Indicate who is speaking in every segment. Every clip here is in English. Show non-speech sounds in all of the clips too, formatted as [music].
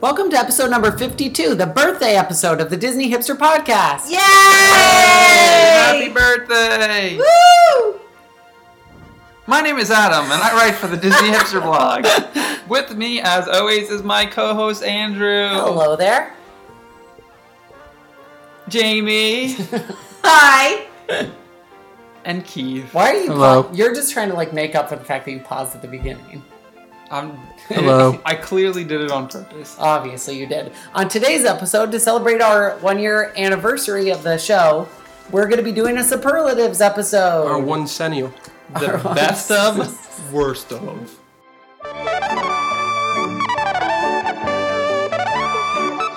Speaker 1: Welcome to episode number 52, the birthday episode of the Disney Hipster Podcast.
Speaker 2: Yay!
Speaker 3: Happy birthday!
Speaker 2: Woo!
Speaker 3: My name is Adam, and I write for the Disney Hipster Blog.
Speaker 1: [laughs]
Speaker 3: With me, as always, is my co-host Andrew,
Speaker 1: Hello there.
Speaker 3: Jamie,
Speaker 1: [laughs]
Speaker 2: Hi.
Speaker 3: and Keith.
Speaker 1: Why are you?
Speaker 4: Hello.
Speaker 1: pa- you're just trying to like make up for the fact that you paused at the beginning.
Speaker 3: I'm,
Speaker 4: Hello.
Speaker 3: [laughs] I clearly did it on purpose.
Speaker 1: [laughs] Obviously, you did. On today's episode, to celebrate our one year anniversary of the show, we're going to be doing a superlatives episode.
Speaker 4: Our one centennial.
Speaker 3: The best of, worst of.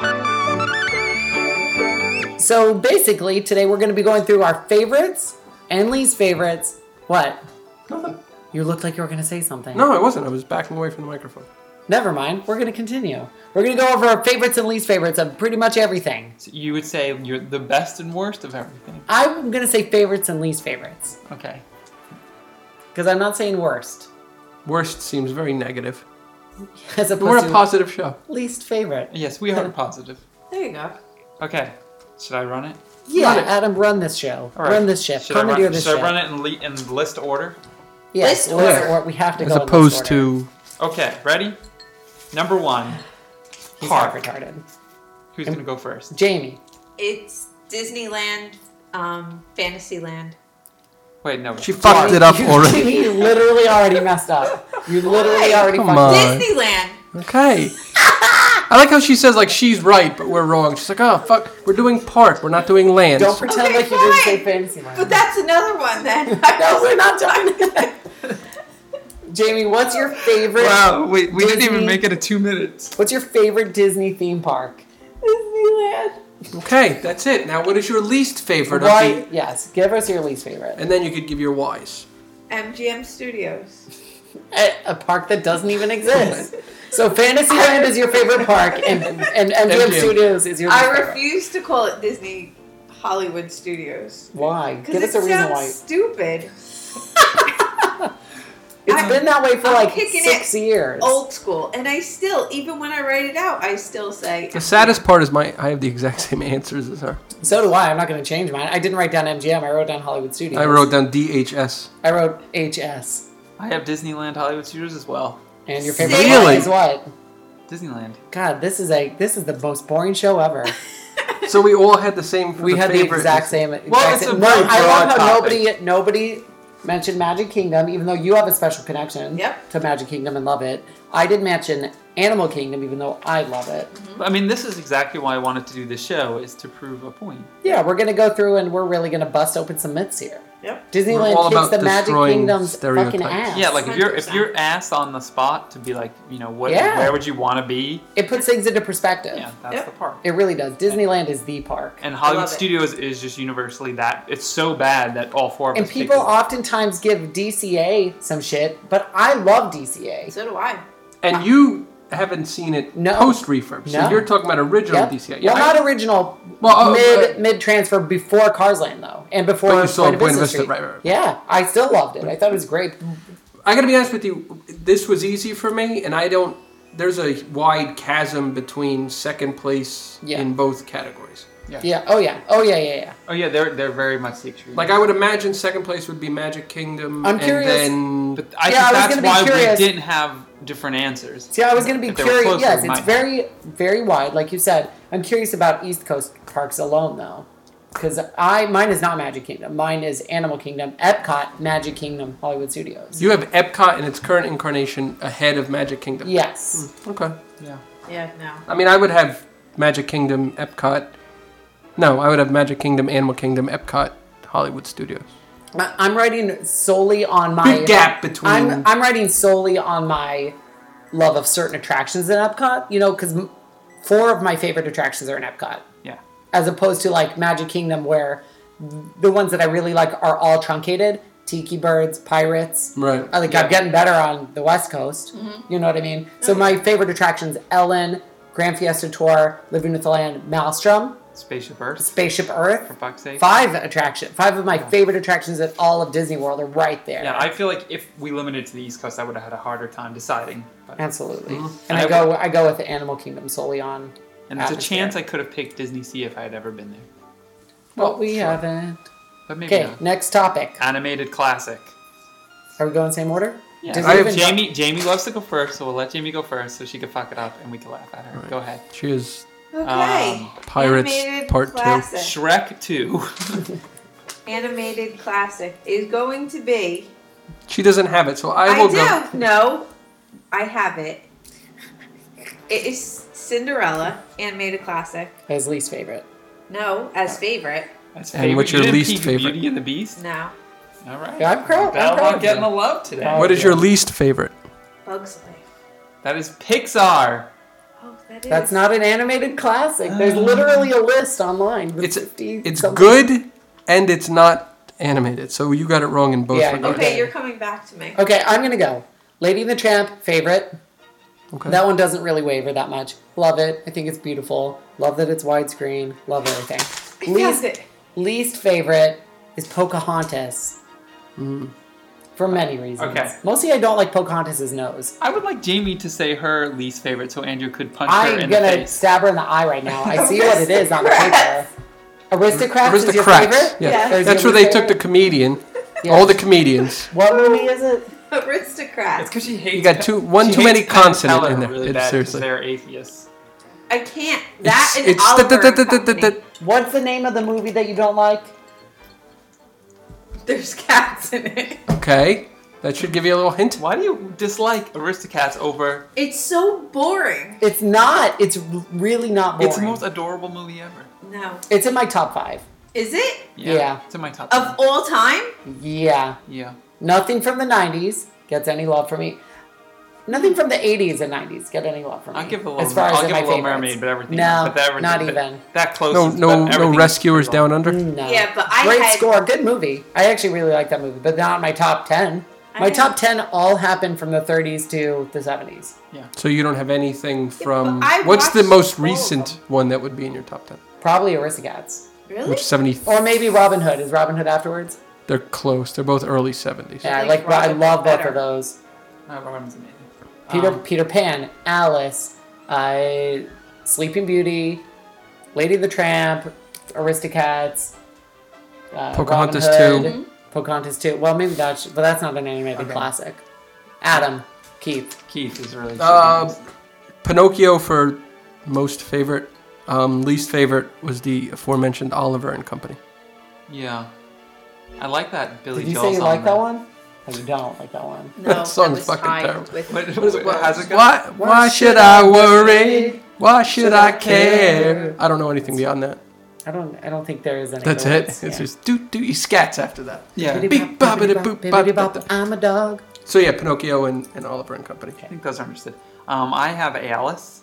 Speaker 4: Oh.
Speaker 1: So basically, today we're going to be going through our favorites and least favorites. What?
Speaker 4: Nothing.
Speaker 1: You looked like you were going to say something.
Speaker 4: No, I wasn't. I was backing away from the microphone.
Speaker 1: Never mind. We're going to continue. We're going to go over our favorites and least favorites of pretty much everything.
Speaker 3: So you would say you're the best and worst of everything.
Speaker 1: I'm going to say favorites and least favorites
Speaker 3: Okay.
Speaker 1: because I'm not saying worst. [laughs]
Speaker 4: Worst seems very negative.
Speaker 1: As
Speaker 4: But we're
Speaker 1: opposed
Speaker 4: a
Speaker 1: to
Speaker 4: positive show.
Speaker 1: least favorite.
Speaker 3: Yes, we are positive.
Speaker 2: There you go.
Speaker 3: Okay. Should I run it?
Speaker 1: Yeah,
Speaker 4: Run it.
Speaker 1: Adam, run this show. Run this ship.
Speaker 3: Should I
Speaker 1: Commandeer
Speaker 3: run,
Speaker 1: this
Speaker 3: should I
Speaker 1: ship.
Speaker 3: run it in, le- in list order?
Speaker 1: Yes,
Speaker 2: List
Speaker 1: or-
Speaker 4: order.
Speaker 1: or we have to
Speaker 4: As
Speaker 1: go in
Speaker 4: opposed
Speaker 1: list order.
Speaker 4: to
Speaker 3: Okay. Ready? Number one.
Speaker 1: He's not
Speaker 3: Park.
Speaker 1: retarded.
Speaker 3: Who's gonna go first?
Speaker 1: Jamie.
Speaker 2: It's Disneyland, um, Fantasyland.
Speaker 3: Wait, no.
Speaker 4: she fucked
Speaker 2: [laughs]
Speaker 4: it up
Speaker 1: you,
Speaker 4: already.
Speaker 1: You literally already messed up. You literally
Speaker 2: Why?
Speaker 1: already
Speaker 4: Come
Speaker 1: fucked
Speaker 4: on.
Speaker 1: up.
Speaker 4: Alright.
Speaker 2: Disneyland.
Speaker 4: Okay. I like how she says like she's right, but we're wrong. She's like, oh fuck, we're doing park, we're not doing land.
Speaker 1: Don't pretend
Speaker 2: Okay,
Speaker 1: like you didn't say
Speaker 2: fine.
Speaker 1: fantasy land.
Speaker 2: But that's another one then.
Speaker 1: no, we're not
Speaker 2: [laughs]
Speaker 1: doing that. [laughs] Jamie, what's your favorite?
Speaker 3: Wow, we, we didn't
Speaker 1: Disney.
Speaker 3: even make it a two minutes.
Speaker 1: What's your favorite Disney theme park?
Speaker 2: Disneyland.
Speaker 4: Okay, that's it. Now, what is your least favorite
Speaker 1: Why?
Speaker 4: of the?
Speaker 1: Yes, give us your least favorite.
Speaker 4: And then you could give your whys.
Speaker 2: MGM Studios.
Speaker 1: A, a park that doesn't even exist. So Fantasyland is your favorite park, and and MGM
Speaker 4: MGM.
Speaker 1: Studios is your. Least
Speaker 2: I
Speaker 1: Favorite.
Speaker 2: refuse to call it Disney Hollywood Studios.
Speaker 1: Why? Give
Speaker 2: Because it
Speaker 1: us a reason
Speaker 2: sounds
Speaker 1: why.
Speaker 2: stupid.
Speaker 1: It's [laughs]
Speaker 2: I'm-
Speaker 1: been that way for
Speaker 2: I'm
Speaker 1: like
Speaker 2: kicking
Speaker 1: six years.
Speaker 2: Old school. And I still, even when I write it out, I still say.
Speaker 4: The saddest part is my I have the exact [laughs] same answers as her.
Speaker 1: So do I. I'm not going to change mine. I didn't write down MGM. I wrote down Hollywood Studios.
Speaker 4: I wrote down DHS.
Speaker 1: I wrote HS.
Speaker 3: I have Disneyland Hollywood Studios as well.
Speaker 1: And your favorite
Speaker 2: Really?
Speaker 1: one is what?
Speaker 3: Disneyland.
Speaker 1: God, this is a this is the most boring show ever.
Speaker 4: So we all had the same. For
Speaker 1: We
Speaker 4: the
Speaker 1: had the
Speaker 4: favorite.
Speaker 1: exact same. Exact
Speaker 3: it's
Speaker 1: same-
Speaker 3: a
Speaker 1: no,
Speaker 3: very
Speaker 1: I love how
Speaker 3: broad topic.
Speaker 1: nobody nobody mentioned Magic Kingdom, even though you have a special connection
Speaker 2: Yep.
Speaker 1: to Magic Kingdom and love it. I did mention Animal Kingdom, even though I love it.
Speaker 3: I mean, this is exactly why I wanted to do this show is to prove a point.
Speaker 1: Yeah, we're gonna go through and we're really gonna bust open some myths here.
Speaker 2: Yep.
Speaker 4: We're all
Speaker 1: Disneyland kicks
Speaker 4: about
Speaker 1: the Magic
Speaker 4: destroying
Speaker 1: Kingdom's fucking
Speaker 4: stereotypes.
Speaker 1: ass.
Speaker 3: Yeah, like if you're if
Speaker 2: 100%.
Speaker 3: you're asked on the spot to be like, you know, what
Speaker 1: Yeah.
Speaker 3: where would you want to be?
Speaker 1: it puts things into perspective.
Speaker 3: Yeah, that's
Speaker 2: Yep.
Speaker 3: the part.
Speaker 1: It really does. Disneyland is the park.
Speaker 3: And
Speaker 2: love
Speaker 3: Hollywood
Speaker 2: it.
Speaker 3: Studios is just universally that it's so bad that all four of
Speaker 1: And
Speaker 3: us picked
Speaker 1: people
Speaker 3: it.
Speaker 1: oftentimes give DCA some shit, but I love DCA.
Speaker 2: So do I.
Speaker 4: And you haven't seen it
Speaker 1: No.
Speaker 4: post refurb, so
Speaker 1: No.
Speaker 4: you're talking about original
Speaker 1: Yep.
Speaker 4: DCI.
Speaker 1: Well,
Speaker 4: I-
Speaker 1: not original.
Speaker 4: Well, oh,
Speaker 1: mid
Speaker 4: but-
Speaker 1: mid transfer before Cars Land though, and before
Speaker 4: But you saw
Speaker 1: Buena
Speaker 4: Buena
Speaker 1: Vista
Speaker 4: Vista,
Speaker 1: Street.
Speaker 4: right, right, Mm. right.
Speaker 1: Yeah, I still loved it. I thought it was great.
Speaker 4: I gotta be honest with you. This was easy for me, and I don't. There's a wide chasm between second place
Speaker 1: Yeah.
Speaker 4: in both categories.
Speaker 1: Yeah. Oh yeah. Oh yeah. Yeah. Yeah.
Speaker 3: Oh yeah, they're they're very much the extreme.
Speaker 4: Like I would imagine, second place would be Magic Kingdom.
Speaker 1: I'm
Speaker 4: and
Speaker 1: curious-
Speaker 4: Then,
Speaker 3: but I
Speaker 1: Yeah, I was gonna
Speaker 3: think
Speaker 1: be
Speaker 3: that's why
Speaker 1: curious.
Speaker 3: we didn't have different answers.
Speaker 1: See, I was gonna be
Speaker 3: If they were closer,
Speaker 1: curious.
Speaker 3: we
Speaker 1: Yes, it's
Speaker 3: might-
Speaker 1: very very wide, like you said. I'm curious about East Coast parks alone though, because I mine is not Magic Kingdom. Mine is Animal Kingdom, Epcot, Magic Kingdom, Hollywood Studios.
Speaker 4: you have Epcot in its current incarnation ahead of Magic Kingdom.
Speaker 1: Yes.
Speaker 4: Okay.
Speaker 3: Yeah.
Speaker 2: Yeah, no.
Speaker 4: I mean, I would have Magic Kingdom, Epcot. No, I would have Magic Kingdom, Animal Kingdom, Epcot, Hollywood Studios.
Speaker 1: I- I'm writing solely on my
Speaker 4: Hmm. Big gap between.
Speaker 1: I'm I'm writing solely on my love of certain attractions in Epcot. You know, because four of my favorite attractions are in Epcot,
Speaker 3: Yeah.
Speaker 1: as opposed to like Magic Kingdom, where the ones that I really like are all truncated. Tiki birds, pirates.
Speaker 4: Right.
Speaker 1: I think I'm
Speaker 3: Yeah.
Speaker 1: getting better on the West Coast.
Speaker 3: Mm-hmm.
Speaker 1: You know what I mean? So my favorite attractions: Ellen, Grand Fiesta Tour, Living with the Land, Maelstrom.
Speaker 3: Spaceship Earth,
Speaker 1: Spaceship Earth.
Speaker 3: for fuck's sake.
Speaker 1: Five attraction, five of my favorite attractions at all of Disney World are right there.
Speaker 3: Yeah, I feel like if we limited it to the East Coast, I would have had a harder time deciding. But,
Speaker 1: absolutely.
Speaker 3: And
Speaker 4: Mm-hmm.
Speaker 1: And I,
Speaker 3: I
Speaker 1: go, I go with the Animal Kingdom solely on.
Speaker 3: and there's a
Speaker 1: atmosphere.
Speaker 3: chance I could have picked Disney Sea if I had ever been there.
Speaker 1: But we haven't.
Speaker 3: But maybe
Speaker 1: Okay,
Speaker 3: not.
Speaker 1: next topic.
Speaker 3: Animated classic.
Speaker 1: Are we going same order?
Speaker 3: Yeah.
Speaker 1: Does
Speaker 4: I
Speaker 1: it
Speaker 4: have
Speaker 1: even-
Speaker 3: Jamie Jamie loves to go first, so we'll let Jamie go first so she can fuck it up and we can laugh at her. Go ahead.
Speaker 4: She is
Speaker 2: Okay.
Speaker 3: Um,
Speaker 4: Pirates
Speaker 2: Animated
Speaker 4: Part
Speaker 2: classic.
Speaker 3: Shrek [laughs] 2.
Speaker 2: Animated classic is going to be.
Speaker 4: Two. She doesn't have it, so I
Speaker 2: I,
Speaker 4: will
Speaker 2: do.
Speaker 4: go.
Speaker 2: No, I have it. It is Cinderella, animated classic.
Speaker 1: As least favorite.
Speaker 2: No, as favorite.
Speaker 3: That's
Speaker 4: And what's
Speaker 3: You
Speaker 4: your
Speaker 3: didn't
Speaker 4: least
Speaker 3: peep
Speaker 4: favorite?
Speaker 3: Beauty and the Beast?
Speaker 2: No,
Speaker 3: All right.
Speaker 1: Yeah, I'm proud- I'm
Speaker 3: Valmont
Speaker 1: proud of
Speaker 3: getting
Speaker 1: you.
Speaker 3: the love today.
Speaker 1: Proud.
Speaker 4: What is your least favorite?
Speaker 2: Bugs Life.
Speaker 3: That is Pixar.
Speaker 2: Oh, that is.
Speaker 1: That's not an animated classic. There's literally a list online. with
Speaker 4: Um, It's
Speaker 1: 50
Speaker 4: it's
Speaker 1: something.
Speaker 4: good and it's not animated. So you got it wrong in both
Speaker 1: Yeah, I
Speaker 4: regards.
Speaker 2: Okay, you're coming back to
Speaker 4: Uh,
Speaker 2: [laughs] me.
Speaker 1: Okay, I'm gonna go. Lady and the Tramp, favorite.
Speaker 4: Okay.
Speaker 1: That one doesn't really waver that much. Love it. I think it's beautiful. Love that it's widescreen. Love everything.
Speaker 2: Yes,
Speaker 1: Least
Speaker 2: it-
Speaker 1: least favorite is Pocahontas.
Speaker 4: Mm.
Speaker 1: For many reasons.
Speaker 3: Okay.
Speaker 1: Mostly I don't like Pocahontas' nose.
Speaker 3: I would like Jamie to say her least favorite so Andrew could punch her
Speaker 1: I'm
Speaker 3: in the
Speaker 1: gonna
Speaker 3: face.
Speaker 1: stab her in the eye right now. I see what it is on the paper. Aristocrats, is your
Speaker 4: Aristocrats,
Speaker 1: favorite?
Speaker 4: yeah.
Speaker 2: Yeah.
Speaker 1: There's
Speaker 4: That's
Speaker 1: your
Speaker 4: where they
Speaker 1: least
Speaker 4: took the
Speaker 1: favorite?
Speaker 4: comedian.
Speaker 1: [laughs] Yeah.
Speaker 4: All the comedians.
Speaker 1: What movie is it?
Speaker 2: Aristocrat.
Speaker 3: It's because she hates.
Speaker 4: You got two- one
Speaker 3: she
Speaker 4: too many
Speaker 3: hates Penn and
Speaker 4: consonant
Speaker 3: Teller
Speaker 4: in there.
Speaker 3: Really
Speaker 4: It's
Speaker 3: bad 'cause
Speaker 4: seriously.
Speaker 3: they're atheists.
Speaker 2: I can't. That
Speaker 4: It's-
Speaker 2: and
Speaker 4: it's
Speaker 2: Oliver
Speaker 4: da- da-
Speaker 2: and
Speaker 4: da- da- da-
Speaker 2: Company.
Speaker 4: da-
Speaker 1: What's the name of the movie that you don't like?
Speaker 2: There's cats in it.
Speaker 4: Okay. That should give you a little hint.
Speaker 3: Why do you dislike Aristocats over?
Speaker 2: It's so boring.
Speaker 1: It's not. It's really not boring.
Speaker 3: It's the most adorable movie ever.
Speaker 2: No.
Speaker 1: It's in my top five.
Speaker 2: Is it?
Speaker 1: Yeah.
Speaker 3: It's in my top. ten.
Speaker 2: Of all time?
Speaker 1: Yeah.
Speaker 3: yeah.
Speaker 1: Nothing from the 90s gets any love from me. Nothing from the 80s and 90s get any love from me.
Speaker 3: I'll give a little.
Speaker 1: as far as
Speaker 3: I'll
Speaker 1: in
Speaker 3: give
Speaker 1: my
Speaker 3: a little
Speaker 1: favorites.
Speaker 3: Mermaid, but everything.
Speaker 1: No,
Speaker 3: but everything,
Speaker 1: not
Speaker 3: but
Speaker 1: even.
Speaker 3: that close.
Speaker 4: No
Speaker 3: is-
Speaker 4: no
Speaker 3: but everything
Speaker 4: no
Speaker 3: is
Speaker 4: rescuers
Speaker 3: pretty
Speaker 4: down under.
Speaker 1: No.
Speaker 2: Yeah, but I
Speaker 1: Great
Speaker 2: had-
Speaker 1: score. Good movie. I actually really like that movie, but not my top 10.
Speaker 2: I
Speaker 1: My
Speaker 2: had-
Speaker 1: top 10 all happened from the 30s to the 70s.
Speaker 4: So you don't have anything from
Speaker 2: but I
Speaker 4: what's the
Speaker 2: watched
Speaker 4: most
Speaker 2: all of
Speaker 4: recent one that would be in your top ten?
Speaker 1: Probably Aristocats.
Speaker 2: Really?
Speaker 4: Which is seventy?
Speaker 1: Or maybe Robin Hood. Is Robin Hood afterwards?
Speaker 4: They're close. They're both early seventies.
Speaker 1: Yeah, I
Speaker 2: think
Speaker 1: like. I
Speaker 2: Robin Oh.
Speaker 1: love both
Speaker 2: better.
Speaker 1: of those.
Speaker 3: long. No, Robin's amazing.
Speaker 1: Peter
Speaker 3: Um,
Speaker 1: Peter Pan, Alice, uh, Sleeping Beauty, Lady the Tramp, Aristocats, uh,
Speaker 4: Pocahontas
Speaker 1: Robin
Speaker 4: 2.
Speaker 2: Mm-hmm.
Speaker 1: Hood, Pocahontas two. Well, maybe that's but that's not an animated
Speaker 3: Okay.
Speaker 1: classic. Adam, Keith,
Speaker 3: Keith is really.
Speaker 4: Uh, Pinocchio for most favorite. Um, least favorite was the aforementioned Oliver and Company.
Speaker 3: yeah. I like that Billy
Speaker 1: did you
Speaker 3: Joel
Speaker 1: say you
Speaker 3: song,
Speaker 1: like that
Speaker 3: though.
Speaker 1: one? Or you don't like that one?
Speaker 2: no,
Speaker 4: That song's
Speaker 2: it was
Speaker 4: fucking
Speaker 2: tied
Speaker 4: terrible.
Speaker 2: with-
Speaker 3: What,
Speaker 4: What is
Speaker 3: what,
Speaker 4: it? What-
Speaker 3: how's it go?
Speaker 4: Why, why should I worry? Why should I care? I don't know anything beyond that.
Speaker 1: I don't. I don't think there is any.
Speaker 4: That's
Speaker 1: other
Speaker 4: it.
Speaker 1: ones.
Speaker 4: It's
Speaker 1: Yeah.
Speaker 4: just do do he scats after that.
Speaker 3: Yeah. I
Speaker 1: Bibbidi-bop,
Speaker 4: Beep, bobbidi,
Speaker 1: bibbidi-bop,
Speaker 4: boop, bop,
Speaker 1: bibbidi-bop,
Speaker 4: bop,
Speaker 1: I'm a dog.
Speaker 4: So yeah, Pinocchio and, and Oliver and Company.
Speaker 3: think those are understood. Um, I have Alice.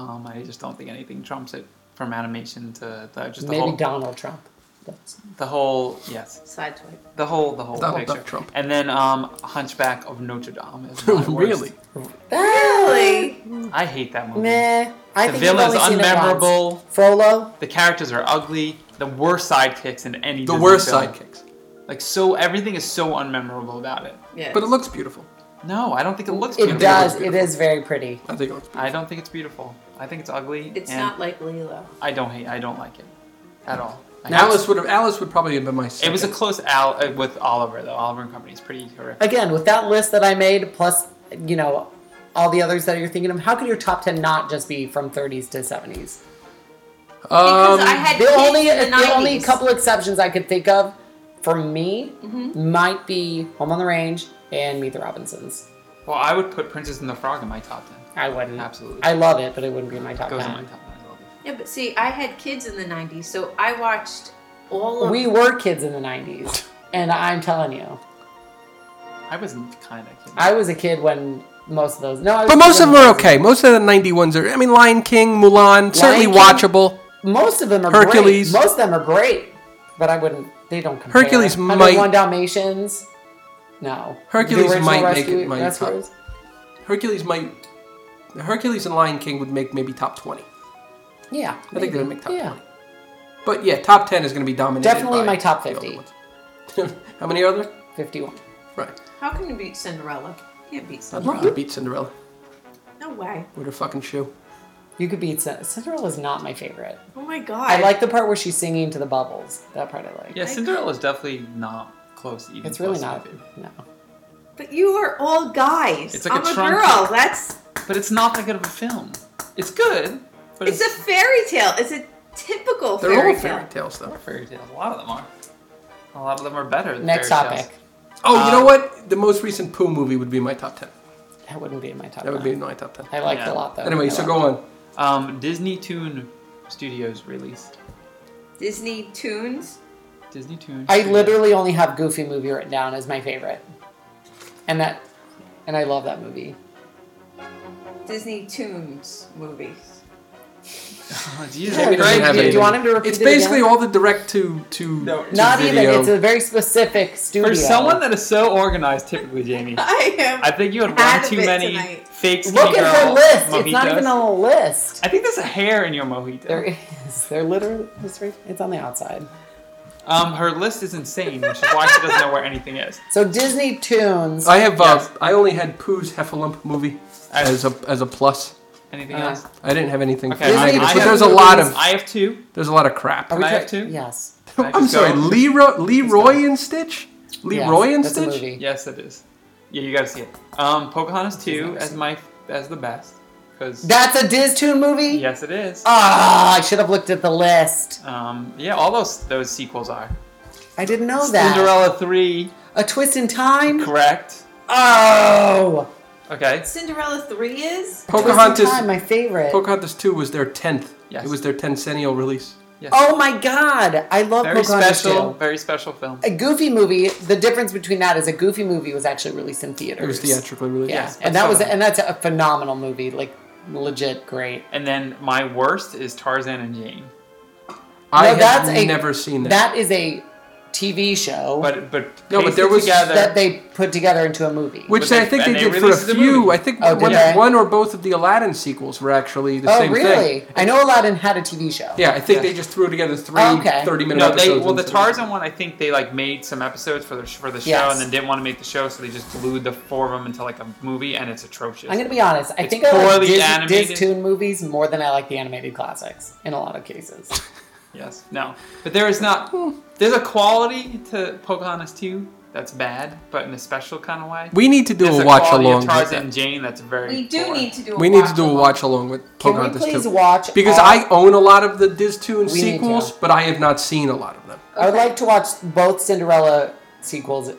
Speaker 3: Um, I just don't think anything trumps it from animation to the, just the
Speaker 1: Maybe
Speaker 3: whole
Speaker 1: Donald Trump. That's-
Speaker 3: the whole yes
Speaker 2: Side swipe.
Speaker 3: the whole the whole
Speaker 4: Donald
Speaker 3: picture.
Speaker 4: Duck Trump.
Speaker 3: And then um, Hunchback of Notre Dame
Speaker 4: [laughs]
Speaker 3: is my worst.
Speaker 4: really? Ah!
Speaker 2: Really?
Speaker 3: I hate that movie.
Speaker 1: Meh. I
Speaker 3: The
Speaker 1: think I've
Speaker 3: villain's
Speaker 1: only seen it once.
Speaker 3: unmemorable.
Speaker 1: Frollo.
Speaker 3: The characters are ugly. The worst sidekicks in any.
Speaker 4: The
Speaker 3: Disney
Speaker 4: worst
Speaker 3: film.
Speaker 4: sidekicks.
Speaker 3: Like so, everything is so unmemorable about it.
Speaker 2: Yeah.
Speaker 4: But it looks beautiful.
Speaker 3: No, I don't think it looks.
Speaker 1: It
Speaker 3: beautiful.
Speaker 1: does. It
Speaker 4: beautiful.
Speaker 1: is very pretty.
Speaker 4: I think it looks beautiful.
Speaker 3: I don't think it's beautiful. I think it's ugly.
Speaker 2: it's
Speaker 3: and
Speaker 2: not like Lilo.
Speaker 3: I don't hate. I don't like it at all. I hate
Speaker 4: Alice would have Alice would probably have been my second.
Speaker 3: It was a close al uh, with Oliver though. Oliver and Company is pretty horrific.
Speaker 1: Again, with that list that I made, plus you know all the others that you're thinking of, how could your top ten not just be from 30s to 70s?
Speaker 4: Um,
Speaker 2: Because I had
Speaker 1: The
Speaker 2: kids
Speaker 1: only
Speaker 2: in the,
Speaker 1: the,
Speaker 2: 90s.
Speaker 1: only couple exceptions I could think of for me
Speaker 3: Mm-hmm.
Speaker 1: might be Home on the Range and Meet the Robinsons.
Speaker 3: Well, I would put Princess and the Frog in my top ten.
Speaker 1: I wouldn't.
Speaker 3: Absolutely.
Speaker 1: I love it, but it wouldn't be in my top
Speaker 3: Goes in my
Speaker 1: ten.
Speaker 3: top ten. I love it.
Speaker 2: Yeah, but see, I had kids in the 90s, so I watched all of
Speaker 1: We were kids in the 90s, and I'm telling you,
Speaker 3: I was kind of kidding.
Speaker 1: I was a kid when most of those. No, I was
Speaker 4: But
Speaker 1: a kid
Speaker 4: most of them
Speaker 1: when
Speaker 4: are
Speaker 1: those-
Speaker 4: okay. Most of the 90 ones are, I mean, Lion King, Mulan, certainly
Speaker 1: King?
Speaker 4: watchable.
Speaker 1: Most of them are
Speaker 4: Hercules.
Speaker 1: Great. Most of them are great, but I wouldn't. They don't compare.
Speaker 4: Hercules
Speaker 1: 101
Speaker 4: might-
Speaker 1: Dalmatians. No.
Speaker 4: Hercules
Speaker 1: The original
Speaker 4: might make
Speaker 1: Rescue-
Speaker 4: it my top.
Speaker 1: Rescuers?
Speaker 4: Hercules might, Hercules and Lion King would make maybe top 20.
Speaker 1: Yeah.
Speaker 4: I think
Speaker 1: maybe.
Speaker 4: they'll make top
Speaker 1: Yeah.
Speaker 4: 20. But yeah, top 10 is going to be dominated.
Speaker 1: Definitely
Speaker 4: by
Speaker 1: my top
Speaker 4: the other
Speaker 1: 50.
Speaker 4: ones. [laughs] How many are there?
Speaker 1: 51.
Speaker 4: Right.
Speaker 2: How can you beat Cinderella? You can't beat
Speaker 4: I'd
Speaker 2: Cinderella.
Speaker 4: love to beat Cinderella
Speaker 2: No way.
Speaker 4: with her fucking shoe.
Speaker 1: You could beat Cin- Cinderella's not my favorite.
Speaker 2: Oh my god.
Speaker 1: I like the part where she's singing to the bubbles. That part I like.
Speaker 3: Yeah, Cinderella is definitely not close. Even
Speaker 1: It's really
Speaker 3: close to my
Speaker 1: not.
Speaker 3: favorite.
Speaker 1: No.
Speaker 2: But you are all guys.
Speaker 3: It's like a
Speaker 2: I'm a,
Speaker 3: trunk-
Speaker 2: girl. That's.
Speaker 3: But it's not that good of a film. It's good, but
Speaker 2: It's
Speaker 3: it's,
Speaker 2: a fairy tale. It's a
Speaker 1: Oh,
Speaker 2: typical
Speaker 4: They're
Speaker 2: fairy
Speaker 4: all
Speaker 2: tale.
Speaker 4: fairy tales, though.
Speaker 3: not fairy tales. A lot of them are. A lot of them are better. Than
Speaker 1: Next
Speaker 3: fairy
Speaker 1: topic.
Speaker 3: Tales.
Speaker 4: Oh, you know
Speaker 1: Uh,
Speaker 3: Um,
Speaker 4: what? The most recent Pooh movie would be my top 10.
Speaker 1: That wouldn't be in my top.
Speaker 4: That would be
Speaker 1: nine.
Speaker 4: my top 10.
Speaker 1: I liked
Speaker 3: Yeah.
Speaker 1: a lot though.
Speaker 4: Anyway,
Speaker 1: I
Speaker 4: so
Speaker 1: liked
Speaker 4: go
Speaker 1: it.
Speaker 4: on.
Speaker 3: Um, Disney Toon Studios released.
Speaker 2: Disney Toons.
Speaker 3: Disney Toon.
Speaker 1: I
Speaker 3: Studios.
Speaker 1: literally only have Goofy movie written down as my favorite, and that, and I love that movie.
Speaker 2: Disney Toons movies.
Speaker 3: Oh,
Speaker 1: [laughs]
Speaker 3: Jesus,
Speaker 1: Yeah, we
Speaker 4: doesn't
Speaker 3: Greg,
Speaker 4: have
Speaker 3: dude.
Speaker 1: Do you
Speaker 4: anything.
Speaker 1: want him to repeat
Speaker 4: It's
Speaker 1: it
Speaker 4: basically
Speaker 1: again?
Speaker 4: all the direct to to
Speaker 3: No,
Speaker 4: to
Speaker 1: Not even.
Speaker 4: video.
Speaker 1: It's a very specific studio.
Speaker 3: For someone that is so organized, typically, Jamie,
Speaker 1: [laughs]
Speaker 2: I am.
Speaker 3: [laughs] I think you had
Speaker 2: Out
Speaker 3: one
Speaker 2: of
Speaker 3: too
Speaker 2: it
Speaker 3: many
Speaker 2: tonight.
Speaker 3: fake skinny
Speaker 1: look at
Speaker 3: girl
Speaker 1: her list. It's not
Speaker 3: mojitos.
Speaker 1: even on the list.
Speaker 3: I think there's a hair in your mojito.
Speaker 1: There is. They're literally. It's, right, it's on the outside.
Speaker 3: Um, her list is insane, which is why she doesn't know where anything is.
Speaker 1: So Disney Tunes.
Speaker 4: I have.
Speaker 3: Yes.
Speaker 4: Uh, I only had Pooh's Heffalump movie as a as a plus.
Speaker 3: Anything
Speaker 1: Uh,
Speaker 3: else?
Speaker 4: I didn't have anything.
Speaker 3: Okay,
Speaker 4: for
Speaker 1: I-
Speaker 4: either,
Speaker 1: I
Speaker 4: but
Speaker 1: have
Speaker 4: there's a
Speaker 1: movies.
Speaker 4: lot of
Speaker 3: I have two.
Speaker 4: there's a lot of crap.
Speaker 1: Are we
Speaker 3: Can I
Speaker 1: try-
Speaker 3: have two?
Speaker 1: Yes.
Speaker 3: Can I
Speaker 4: I'm
Speaker 3: just
Speaker 4: sorry,
Speaker 3: go?
Speaker 4: Leroy Leroy
Speaker 1: Let's
Speaker 4: and Stitch.
Speaker 1: Yes,
Speaker 4: Leroy and
Speaker 1: that's a
Speaker 4: Stitch.
Speaker 1: movie.
Speaker 3: Yes, it is. Yeah, you gotta see it. Um, Pocahontas two as my as the best because
Speaker 1: That's a Diz Tune movie.
Speaker 3: yes, it is.
Speaker 1: Ah, I should have looked at the list.
Speaker 3: Um, yeah, all those those sequels are
Speaker 1: I didn't know that.
Speaker 3: Cinderella three,
Speaker 1: A Twist in Time.
Speaker 3: correct?
Speaker 1: Oh,
Speaker 3: Okay,
Speaker 2: Cinderella 3
Speaker 1: Twist
Speaker 2: is?
Speaker 1: in Time,
Speaker 4: Pocahontas.
Speaker 1: my favorite.
Speaker 4: Pocahontas two was their tenth.
Speaker 3: Yes.
Speaker 4: It was their tencennial release.
Speaker 3: yes.
Speaker 1: oh my God, I love
Speaker 3: very
Speaker 1: Pocahontas
Speaker 3: special,
Speaker 1: too.
Speaker 3: very special film.
Speaker 1: A Goofy movie. The difference between that is a Goofy movie was actually released in theaters.
Speaker 4: It was theatrically released.
Speaker 1: Yeah,
Speaker 3: Yes, but
Speaker 1: and that was
Speaker 3: so-
Speaker 1: and that's a phenomenal movie. Like legit great.
Speaker 3: And then my worst is Tarzan and Jane,
Speaker 4: I
Speaker 1: No,
Speaker 4: have
Speaker 1: that's a-
Speaker 4: never seen that.
Speaker 1: That is a TV show
Speaker 3: but but
Speaker 4: No, but
Speaker 3: pasted
Speaker 4: there was-
Speaker 3: together.
Speaker 1: that they put together into a movie.
Speaker 4: Which
Speaker 3: But they-
Speaker 4: I think they
Speaker 3: and they
Speaker 4: did for a
Speaker 3: released the
Speaker 4: few.
Speaker 3: movie.
Speaker 4: I think
Speaker 1: Oh,
Speaker 4: one
Speaker 1: did they?
Speaker 4: one or both of the Aladdin sequels were actually the
Speaker 1: oh
Speaker 4: same
Speaker 1: really?
Speaker 4: thing.
Speaker 1: I know Aladdin had a TV show.
Speaker 4: Yeah, I think
Speaker 3: Yeah.
Speaker 4: they just threw together three
Speaker 1: Oh, okay.
Speaker 4: 30 minute
Speaker 3: no,
Speaker 4: episodes.
Speaker 3: they well
Speaker 4: and
Speaker 3: the
Speaker 4: so-
Speaker 3: Tarzan one. I think they like made some episodes for the sh- for the show,
Speaker 1: Yes.
Speaker 3: and then didn't want to make the show, so they just glued the four of them into like a movie, and it's atrocious.
Speaker 1: I'm gonna be honest. I
Speaker 3: It's
Speaker 1: think I
Speaker 3: poorly
Speaker 1: like Dis-
Speaker 3: animated.
Speaker 1: Distoon movies more than I like the animated classics in a lot of cases.
Speaker 3: Yes. No. But there is not.
Speaker 4: Hmm.
Speaker 3: There's a quality to Pocahontas 2 that's bad, but in a special kind of way.
Speaker 4: We need to do
Speaker 3: There's
Speaker 4: a watch
Speaker 3: quality
Speaker 4: along.
Speaker 3: Of
Speaker 4: with
Speaker 3: Tarzan and
Speaker 4: that.
Speaker 3: Jane that's very.
Speaker 2: We do
Speaker 3: poor.
Speaker 2: need to do a
Speaker 4: We need to do a
Speaker 2: watch-along.
Speaker 4: watch along with
Speaker 1: Can we
Speaker 4: Pocahontas
Speaker 1: please
Speaker 4: too.
Speaker 1: watch?
Speaker 4: because
Speaker 1: all-
Speaker 4: I own a lot of the Distoon
Speaker 1: We need
Speaker 4: sequels,
Speaker 1: to.
Speaker 4: but I have not seen a lot of them.
Speaker 1: I would like to watch both Cinderella sequels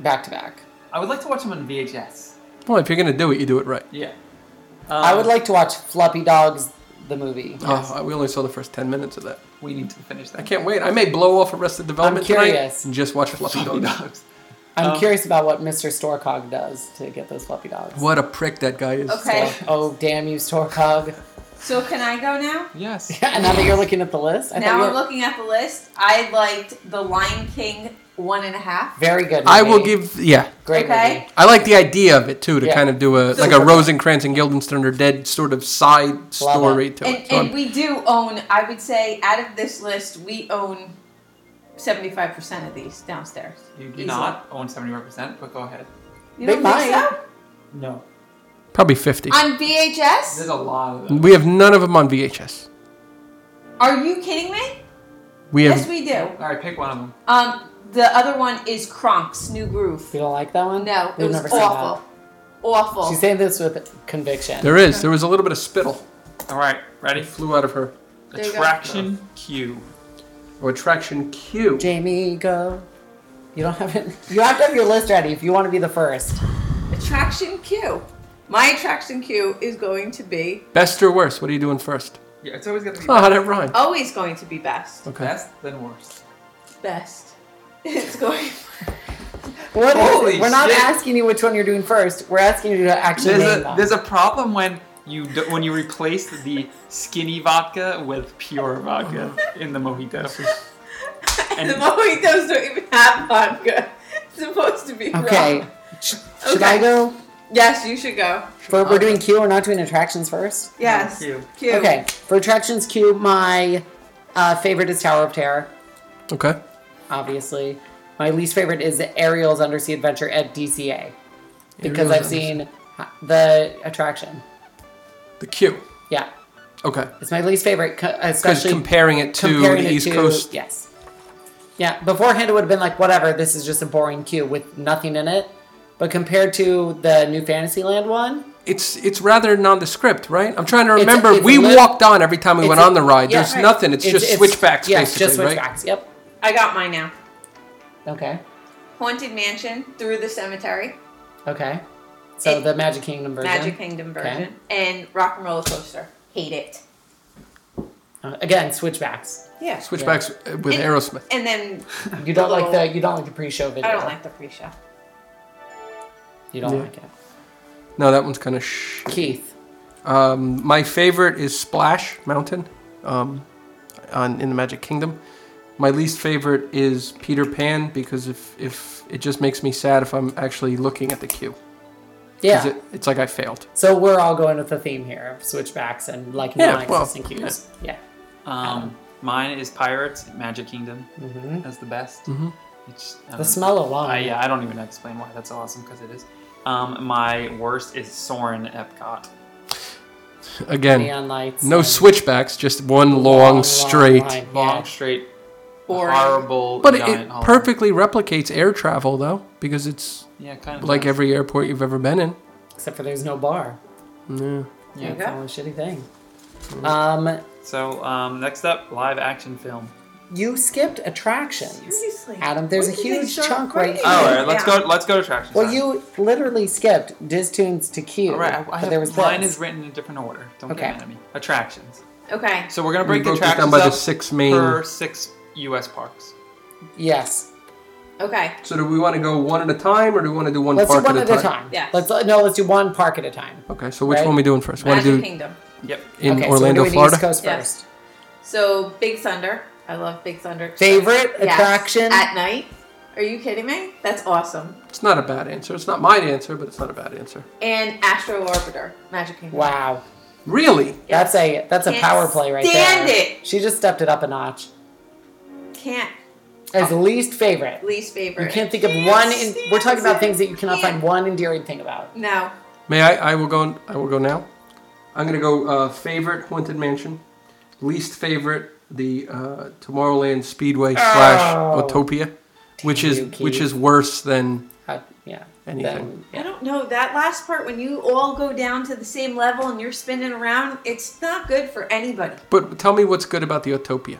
Speaker 1: back to back.
Speaker 3: I would like to watch them on VHS.
Speaker 4: Well, if you're going to do it, you do it right.
Speaker 3: Yeah. Um,
Speaker 1: I would like to watch Fluffy Dogs the movie.
Speaker 4: Oh, we only saw the first 10 minutes of that.
Speaker 3: We need to finish that.
Speaker 4: I can't wait. I may blow off Arrested Development tonight
Speaker 1: curious.
Speaker 4: and just watch Fluffy Dog.
Speaker 3: dogs.
Speaker 1: I'm
Speaker 3: Um,
Speaker 1: curious about what Mr. Storcog does to get those Fluffy Dogs.
Speaker 4: [laughs] What a prick that guy is.
Speaker 2: Okay.
Speaker 1: Oh damn you, Storcog!
Speaker 2: So can I go now?
Speaker 4: [laughs]
Speaker 3: Yes.
Speaker 1: [laughs] and now that you're looking at the list, I thought
Speaker 2: now
Speaker 1: you
Speaker 2: I'm
Speaker 1: were-
Speaker 2: looking at the list. I liked The Lion King one and a half.
Speaker 1: Very good.
Speaker 4: I will
Speaker 1: movie.
Speaker 4: give, yeah.
Speaker 1: great
Speaker 2: okay.
Speaker 1: movie.
Speaker 4: I like the idea of it too, to
Speaker 1: Yeah.
Speaker 4: kind of do a
Speaker 2: So-
Speaker 4: like a Rosencrantz and Guildenstern are dead sort of side story to
Speaker 2: And,
Speaker 4: it. So I'm-
Speaker 2: and we do own, I would say, out of this list, we own 75% of these downstairs.
Speaker 3: You do
Speaker 2: Easily.
Speaker 3: not own 71%, but go ahead.
Speaker 2: You
Speaker 1: They
Speaker 2: don't think
Speaker 1: might.
Speaker 2: so?
Speaker 3: No.
Speaker 4: probably fifty.
Speaker 2: On
Speaker 3: There's
Speaker 2: VHS?
Speaker 3: a lot of them.
Speaker 4: we have none of them on VHS.
Speaker 2: Are you kidding me?
Speaker 4: We have
Speaker 2: Yes, we do.
Speaker 3: All right, pick one of them.
Speaker 2: Um, the other one is Kronk's New Groove. Oh,
Speaker 1: You don't like that one?
Speaker 2: No, it
Speaker 1: We've
Speaker 2: was
Speaker 1: never seen
Speaker 2: awful.
Speaker 1: that.
Speaker 2: Awful.
Speaker 1: She's saying this with conviction.
Speaker 4: there is there was a little bit of spittle
Speaker 3: All right, ready?
Speaker 4: that flew out of her.
Speaker 2: There you go.
Speaker 3: Attraction Q.
Speaker 4: Or attraction Q.
Speaker 1: Jamie, go. You don't have it. You have to have your list ready if you want to be the first.
Speaker 2: attraction Q. My attraction Q is going to be
Speaker 4: Best or worst? What are you doing first?
Speaker 3: Yeah, it's always got to
Speaker 2: Oh,
Speaker 3: be
Speaker 4: Ah, [laughs] that rhymed.
Speaker 2: always going to be best.
Speaker 4: Okay.
Speaker 3: best, then worst.
Speaker 2: Best. [laughs] It's going.
Speaker 1: What is it?
Speaker 3: Holy
Speaker 1: We're not
Speaker 3: shit.
Speaker 1: asking you which one you're doing first. We're asking you to actually name
Speaker 3: There's a,
Speaker 1: them.
Speaker 3: there's a problem when you do, when you replace the skinny vodka with pure [laughs] vodka in the mojito.
Speaker 2: [laughs] And
Speaker 3: And-
Speaker 2: [laughs] the mojitos don't even have vodka. It's supposed to be [laughs]
Speaker 1: okay.
Speaker 2: rum.
Speaker 1: Sh- Should I go?
Speaker 2: Yes, you should go.
Speaker 1: For, we're doing Q. We're not doing attractions first.
Speaker 2: Yes.
Speaker 3: Q.
Speaker 2: Q.
Speaker 1: Okay. For attractions Q, my uh, favorite is Tower of Terror,
Speaker 4: Okay.
Speaker 1: obviously. My least favorite is Ariel's Undersea Adventure at DCA because
Speaker 4: Ariel's
Speaker 1: I've
Speaker 4: Undersea-
Speaker 1: seen the attraction.
Speaker 4: The Q.
Speaker 1: Yeah,
Speaker 4: Okay.
Speaker 1: it's my least favorite, co-
Speaker 4: Because
Speaker 1: especially
Speaker 4: comparing it to
Speaker 1: comparing
Speaker 4: the
Speaker 1: it
Speaker 4: East
Speaker 1: to-
Speaker 4: Coast.
Speaker 1: Yes. Yeah, beforehand it would have been like, whatever, this is just a boring queue with nothing in it. But compared to the New Fantasyland one,
Speaker 4: It's it's rather nondescript, right? I'm trying to
Speaker 1: It's a-
Speaker 4: remember.
Speaker 1: it's
Speaker 4: we
Speaker 1: lit-
Speaker 4: walked on every time we
Speaker 1: it's
Speaker 4: went
Speaker 1: a-
Speaker 4: on the ride.
Speaker 1: yeah,
Speaker 4: There's
Speaker 1: right.
Speaker 4: nothing. It's, just switchbacks,
Speaker 1: yeah,
Speaker 4: basically,
Speaker 1: just
Speaker 4: right?
Speaker 1: switchbacks. Yep.
Speaker 2: I got mine now.
Speaker 1: Okay.
Speaker 2: Haunted Mansion through the cemetery,
Speaker 1: Okay. So
Speaker 2: It-
Speaker 1: the Magic Kingdom version.
Speaker 2: Magic Kingdom version,
Speaker 1: Okay.
Speaker 2: and Rock and Roller Coaster. Hate it.
Speaker 1: Uh, again, switchbacks.
Speaker 2: Yeah.
Speaker 4: Switchbacks uh, with
Speaker 2: And-
Speaker 4: Aerosmith.
Speaker 2: And then
Speaker 1: You don't like
Speaker 2: little-
Speaker 1: the you don't like the pre-show video.
Speaker 2: I don't like the pre-show.
Speaker 1: You don't
Speaker 4: Yeah.
Speaker 1: like it.
Speaker 4: No, that one's kind of shh.
Speaker 1: Keith.
Speaker 4: Um, my favorite is Splash Mountain, um, on in the Magic Kingdom. My least favorite is Peter Pan because if if it just makes me sad if I'm actually looking at the queue. 'Cause
Speaker 1: Yeah.
Speaker 4: It, it's like I failed.
Speaker 1: so we're all going with the theme here of switchbacks and like
Speaker 4: Yeah,
Speaker 1: non-existing
Speaker 4: well,
Speaker 1: cues. Yeah.
Speaker 3: Um, mine is Pirates Magic Kingdom.
Speaker 1: hmm
Speaker 3: That's the best.
Speaker 4: Mhm.
Speaker 3: It's, um,
Speaker 1: The smell alone.
Speaker 3: I,
Speaker 4: Uh,
Speaker 3: yeah, I don't even explain why that's awesome because it is. Um, my worst is Soren Epcot.
Speaker 4: Again,
Speaker 1: Neon lights.
Speaker 4: no
Speaker 1: and
Speaker 4: switchbacks, just one long, straight.
Speaker 1: line,
Speaker 3: Long,
Speaker 1: yeah.
Speaker 3: straight,
Speaker 2: Boring.
Speaker 3: horrible.
Speaker 4: But it,
Speaker 3: giant
Speaker 4: it
Speaker 3: hall.
Speaker 4: perfectly replicates air travel though because it's
Speaker 3: Yeah, kind of
Speaker 4: like
Speaker 3: does.
Speaker 4: every airport you've ever been in.
Speaker 1: Except for there's no bar.
Speaker 4: Yeah.
Speaker 2: There you
Speaker 3: Yeah.
Speaker 1: That's the
Speaker 2: go.
Speaker 1: only shitty thing. Um,
Speaker 3: So um, next up, live action film.
Speaker 1: you skipped attractions.
Speaker 2: Seriously.
Speaker 1: Adam, there's
Speaker 2: When
Speaker 1: a
Speaker 2: did they
Speaker 1: huge
Speaker 2: start
Speaker 1: chunk right
Speaker 2: writing
Speaker 1: here.
Speaker 3: Oh, All
Speaker 2: that
Speaker 3: right, let's
Speaker 2: down?
Speaker 3: go. Let's go to attractions.
Speaker 1: Well,
Speaker 3: then.
Speaker 1: you literally skipped Diz Tunes to Q.
Speaker 3: All right, I, I
Speaker 1: but
Speaker 3: have,
Speaker 1: there was
Speaker 3: mine
Speaker 1: this.
Speaker 3: is written in a different order. Don't
Speaker 1: Okay.
Speaker 3: get mad at me. Attractions.
Speaker 2: Okay.
Speaker 3: So we're gonna
Speaker 4: We
Speaker 3: break the
Speaker 4: broke this down
Speaker 3: attractions
Speaker 4: by the
Speaker 3: up
Speaker 4: six main-
Speaker 3: per six U.S. parks.
Speaker 1: Yes.
Speaker 2: Okay.
Speaker 4: So do we want to go one at a time or do we want to do one
Speaker 1: Let's do
Speaker 4: park
Speaker 1: one
Speaker 4: at, a time?
Speaker 2: Yes.
Speaker 1: Let's uh, no, let's do one park at a time.
Speaker 4: Okay, so which
Speaker 1: Right?
Speaker 4: one we doing first? Want
Speaker 2: Magic
Speaker 4: to do
Speaker 2: Kingdom.
Speaker 3: Yep.
Speaker 4: in
Speaker 1: okay,
Speaker 4: Orlando,
Speaker 1: so we're doing
Speaker 4: Florida?
Speaker 1: East Coast
Speaker 2: Yes.
Speaker 1: first.
Speaker 2: So Big Thunder. I love Big Thunder.
Speaker 1: Favorite
Speaker 2: Yes.
Speaker 1: attraction?
Speaker 2: at night? Are you kidding me? That's awesome.
Speaker 4: It's not a bad answer. It's not my answer, but it's not a bad answer.
Speaker 2: And Astro Orbiter, Magic Kingdom.
Speaker 1: Wow,
Speaker 4: Really?
Speaker 2: Yes.
Speaker 1: that's a that's a
Speaker 2: Can't
Speaker 1: power play right
Speaker 2: stand
Speaker 1: there.
Speaker 2: it.
Speaker 1: She just stepped it up a notch.
Speaker 2: Can't
Speaker 1: As least favorite,
Speaker 2: least favorite.
Speaker 1: you can't think of
Speaker 2: Can't
Speaker 1: one. In,
Speaker 2: stand
Speaker 1: we're talking about
Speaker 2: it.
Speaker 1: things that you cannot
Speaker 2: Can't.
Speaker 1: find one endearing thing about.
Speaker 2: No.
Speaker 4: May I? I will go. I will go now. I'm gonna go. Uh, favorite Haunted Mansion. Least favorite the uh, Tomorrowland Speedway slash
Speaker 1: Oh.
Speaker 4: Autopia, which is
Speaker 1: You, Keith.
Speaker 4: which is worse than
Speaker 1: How, Uh, yeah.
Speaker 4: Anything.
Speaker 2: I
Speaker 1: Then,
Speaker 2: don't know. That last part when you all go down to the same level and you're spinning around, it's not good for anybody.
Speaker 4: But tell me what's good about the Autopia.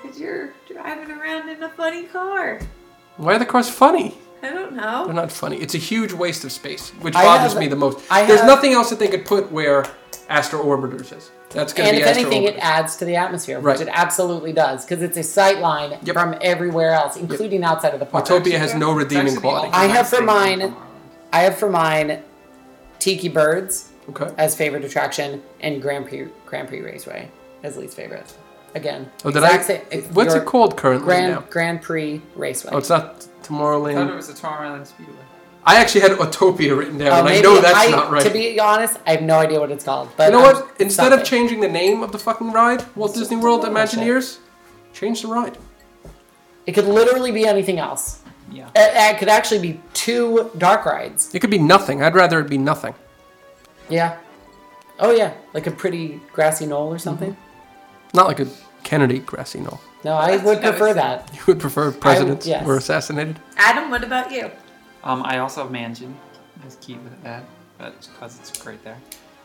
Speaker 2: Because you're driving around in a funny car.
Speaker 4: Why are the cars funny?
Speaker 2: I don't
Speaker 4: They're
Speaker 2: know.
Speaker 4: not funny. It's a huge waste of space, which
Speaker 1: I
Speaker 4: bothers
Speaker 1: have-
Speaker 4: me the most.
Speaker 1: I
Speaker 4: There's
Speaker 1: have-
Speaker 4: nothing else that they could put where Astro Orbiters is. That's
Speaker 1: yeah.
Speaker 4: gonna
Speaker 1: and
Speaker 4: be
Speaker 1: if
Speaker 4: Astro
Speaker 1: anything, it
Speaker 4: Orbiters.
Speaker 1: adds to the atmosphere,
Speaker 4: Right.
Speaker 1: which it absolutely does, because it's a sight line
Speaker 4: Yep.
Speaker 1: from everywhere else, including outside of the park.
Speaker 4: Autopia has no
Speaker 3: It's
Speaker 4: redeeming
Speaker 3: actually the
Speaker 4: quality.
Speaker 3: ultimate
Speaker 1: I have for
Speaker 3: thing
Speaker 1: mine-
Speaker 3: in Tomorrowland.
Speaker 1: I have for mine, Tiki Birds.
Speaker 4: Okay.
Speaker 1: as favorite attraction and Grand Prix Grand Prix Raceway as least favorite. Again,
Speaker 4: Oh, did
Speaker 1: exact
Speaker 4: I?
Speaker 1: same- it's
Speaker 4: what's
Speaker 1: your
Speaker 4: it called currently
Speaker 1: Grand
Speaker 4: now?
Speaker 1: Grand Prix Raceway.
Speaker 4: Oh, it's not
Speaker 3: I thought it
Speaker 4: Tomorrowland.
Speaker 3: was the Tomorrowland Speedway.
Speaker 4: I actually had Autopia written down,
Speaker 1: Oh,
Speaker 4: and I
Speaker 1: maybe-
Speaker 4: know that's
Speaker 1: I-
Speaker 4: not right.
Speaker 1: To be honest, I have no idea what it's called. But
Speaker 4: you know
Speaker 1: I'm-
Speaker 4: what? Instead of
Speaker 1: something.
Speaker 4: changing the name of the fucking ride, Walt
Speaker 1: It's
Speaker 4: Disney
Speaker 1: just
Speaker 4: World
Speaker 1: a little shit.
Speaker 4: Imagineers, change the ride.
Speaker 1: it could literally be anything else.
Speaker 3: Yeah.
Speaker 1: It, it could actually be two dark rides.
Speaker 4: It could be nothing. I'd rather it be nothing.
Speaker 1: Yeah. Oh yeah, like a pretty grassy knoll or something.
Speaker 4: Not like a Kennedy grassy knoll.
Speaker 1: No, I
Speaker 3: That's
Speaker 1: would
Speaker 3: nice.
Speaker 1: prefer that.
Speaker 4: You would prefer presidents
Speaker 1: yes.
Speaker 4: were assassinated.
Speaker 2: Adam, what about you?
Speaker 3: Um, I also have Mansion. I was keen with that, but because it's great there.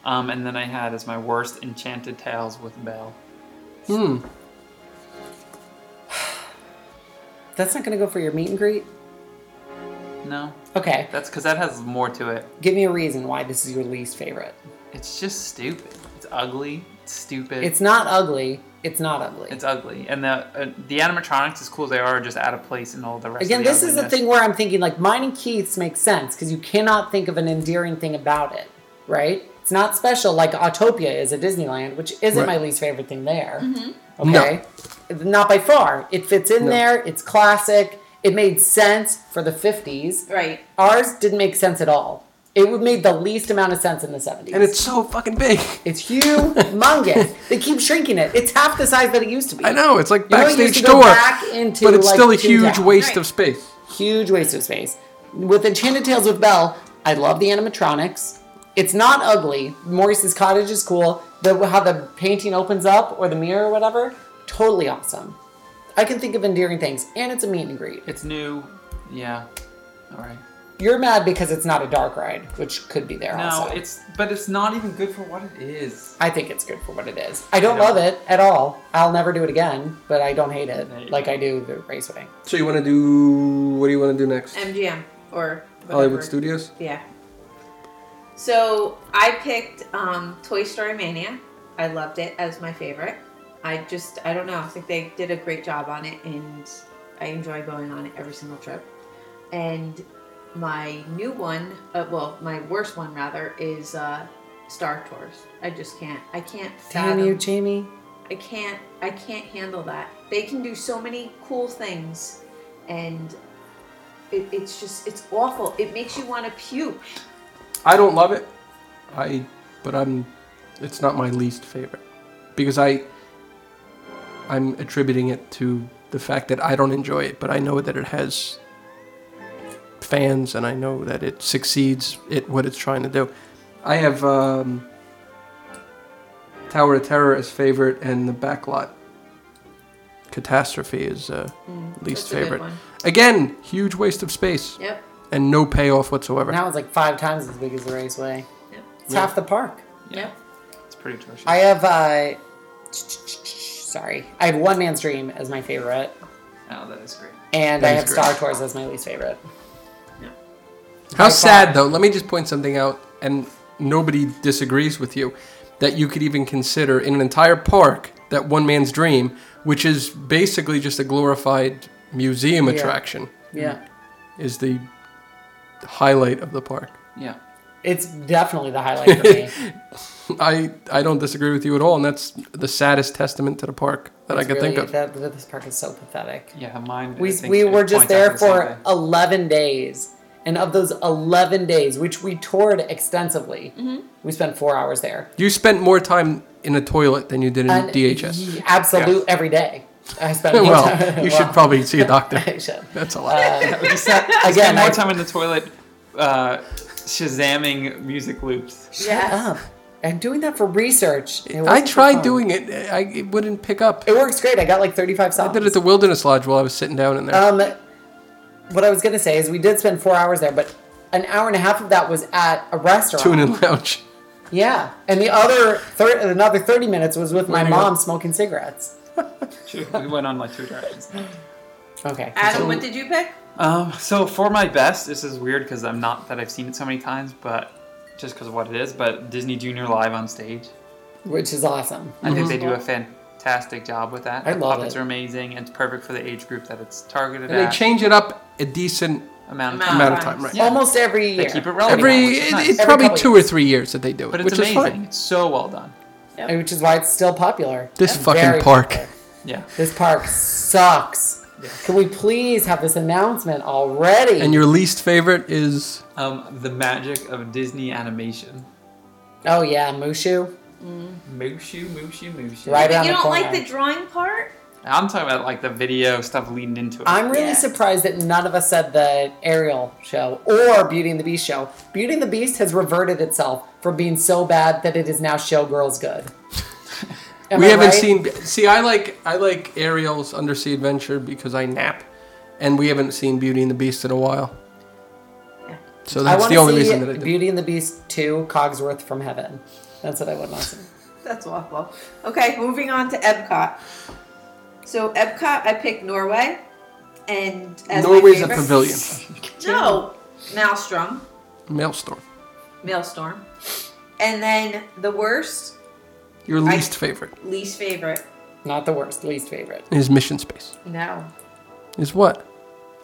Speaker 3: Um, and then I had as my worst Enchanted Tales with Belle.
Speaker 4: Hmm.
Speaker 1: That's not going to go for your meet and greet.
Speaker 3: No,
Speaker 1: Okay,
Speaker 3: that's because that has more to it.
Speaker 1: give me a reason why this is your least favorite.
Speaker 3: It's just stupid. It's ugly. It's stupid.
Speaker 1: It's not ugly. It's not ugly.
Speaker 3: It's ugly, and the uh, the animatronics, as cool as they are, are just out of place in all the rest.
Speaker 1: Again,
Speaker 3: of the
Speaker 1: this is the
Speaker 3: ugliness.
Speaker 1: thing where I'm thinking like mine and Keith's makes sense because you cannot think of an endearing thing about it, right? It's not special like Autopia is at Disneyland, which isn't
Speaker 4: Right.
Speaker 1: my least favorite thing there.
Speaker 4: No.
Speaker 1: Okay, not by far. It fits in
Speaker 4: No.
Speaker 1: there. It's classic. It made sense for the 50s.
Speaker 2: Right.
Speaker 1: Ours didn't make sense at all. It would made the least amount of sense in the 70s.
Speaker 4: And it's so fucking big.
Speaker 1: it's
Speaker 4: [laughs]
Speaker 1: humongous. they keep shrinking it. It's half the size that it used to be.
Speaker 4: I know. It's like
Speaker 1: You know, it
Speaker 4: backstage
Speaker 1: used to go
Speaker 4: door.
Speaker 1: back into,
Speaker 4: but it's
Speaker 1: like,
Speaker 4: still a
Speaker 1: Toontown.
Speaker 4: huge waste
Speaker 2: Right.
Speaker 4: of space.
Speaker 1: huge waste of space. With Enchanted Tales with Belle, I love the animatronics. It's not ugly. Maurice's cottage is cool. The how the painting opens up or the mirror or whatever, totally awesome. I can think of endearing things, and it's a meet and greet.
Speaker 3: It's new. Yeah. All right.
Speaker 1: You're mad because it's not a dark ride, which could be there
Speaker 3: No,
Speaker 1: also.
Speaker 3: it's but it's not even good for what it is.
Speaker 1: I think it's good for what it is. I don't
Speaker 3: I know.
Speaker 1: love it at all. I'll never do it again, but I don't hate it
Speaker 3: There you
Speaker 1: like
Speaker 3: go.
Speaker 1: I do the raceway.
Speaker 4: So you want to do? What do you want to do next?
Speaker 2: MGM or whatever.
Speaker 4: Hollywood Studios.
Speaker 2: Yeah. So I picked um, Toy Story Mania. I loved it as my favorite. I just I don't know. I think they did a great job on it, and I enjoy going on it every single trip. And my new one, uh, well, my worst one rather, is uh, Star Tours. I just can't. I can't.
Speaker 1: Damn
Speaker 2: fathom-
Speaker 1: you, Jamie.
Speaker 2: I can't I can't handle that. They can do so many cool things and it, it's just it's awful. It makes you want to puke.
Speaker 4: I don't love it. I, but I'm. It's not my least favorite because I. I'm attributing it to the fact that I don't enjoy it, but I know that it has fans, and I know that it succeeds at what it's trying to do. I have um, Tower of Terror as favorite, and the Backlot Catastrophe is uh, least
Speaker 2: Mm, That's a good
Speaker 4: favorite.
Speaker 2: one.
Speaker 4: Again, huge waste of space
Speaker 2: Yep.
Speaker 4: and no payoff whatsoever.
Speaker 1: Now it's like five times as big as the raceway.
Speaker 2: Yep.
Speaker 1: It's half the park.
Speaker 3: Yeah.
Speaker 2: Yep.
Speaker 3: It's pretty atrocious.
Speaker 1: I have uh sorry. I have One Man's Dream as my favorite.
Speaker 3: oh, that is great.
Speaker 1: And
Speaker 4: That
Speaker 1: I
Speaker 4: is
Speaker 1: have Star
Speaker 4: great.
Speaker 1: Tours as my least favorite.
Speaker 4: How
Speaker 1: By
Speaker 4: sad,
Speaker 1: far.
Speaker 4: though. Let me just point something out, and nobody disagrees with you that you could even consider in an entire park that one man's dream, which is basically just a glorified museum
Speaker 1: Yeah.
Speaker 4: attraction,
Speaker 1: Yeah.
Speaker 4: is the highlight of the park. [laughs]
Speaker 3: Yeah.
Speaker 1: It's definitely the highlight for me.
Speaker 4: I I don't disagree with you at all, and that's the saddest testament to the park that I
Speaker 1: It's
Speaker 4: can
Speaker 1: really-
Speaker 4: think of.
Speaker 1: That, that- this park is so pathetic.
Speaker 3: Yeah. Mine. I
Speaker 1: We,
Speaker 3: think,
Speaker 1: we
Speaker 3: it
Speaker 1: were just
Speaker 3: points out
Speaker 1: there
Speaker 3: the
Speaker 1: [laughs]
Speaker 3: same
Speaker 1: for
Speaker 3: thing.
Speaker 1: 11 days. And of those 11 days, which we toured extensively, we spent four hours there.
Speaker 4: You spent more time in a toilet than you did in
Speaker 1: And
Speaker 4: DHS. [laughs]
Speaker 1: y- Absolute every day. I spent more time-
Speaker 4: well, you
Speaker 1: [laughs] [laughs]
Speaker 4: should
Speaker 1: well, Uh,
Speaker 4: probably see a doctor.
Speaker 1: I should.
Speaker 4: That's a lot.
Speaker 3: [laughs] we just sat, we
Speaker 1: Again,
Speaker 3: spent more
Speaker 1: I-
Speaker 3: time in the toilet, uh, shazamming music loops. [laughs]
Speaker 2: Yes.
Speaker 1: Up. I'm doing that for research. It
Speaker 4: I
Speaker 1: wasn't for
Speaker 4: tried
Speaker 1: fun.
Speaker 4: doing it. I, it wouldn't pick up.
Speaker 1: It works great. I got like 35 songs.
Speaker 4: I did it at the Wilderness Lodge while I was sitting down in [laughs] there.
Speaker 1: um, what I was gonna say is we did spend four hours there, but an hour and a half of that was at a restaurant.
Speaker 4: Tune in lounge.
Speaker 1: Yeah, and the other thir- another 30 minutes was with my
Speaker 4: Where do you
Speaker 1: mom
Speaker 4: go?
Speaker 1: smoking cigarettes.
Speaker 3: True. we went on like two directions.
Speaker 1: Okay.
Speaker 2: Adam, what did you pick?
Speaker 3: Um, so for my best, this is weird because I'm not that I've seen it so many times, but just because of what it is. But Disney Junior live on stage,
Speaker 1: Which is awesome.
Speaker 3: I
Speaker 4: Mm-hmm.
Speaker 3: think they do a fantastic job with that.
Speaker 1: I
Speaker 3: the
Speaker 1: love
Speaker 3: puppets
Speaker 1: it.
Speaker 3: are amazing. It's perfect for the age group that it's targeted
Speaker 4: And they
Speaker 3: at.
Speaker 4: change it up a decent
Speaker 3: amount of
Speaker 2: Amount.
Speaker 3: time.
Speaker 4: amount of time, right?
Speaker 3: Yeah.
Speaker 1: Almost every year.
Speaker 3: They keep it relevant,
Speaker 4: Every
Speaker 3: which is
Speaker 4: it,
Speaker 3: nice.
Speaker 4: it's
Speaker 1: Every
Speaker 4: probably
Speaker 1: couple
Speaker 4: two or three years that they do it,
Speaker 3: but it's
Speaker 4: which
Speaker 3: amazing.
Speaker 4: is fine.
Speaker 3: It's so well done.
Speaker 1: Which is why it's still popular.
Speaker 4: This
Speaker 1: It's very
Speaker 4: fucking park.
Speaker 1: popular.
Speaker 3: Yeah.
Speaker 1: This park sucks. Can we please have this announcement already?
Speaker 4: And your least favorite is
Speaker 3: Um, the magic of Disney animation.
Speaker 1: oh yeah, Mushu.
Speaker 3: Mooshu, mooshu, mooshu.
Speaker 1: Right Down
Speaker 2: you
Speaker 1: the
Speaker 2: don't like
Speaker 1: corner.
Speaker 2: the drawing part?
Speaker 3: I'm talking about like the video stuff leading into it.
Speaker 1: I'm really
Speaker 2: Yeah.
Speaker 1: surprised that none of us said the Ariel show or Beauty and the Beast show. Beauty and the Beast has reverted itself from being so bad that it is now showgirls
Speaker 4: [laughs]
Speaker 1: good. Am
Speaker 4: we
Speaker 1: I
Speaker 4: haven't
Speaker 1: right?
Speaker 4: seen. See, I like I like Ariel's Undersea Adventure because I nap, and we haven't seen Beauty and the Beast in a while.
Speaker 2: Yeah.
Speaker 4: So
Speaker 1: I
Speaker 4: that's
Speaker 1: want
Speaker 4: the
Speaker 1: to
Speaker 4: only
Speaker 1: see
Speaker 4: reason that I did.
Speaker 1: Beauty and the Beast two Cogsworth from Heaven. That's what I would want to see.
Speaker 2: That's awful. Okay, moving on to Epcot. So Epcot, I picked Norway, and as my
Speaker 4: Norway's a
Speaker 2: favorite-
Speaker 4: pavilion.
Speaker 2: No, Maelstrom.
Speaker 4: Maelstrom.
Speaker 2: Maelstrom. And then the worst,
Speaker 4: Your least favorite
Speaker 2: least favorite.
Speaker 1: Not the worst, least favorite.
Speaker 4: is Mission Space.
Speaker 2: No.
Speaker 4: Is what?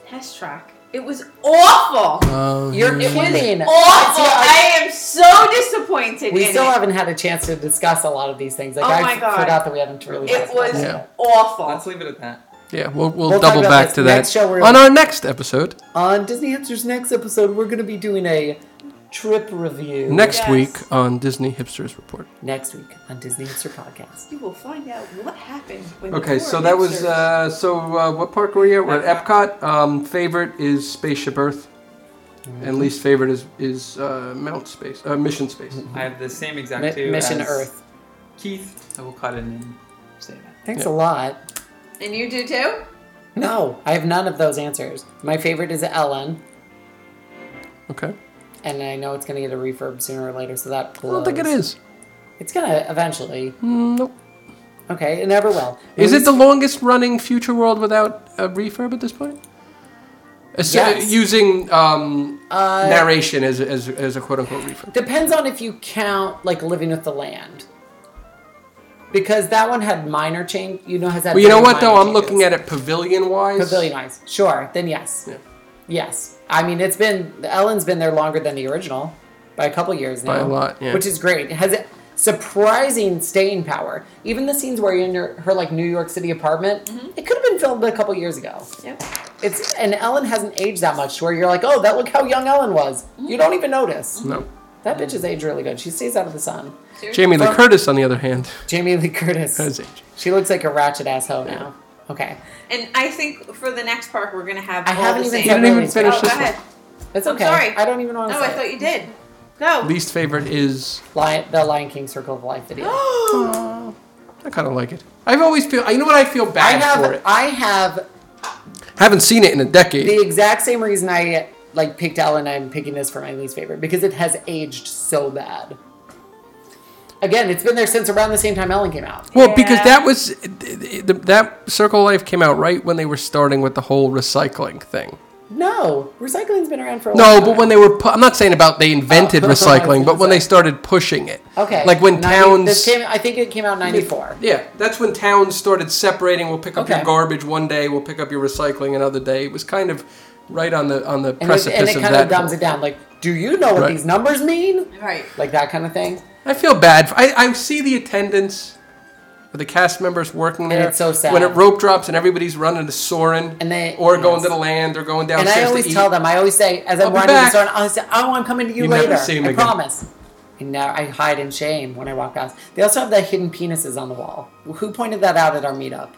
Speaker 2: Test track. It was awful.
Speaker 4: Um,
Speaker 1: You're kidding.
Speaker 2: Awful. I am so disappointed
Speaker 1: We
Speaker 2: in
Speaker 1: still
Speaker 2: it.
Speaker 1: haven't had a chance to discuss a lot of these things. Like
Speaker 2: Oh
Speaker 1: I
Speaker 2: my God.
Speaker 1: forgot that we haven't really.
Speaker 2: it
Speaker 1: talked about
Speaker 2: was
Speaker 1: it.
Speaker 4: Yeah.
Speaker 2: awful.
Speaker 3: Let's leave it at that.
Speaker 4: Yeah, we'll, we'll,
Speaker 1: We'll talk
Speaker 4: double
Speaker 1: about
Speaker 4: back
Speaker 1: this
Speaker 4: to
Speaker 1: next
Speaker 4: that
Speaker 1: show we're-
Speaker 4: on our next episode
Speaker 1: On Disney Hipsters next episode, we're going to be doing a trip review
Speaker 4: next
Speaker 2: Yes.
Speaker 4: week on Disney Hipsters Report.
Speaker 1: next week on Disney Hipster Podcast.
Speaker 2: You will find out what happened when the
Speaker 4: Okay,
Speaker 2: four
Speaker 4: so that was
Speaker 2: hipsters-
Speaker 4: uh, so. Uh, what park were you at? We're at Epcot. Um, favorite is Spaceship Earth, and least favorite is is uh, Mount Space, uh, Mission Space.
Speaker 3: I have the same exact
Speaker 1: Mi-
Speaker 3: two
Speaker 1: Mission
Speaker 3: as
Speaker 1: Earth.
Speaker 3: Keith, I will cut in and say that.
Speaker 1: Thanks
Speaker 4: Yeah.
Speaker 1: a lot.
Speaker 2: And you do too?
Speaker 1: No, I have none of those answers. My favorite is Ellen,
Speaker 4: Okay,
Speaker 1: and I know it's going to get a refurb sooner or later, so that
Speaker 4: I
Speaker 1: blows.
Speaker 4: don't think it is.
Speaker 1: It's going to eventually.
Speaker 4: Mm, nope.
Speaker 1: Okay, it never will.
Speaker 4: Is it the longest running Future World without a refurb at this point? As-
Speaker 1: Yes.
Speaker 4: uh, Using um,
Speaker 1: Uh,
Speaker 4: narration as, as, as a quote unquote refurb.
Speaker 1: Depends on if you count like living with the land. Because that one had minor change, you know, has that.
Speaker 4: Well, you know what though? I'm looking at it pavilion wise.
Speaker 1: pavilion wise. Sure, then yes,
Speaker 4: Yeah.
Speaker 1: yes. I mean, it's been Ellen's been there longer than the original by a couple years now,
Speaker 4: By a lot, yeah.
Speaker 1: which is great. It has surprising staying power. Even the scenes where you're in her, her like New York City apartment, it could have been filmed a couple years ago.
Speaker 2: Yep.
Speaker 1: It's and Ellen hasn't aged that much. to Where you're like, oh, that look how young Ellen was. You don't even notice.
Speaker 4: No.
Speaker 1: That bitch is aged really good. She stays out of the sun.
Speaker 2: Seriously?
Speaker 4: Jamie Lee
Speaker 1: Fuck.
Speaker 4: Curtis, on the other hand, [laughs]
Speaker 1: Jamie Lee Curtis.
Speaker 4: has aged.
Speaker 1: She looks like a ratchet asshole now. Okay,
Speaker 2: And I think for the next park, we're going to have.
Speaker 1: I
Speaker 2: all
Speaker 1: haven't
Speaker 2: the
Speaker 1: even
Speaker 2: same-
Speaker 4: You didn't even
Speaker 1: Pavilion.
Speaker 4: finish
Speaker 2: Oh, go
Speaker 4: this one.
Speaker 2: ahead.
Speaker 1: it's
Speaker 2: I'm
Speaker 1: okay.
Speaker 2: sorry.
Speaker 1: I don't even want to.
Speaker 2: No,
Speaker 1: say
Speaker 2: I
Speaker 1: it.
Speaker 2: thought you did.
Speaker 4: [gasps]
Speaker 2: Go. [gasps]
Speaker 4: Least favorite is.
Speaker 1: Lion, the Lion King Circle of Life
Speaker 4: [gasps]
Speaker 1: video.
Speaker 4: I kind of like it. I've always feel. I know what I feel
Speaker 1: I
Speaker 4: bad for
Speaker 1: have
Speaker 4: it.
Speaker 1: I have
Speaker 4: Haven't seen it in a decade.
Speaker 1: the exact same reason I like picked Ellen. I'm picking this for my least favorite because it has aged so bad. Again, it's been there since around the same time Ellen came out.
Speaker 4: well, because
Speaker 2: Yeah.
Speaker 4: that was th- th- that Circle of Life came out right when they were starting with the whole recycling thing.
Speaker 1: No, recycling's been around for a
Speaker 4: No,
Speaker 1: long
Speaker 4: but
Speaker 1: time.
Speaker 4: when they were, pu- I'm not saying about they
Speaker 1: [laughs]
Speaker 4: invented
Speaker 1: Oh.
Speaker 4: recycling, but when they
Speaker 1: Recycling.
Speaker 4: started pushing it,
Speaker 1: okay,
Speaker 4: like when
Speaker 1: 90
Speaker 4: towns,
Speaker 1: This came, I think it came out in '94.
Speaker 4: yeah, that's when towns started separating. We'll pick up your
Speaker 1: Okay.
Speaker 4: garbage one day, we'll pick up your recycling another day. It was kind of right on the on the
Speaker 1: And it, and
Speaker 4: precipice
Speaker 1: it
Speaker 4: of
Speaker 1: kind
Speaker 4: that.
Speaker 1: of dumbs it down. Like, do you know what
Speaker 4: Right.
Speaker 1: these numbers mean?
Speaker 2: Right.
Speaker 1: Like that kind of thing.
Speaker 4: I feel bad. For, I I see the attendance. of The cast members working there.
Speaker 1: it's so sad.
Speaker 4: When it rope drops and everybody's running to soaring,
Speaker 1: And they-
Speaker 4: or going
Speaker 1: yes.
Speaker 4: to the land, or going
Speaker 1: And
Speaker 4: downstairs
Speaker 1: I always
Speaker 4: to eat.
Speaker 1: tell them, I always say, as
Speaker 4: I'll
Speaker 1: I'm
Speaker 4: be
Speaker 1: running the
Speaker 4: back.
Speaker 1: store, I always say, oh, I'm coming to you,
Speaker 4: You never
Speaker 1: later.
Speaker 4: see 'em
Speaker 1: I
Speaker 4: again.
Speaker 1: promise. And now I hide in shame when I walk past. They also have the hidden penises on the wall. Who pointed that out at our meetup?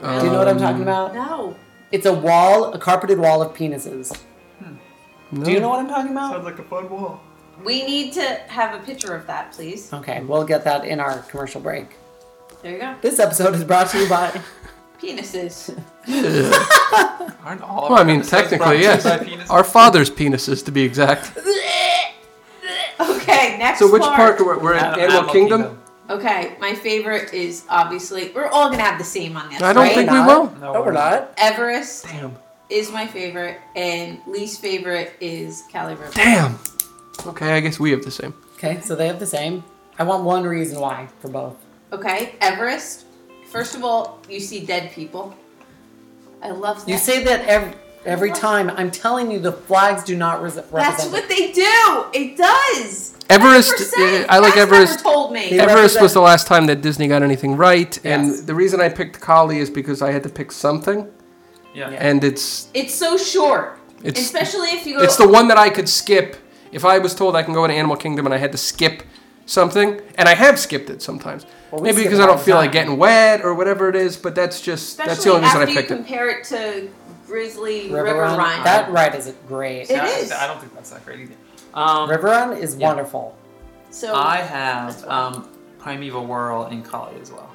Speaker 1: Do you know what
Speaker 4: Um,
Speaker 1: I'm talking about?
Speaker 2: No.
Speaker 1: It's a wall, a carpeted wall of penises. Do you know what I'm talking about?
Speaker 3: like a fun wall.
Speaker 2: We need to have a picture of that, please.
Speaker 1: Okay, we'll get that in our commercial break.
Speaker 2: There you go.
Speaker 1: This episode is brought to you
Speaker 4: [laughs]
Speaker 1: by. [laughs]
Speaker 2: Penises.
Speaker 3: Aren't all? of
Speaker 4: Well, I
Speaker 3: our
Speaker 4: mean,
Speaker 3: episodes
Speaker 4: technically,
Speaker 3: brought
Speaker 4: yes.
Speaker 3: to you by penis?
Speaker 4: Our father's penises, to be exact.
Speaker 2: Okay, next
Speaker 4: So which
Speaker 2: park.
Speaker 4: park are we, we're at?
Speaker 3: Animal
Speaker 4: Animal Kingdom?
Speaker 2: Okay, my favorite is obviously we're all gonna have the same on this.
Speaker 4: I don't
Speaker 2: right?
Speaker 4: think we
Speaker 1: Not.
Speaker 4: will.
Speaker 1: No,
Speaker 3: No,
Speaker 1: we're
Speaker 3: we're
Speaker 1: not.
Speaker 2: Everest
Speaker 4: Damn.
Speaker 2: is my favorite, and least favorite is Cali River.
Speaker 4: Damn. Okay, I guess we have the same.
Speaker 1: Okay, so they have the same. I want one reason why for both.
Speaker 2: Okay, Everest. First of all, you see dead people. I love that.
Speaker 1: You say that every, every time. I'm telling you, the flags do not res- represent.
Speaker 2: that's
Speaker 1: it.
Speaker 2: what they do. It does.
Speaker 4: Everest,
Speaker 2: 100%.
Speaker 4: uh, I like
Speaker 2: That's never
Speaker 4: Everest.
Speaker 2: told me.
Speaker 1: They Yeah.
Speaker 4: Everest was
Speaker 1: represent-
Speaker 4: the last time that Disney got anything right,
Speaker 1: Yes.
Speaker 4: and the reason I picked Kali is because I had to pick something,
Speaker 3: Yeah.
Speaker 1: Yeah.
Speaker 4: and it's
Speaker 2: It's so short.
Speaker 4: It's-
Speaker 2: Especially if you go.
Speaker 4: it's the one that I could skip. If I was told I can go into Animal Kingdom and I had to skip something, and I have skipped it sometimes,
Speaker 1: Well, we
Speaker 4: maybe
Speaker 1: skip
Speaker 4: because
Speaker 1: it
Speaker 4: I
Speaker 1: all
Speaker 4: don't
Speaker 1: the
Speaker 4: feel
Speaker 1: time.
Speaker 4: like getting wet or whatever it is, but that's just
Speaker 2: Especially
Speaker 4: that's the only reason I
Speaker 2: after you
Speaker 4: picked it.
Speaker 2: compare it to Grizzly River,
Speaker 1: River, Run.
Speaker 2: Run.
Speaker 1: That ride is great.
Speaker 2: It
Speaker 3: No,
Speaker 2: is.
Speaker 3: I don't think that's that great either. Um,
Speaker 1: River Run is
Speaker 3: Yeah.
Speaker 1: wonderful.
Speaker 2: so
Speaker 3: I
Speaker 2: That's
Speaker 3: have
Speaker 2: why.
Speaker 3: um, Primeval Whirl in Kali as well.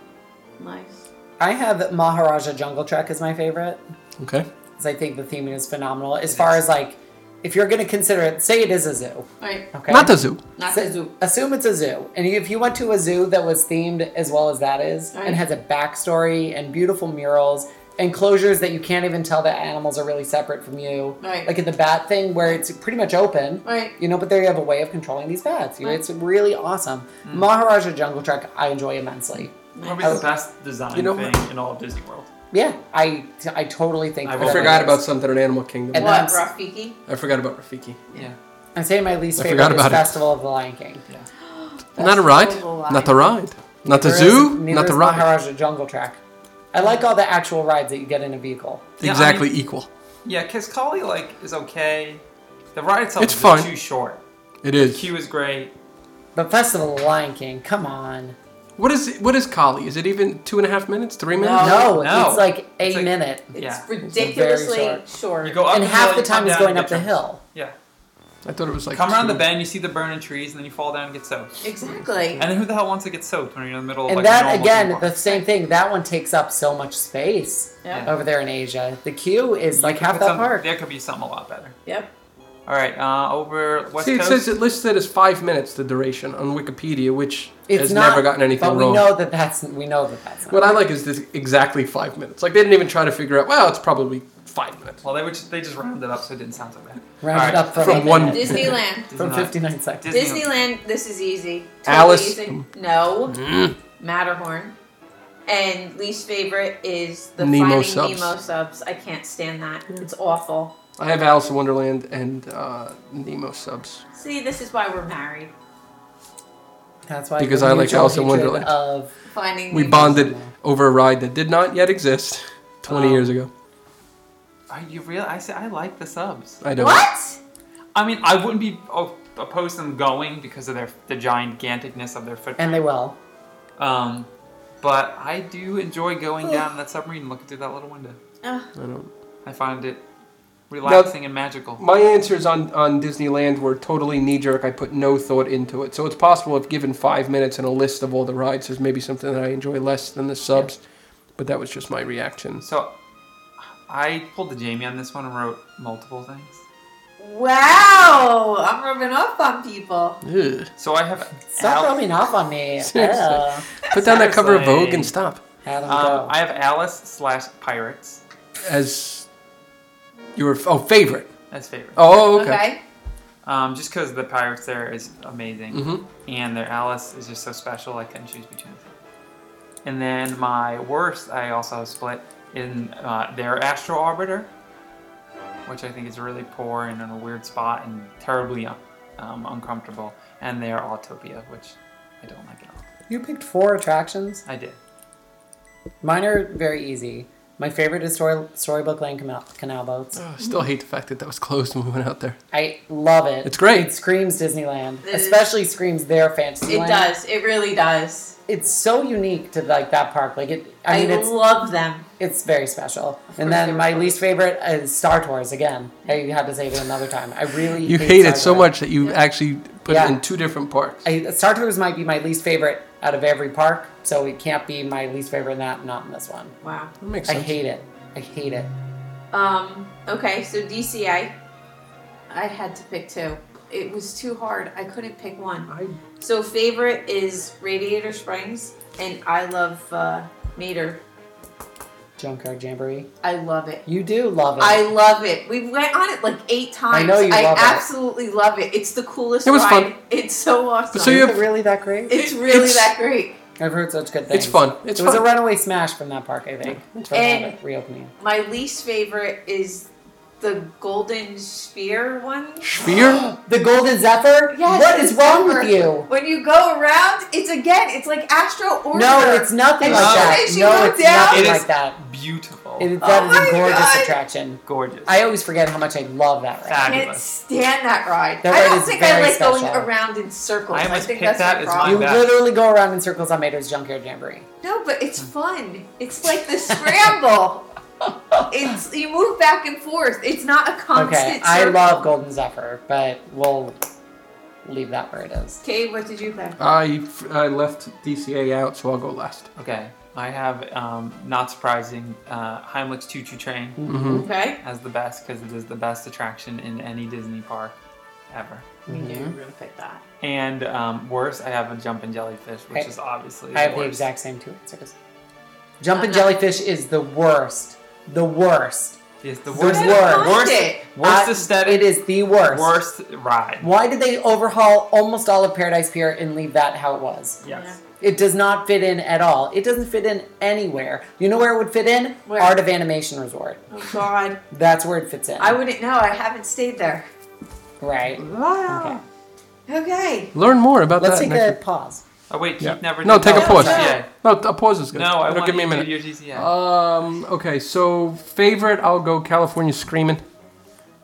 Speaker 2: nice.
Speaker 1: I have Maharaja Jungle Trek as my favorite
Speaker 4: Okay.
Speaker 1: because I think the theming is phenomenal. As
Speaker 3: It
Speaker 1: far
Speaker 3: is.
Speaker 1: as like, if you're going to consider it, say it is a zoo.
Speaker 2: Right.
Speaker 1: Okay.
Speaker 4: Not the zoo.
Speaker 2: Not
Speaker 1: Say-
Speaker 2: the zoo.
Speaker 1: Assume it's a zoo, and if you went to a zoo that was themed as well as that is,
Speaker 2: Right.
Speaker 1: and has a backstory and beautiful murals, enclosures that you can't even tell that animals are really separate from you.
Speaker 2: Right.
Speaker 1: Like at the bat thing, where it's pretty much open.
Speaker 2: Right.
Speaker 1: You know, but there you have a way of controlling these bats. You know,
Speaker 2: Right.
Speaker 1: It's really awesome.
Speaker 4: Mm.
Speaker 1: Maharaja Jungle Trek, I enjoy immensely.
Speaker 3: Probably
Speaker 1: I-
Speaker 3: the best design
Speaker 4: You know
Speaker 3: thing
Speaker 4: what?
Speaker 3: in all of Disney World.
Speaker 1: Yeah, I I totally think.
Speaker 3: I
Speaker 1: that
Speaker 4: I
Speaker 3: will-
Speaker 1: that
Speaker 4: forgot
Speaker 1: is-
Speaker 4: about something in Animal Kingdom.
Speaker 1: And
Speaker 2: What,
Speaker 1: that's-
Speaker 2: Rafiki?
Speaker 4: I forgot about Rafiki.
Speaker 3: Yeah.
Speaker 1: I'm saying my least
Speaker 4: I
Speaker 1: favorite
Speaker 4: forgot
Speaker 1: is
Speaker 4: about it.
Speaker 1: Festival of the Lion King.
Speaker 4: not a ride.
Speaker 2: Festival of the
Speaker 4: Not the ride. Not the
Speaker 1: There is-
Speaker 4: zoo.
Speaker 1: neither
Speaker 4: Not the
Speaker 1: is
Speaker 4: ride.
Speaker 1: Maharaja Jungle Trek. I like all the actual rides that you get in a vehicle.
Speaker 3: Yeah, I
Speaker 4: exactly
Speaker 3: mean-
Speaker 4: equal.
Speaker 3: Yeah, Kiskali like is okay. The ride itself
Speaker 4: It's
Speaker 3: is
Speaker 4: fun.
Speaker 3: too short.
Speaker 4: It is.
Speaker 3: Q is great.
Speaker 1: But Festival of the Lion King, come on.
Speaker 4: What is what is Kali? Is it even two and a half minutes? Three minutes?
Speaker 1: No,
Speaker 3: no.
Speaker 1: it's like a
Speaker 3: It's like-
Speaker 1: minute.
Speaker 2: It's
Speaker 3: Yeah.
Speaker 2: ridiculously
Speaker 1: It's very short.
Speaker 2: short.
Speaker 3: You go up
Speaker 1: And
Speaker 3: the
Speaker 1: half
Speaker 3: hill,
Speaker 1: the
Speaker 3: you come
Speaker 1: time is
Speaker 3: down, you
Speaker 1: going
Speaker 3: get
Speaker 1: up the
Speaker 3: your-
Speaker 1: hill.
Speaker 3: Yeah.
Speaker 4: I thought it was like
Speaker 3: Come around
Speaker 4: two.
Speaker 3: the bend, you see the burning trees, and then you fall down and get soaked.
Speaker 2: Exactly.
Speaker 3: And then who the hell wants to get soaked when you're in the middle of
Speaker 1: And
Speaker 3: like a
Speaker 1: that
Speaker 3: normal theme
Speaker 1: again,
Speaker 3: park?
Speaker 1: the same thing. That one takes up so much space
Speaker 2: Yep.
Speaker 1: over there in Asia. The queue is like
Speaker 3: You could
Speaker 1: half
Speaker 3: put
Speaker 1: that
Speaker 3: some-
Speaker 1: park.
Speaker 3: There could be something a lot better.
Speaker 2: Yep.
Speaker 3: All right, uh, over West
Speaker 4: See, it
Speaker 3: Coast.
Speaker 4: says it listed as five minutes the duration on Wikipedia, which
Speaker 1: It's
Speaker 4: has
Speaker 1: not,
Speaker 4: never gotten anything
Speaker 1: but
Speaker 4: wrong.
Speaker 1: we know that that's we know that that's not.
Speaker 4: What I like is this exactly five minutes. Like they didn't even try to figure out. Well, it's probably five minutes.
Speaker 3: well, they would just, they just rounded up, so it didn't sound so bad.
Speaker 1: rounded
Speaker 3: Alright,
Speaker 1: up from,
Speaker 4: from
Speaker 1: a
Speaker 4: one-
Speaker 1: minute-
Speaker 2: Disneyland.
Speaker 3: Disney
Speaker 1: from
Speaker 3: not-
Speaker 1: fifty nine seconds.
Speaker 3: Disney-
Speaker 2: Disneyland, this is easy. Totally
Speaker 4: Alice-
Speaker 2: Easy. No. Matterhorn. And least favorite is the
Speaker 4: Nemo
Speaker 2: Finding
Speaker 4: subs.
Speaker 2: Nemo subs. I can't stand that. It's awful.
Speaker 4: I have Alice in Wonderland and uh, Nemo subs.
Speaker 2: See, this is why we're married.
Speaker 1: That's why
Speaker 4: Because
Speaker 1: the
Speaker 4: I like
Speaker 1: mutual
Speaker 4: Alice in
Speaker 1: hatred
Speaker 4: Wonderland.
Speaker 1: Of
Speaker 2: Finding
Speaker 4: We
Speaker 2: Nemo
Speaker 4: bonded
Speaker 1: subs.
Speaker 4: over a ride that did not yet exist
Speaker 1: Oh.
Speaker 4: twenty
Speaker 3: Um,
Speaker 4: years ago.
Speaker 3: Are you real? I say I like the subs.
Speaker 4: I
Speaker 2: subs.
Speaker 4: don't.
Speaker 2: What?
Speaker 3: I mean, I wouldn't be o- opposed to them going because of their the giganticness of their footprint.
Speaker 1: and they will.
Speaker 3: Um, but I do enjoy going down that submarine, and looking through that little window.
Speaker 2: Ugh.
Speaker 4: I don't.
Speaker 3: I find it relaxing and magical.
Speaker 4: My answers on on Disneyland were totally knee jerk. I put no thought into it, so it's possible if given five minutes and a list of all the rides, there's maybe something that I enjoy less than the subs. But that was just my reaction.
Speaker 3: So I pulled the Jamie on this one and wrote multiple things.
Speaker 2: Wow. I'm rubbing off on people.
Speaker 4: Ugh.
Speaker 3: So I have
Speaker 1: Stop
Speaker 3: Al-
Speaker 1: rubbing off on me.
Speaker 4: [laughs] Seriously.
Speaker 1: Ugh.
Speaker 4: Put down that cover of Vogue
Speaker 3: Seriously.
Speaker 4: and stop.
Speaker 1: Had them
Speaker 3: um,
Speaker 1: go.
Speaker 3: I have Alice slash Pirates
Speaker 4: As your f- oh favorite.
Speaker 3: as favorite.
Speaker 4: Oh okay.
Speaker 2: Okay.
Speaker 3: Um, just because the Pirates there is amazing,
Speaker 1: Mm-hmm.
Speaker 4: Mhm.
Speaker 3: and their Alice is just so special, I couldn't choose between them. And then my worst, I also split in uh, their Astro Arbiter, which I think is really poor and in a weird spot and terribly um, uncomfortable, and their Autopia, which I don't like at all.
Speaker 1: You picked four attractions.
Speaker 3: I did.
Speaker 1: Mine are very easy. My favorite is story, Storybook Lane canal, canal boats.
Speaker 4: I still hate the fact that that was closed when we went out there.
Speaker 1: I love it.
Speaker 4: It's great.
Speaker 1: It screams Disneyland,
Speaker 2: It is.
Speaker 1: especially screams their fantasy.
Speaker 2: It does. It really does.
Speaker 1: It's so unique to like that park. Like it. I
Speaker 2: I,
Speaker 1: mean, it's
Speaker 2: love them.
Speaker 1: it's very special.
Speaker 2: course
Speaker 1: And
Speaker 2: they
Speaker 1: then
Speaker 2: were
Speaker 1: my
Speaker 2: closed.
Speaker 1: least favorite is Star Tours. Again, I had to save it another time. I really
Speaker 4: You hate
Speaker 1: Star
Speaker 4: it so
Speaker 1: Tours.
Speaker 4: much that you actually put
Speaker 1: Yeah.
Speaker 4: it in two different parts.
Speaker 1: I, Star Tours might be my least favorite out of every park, so it can't be my least favorite in that, not in this one.
Speaker 2: Wow.
Speaker 4: That makes
Speaker 1: I
Speaker 4: sense.
Speaker 1: hate it. I hate it.
Speaker 2: Um, okay, so DCI. I had to pick two. It was too hard. I couldn't pick one.
Speaker 4: I
Speaker 2: So favorite is Radiator Springs, and I love uh, Mater.
Speaker 1: Junkyard Jamboree.
Speaker 2: I love it.
Speaker 1: You do love it.
Speaker 2: I love it. We went on it like eight
Speaker 1: I
Speaker 2: times.
Speaker 1: know you love it.
Speaker 2: absolutely love it. It's the coolest.
Speaker 4: It was
Speaker 2: ride.
Speaker 4: fun.
Speaker 2: It's so awesome.
Speaker 4: So you-
Speaker 1: Is it really that great?
Speaker 2: it's really
Speaker 4: it's-
Speaker 2: that great.
Speaker 1: I've heard such good things.
Speaker 4: It's fun. It's
Speaker 1: it was
Speaker 4: fun.
Speaker 1: a runaway smash from that park, I think. From
Speaker 2: And-
Speaker 1: that reopening.
Speaker 2: My least favorite is the Golden Sphere one.
Speaker 4: [gasps] Spear?
Speaker 1: The Golden Zephyr?
Speaker 2: Yes,
Speaker 1: what is
Speaker 2: the
Speaker 1: wrong
Speaker 2: Zephyr.
Speaker 1: with you?
Speaker 2: When you go around, it's again, it's like Astro Orbiter.
Speaker 1: No, it's nothing
Speaker 2: And
Speaker 1: like
Speaker 3: she
Speaker 1: that.
Speaker 2: says she
Speaker 1: no,
Speaker 2: went
Speaker 1: it's
Speaker 2: down.
Speaker 1: nothing
Speaker 3: It
Speaker 1: like
Speaker 3: is-
Speaker 1: that.
Speaker 3: Beautiful.
Speaker 1: It is that
Speaker 2: Oh
Speaker 1: is a
Speaker 2: my
Speaker 1: gorgeous
Speaker 2: God.
Speaker 1: attraction.
Speaker 3: Gorgeous.
Speaker 1: I always forget how much I love that ride.
Speaker 2: I can't
Speaker 3: fabulous.
Speaker 2: stand that ride.
Speaker 1: That
Speaker 2: I
Speaker 1: ride
Speaker 2: don't
Speaker 1: is
Speaker 2: think I
Speaker 1: very
Speaker 2: like going
Speaker 1: special.
Speaker 2: around in circles.
Speaker 3: I
Speaker 2: I,
Speaker 3: almost
Speaker 2: think
Speaker 3: picked
Speaker 2: that's
Speaker 3: that
Speaker 2: my
Speaker 3: as
Speaker 1: You
Speaker 3: mine.
Speaker 2: problem.
Speaker 3: bet.
Speaker 1: literally go around in circles on Mater's Junkyard Jamboree.
Speaker 2: No, but it's
Speaker 3: Hmm.
Speaker 2: fun. It's like
Speaker 1: [laughs]
Speaker 2: the scramble. it's you move back and forth. It's not a constant.
Speaker 1: Okay, I
Speaker 2: circle.
Speaker 1: love Golden Zephyr, but we'll leave that where it is.
Speaker 2: Okay, what did you pick?
Speaker 4: I, I left DCA out, so I'll go last.
Speaker 3: okay, I have um, not surprising uh, Heimlich's Choo Choo Train
Speaker 4: Mm-hmm.
Speaker 2: Okay.
Speaker 3: as the best because it is the best attraction in any Disney park ever.
Speaker 2: We knew you
Speaker 1: Mhm.
Speaker 2: were gonna pick that.
Speaker 3: And um, worse, I have a jumping jellyfish, which
Speaker 1: I-
Speaker 3: is obviously
Speaker 1: I have the
Speaker 3: worst.
Speaker 1: exact same two answers. Jumpin'
Speaker 2: Uh-uh.
Speaker 1: Jellyfish is the worst. The worst.
Speaker 3: It's the
Speaker 1: The
Speaker 3: worst.
Speaker 1: worst.
Speaker 3: Worst,
Speaker 2: It.
Speaker 3: worst
Speaker 1: Uh,
Speaker 3: aesthetic.
Speaker 1: It is the worst.
Speaker 3: Worst ride.
Speaker 1: Why did they overhaul almost all of Paradise Pier and leave that how it was?
Speaker 3: Yes.
Speaker 1: It does not fit in at all. It doesn't fit in anywhere. You know where it would fit in?
Speaker 2: Where?
Speaker 1: Art of Animation Resort.
Speaker 2: Oh God,
Speaker 1: That's where it fits in.
Speaker 2: I wouldn't know. I haven't stayed there.
Speaker 1: right.
Speaker 3: Wow.
Speaker 1: Okay.
Speaker 2: Okay.
Speaker 4: Learn more about
Speaker 1: Let's
Speaker 4: that.
Speaker 1: take
Speaker 4: next
Speaker 1: a
Speaker 4: week.
Speaker 1: pause.
Speaker 3: Oh wait, Keith
Speaker 4: Yeah.
Speaker 3: never.
Speaker 4: No,
Speaker 3: did
Speaker 4: take
Speaker 2: a
Speaker 3: my
Speaker 2: pause.
Speaker 3: GCI.
Speaker 4: No, a pause is good.
Speaker 3: No, I
Speaker 4: It'll
Speaker 3: want
Speaker 4: give me a
Speaker 3: you to
Speaker 4: minute.
Speaker 3: do your GCI.
Speaker 4: Um. Okay. So favorite, I'll go California Screaming,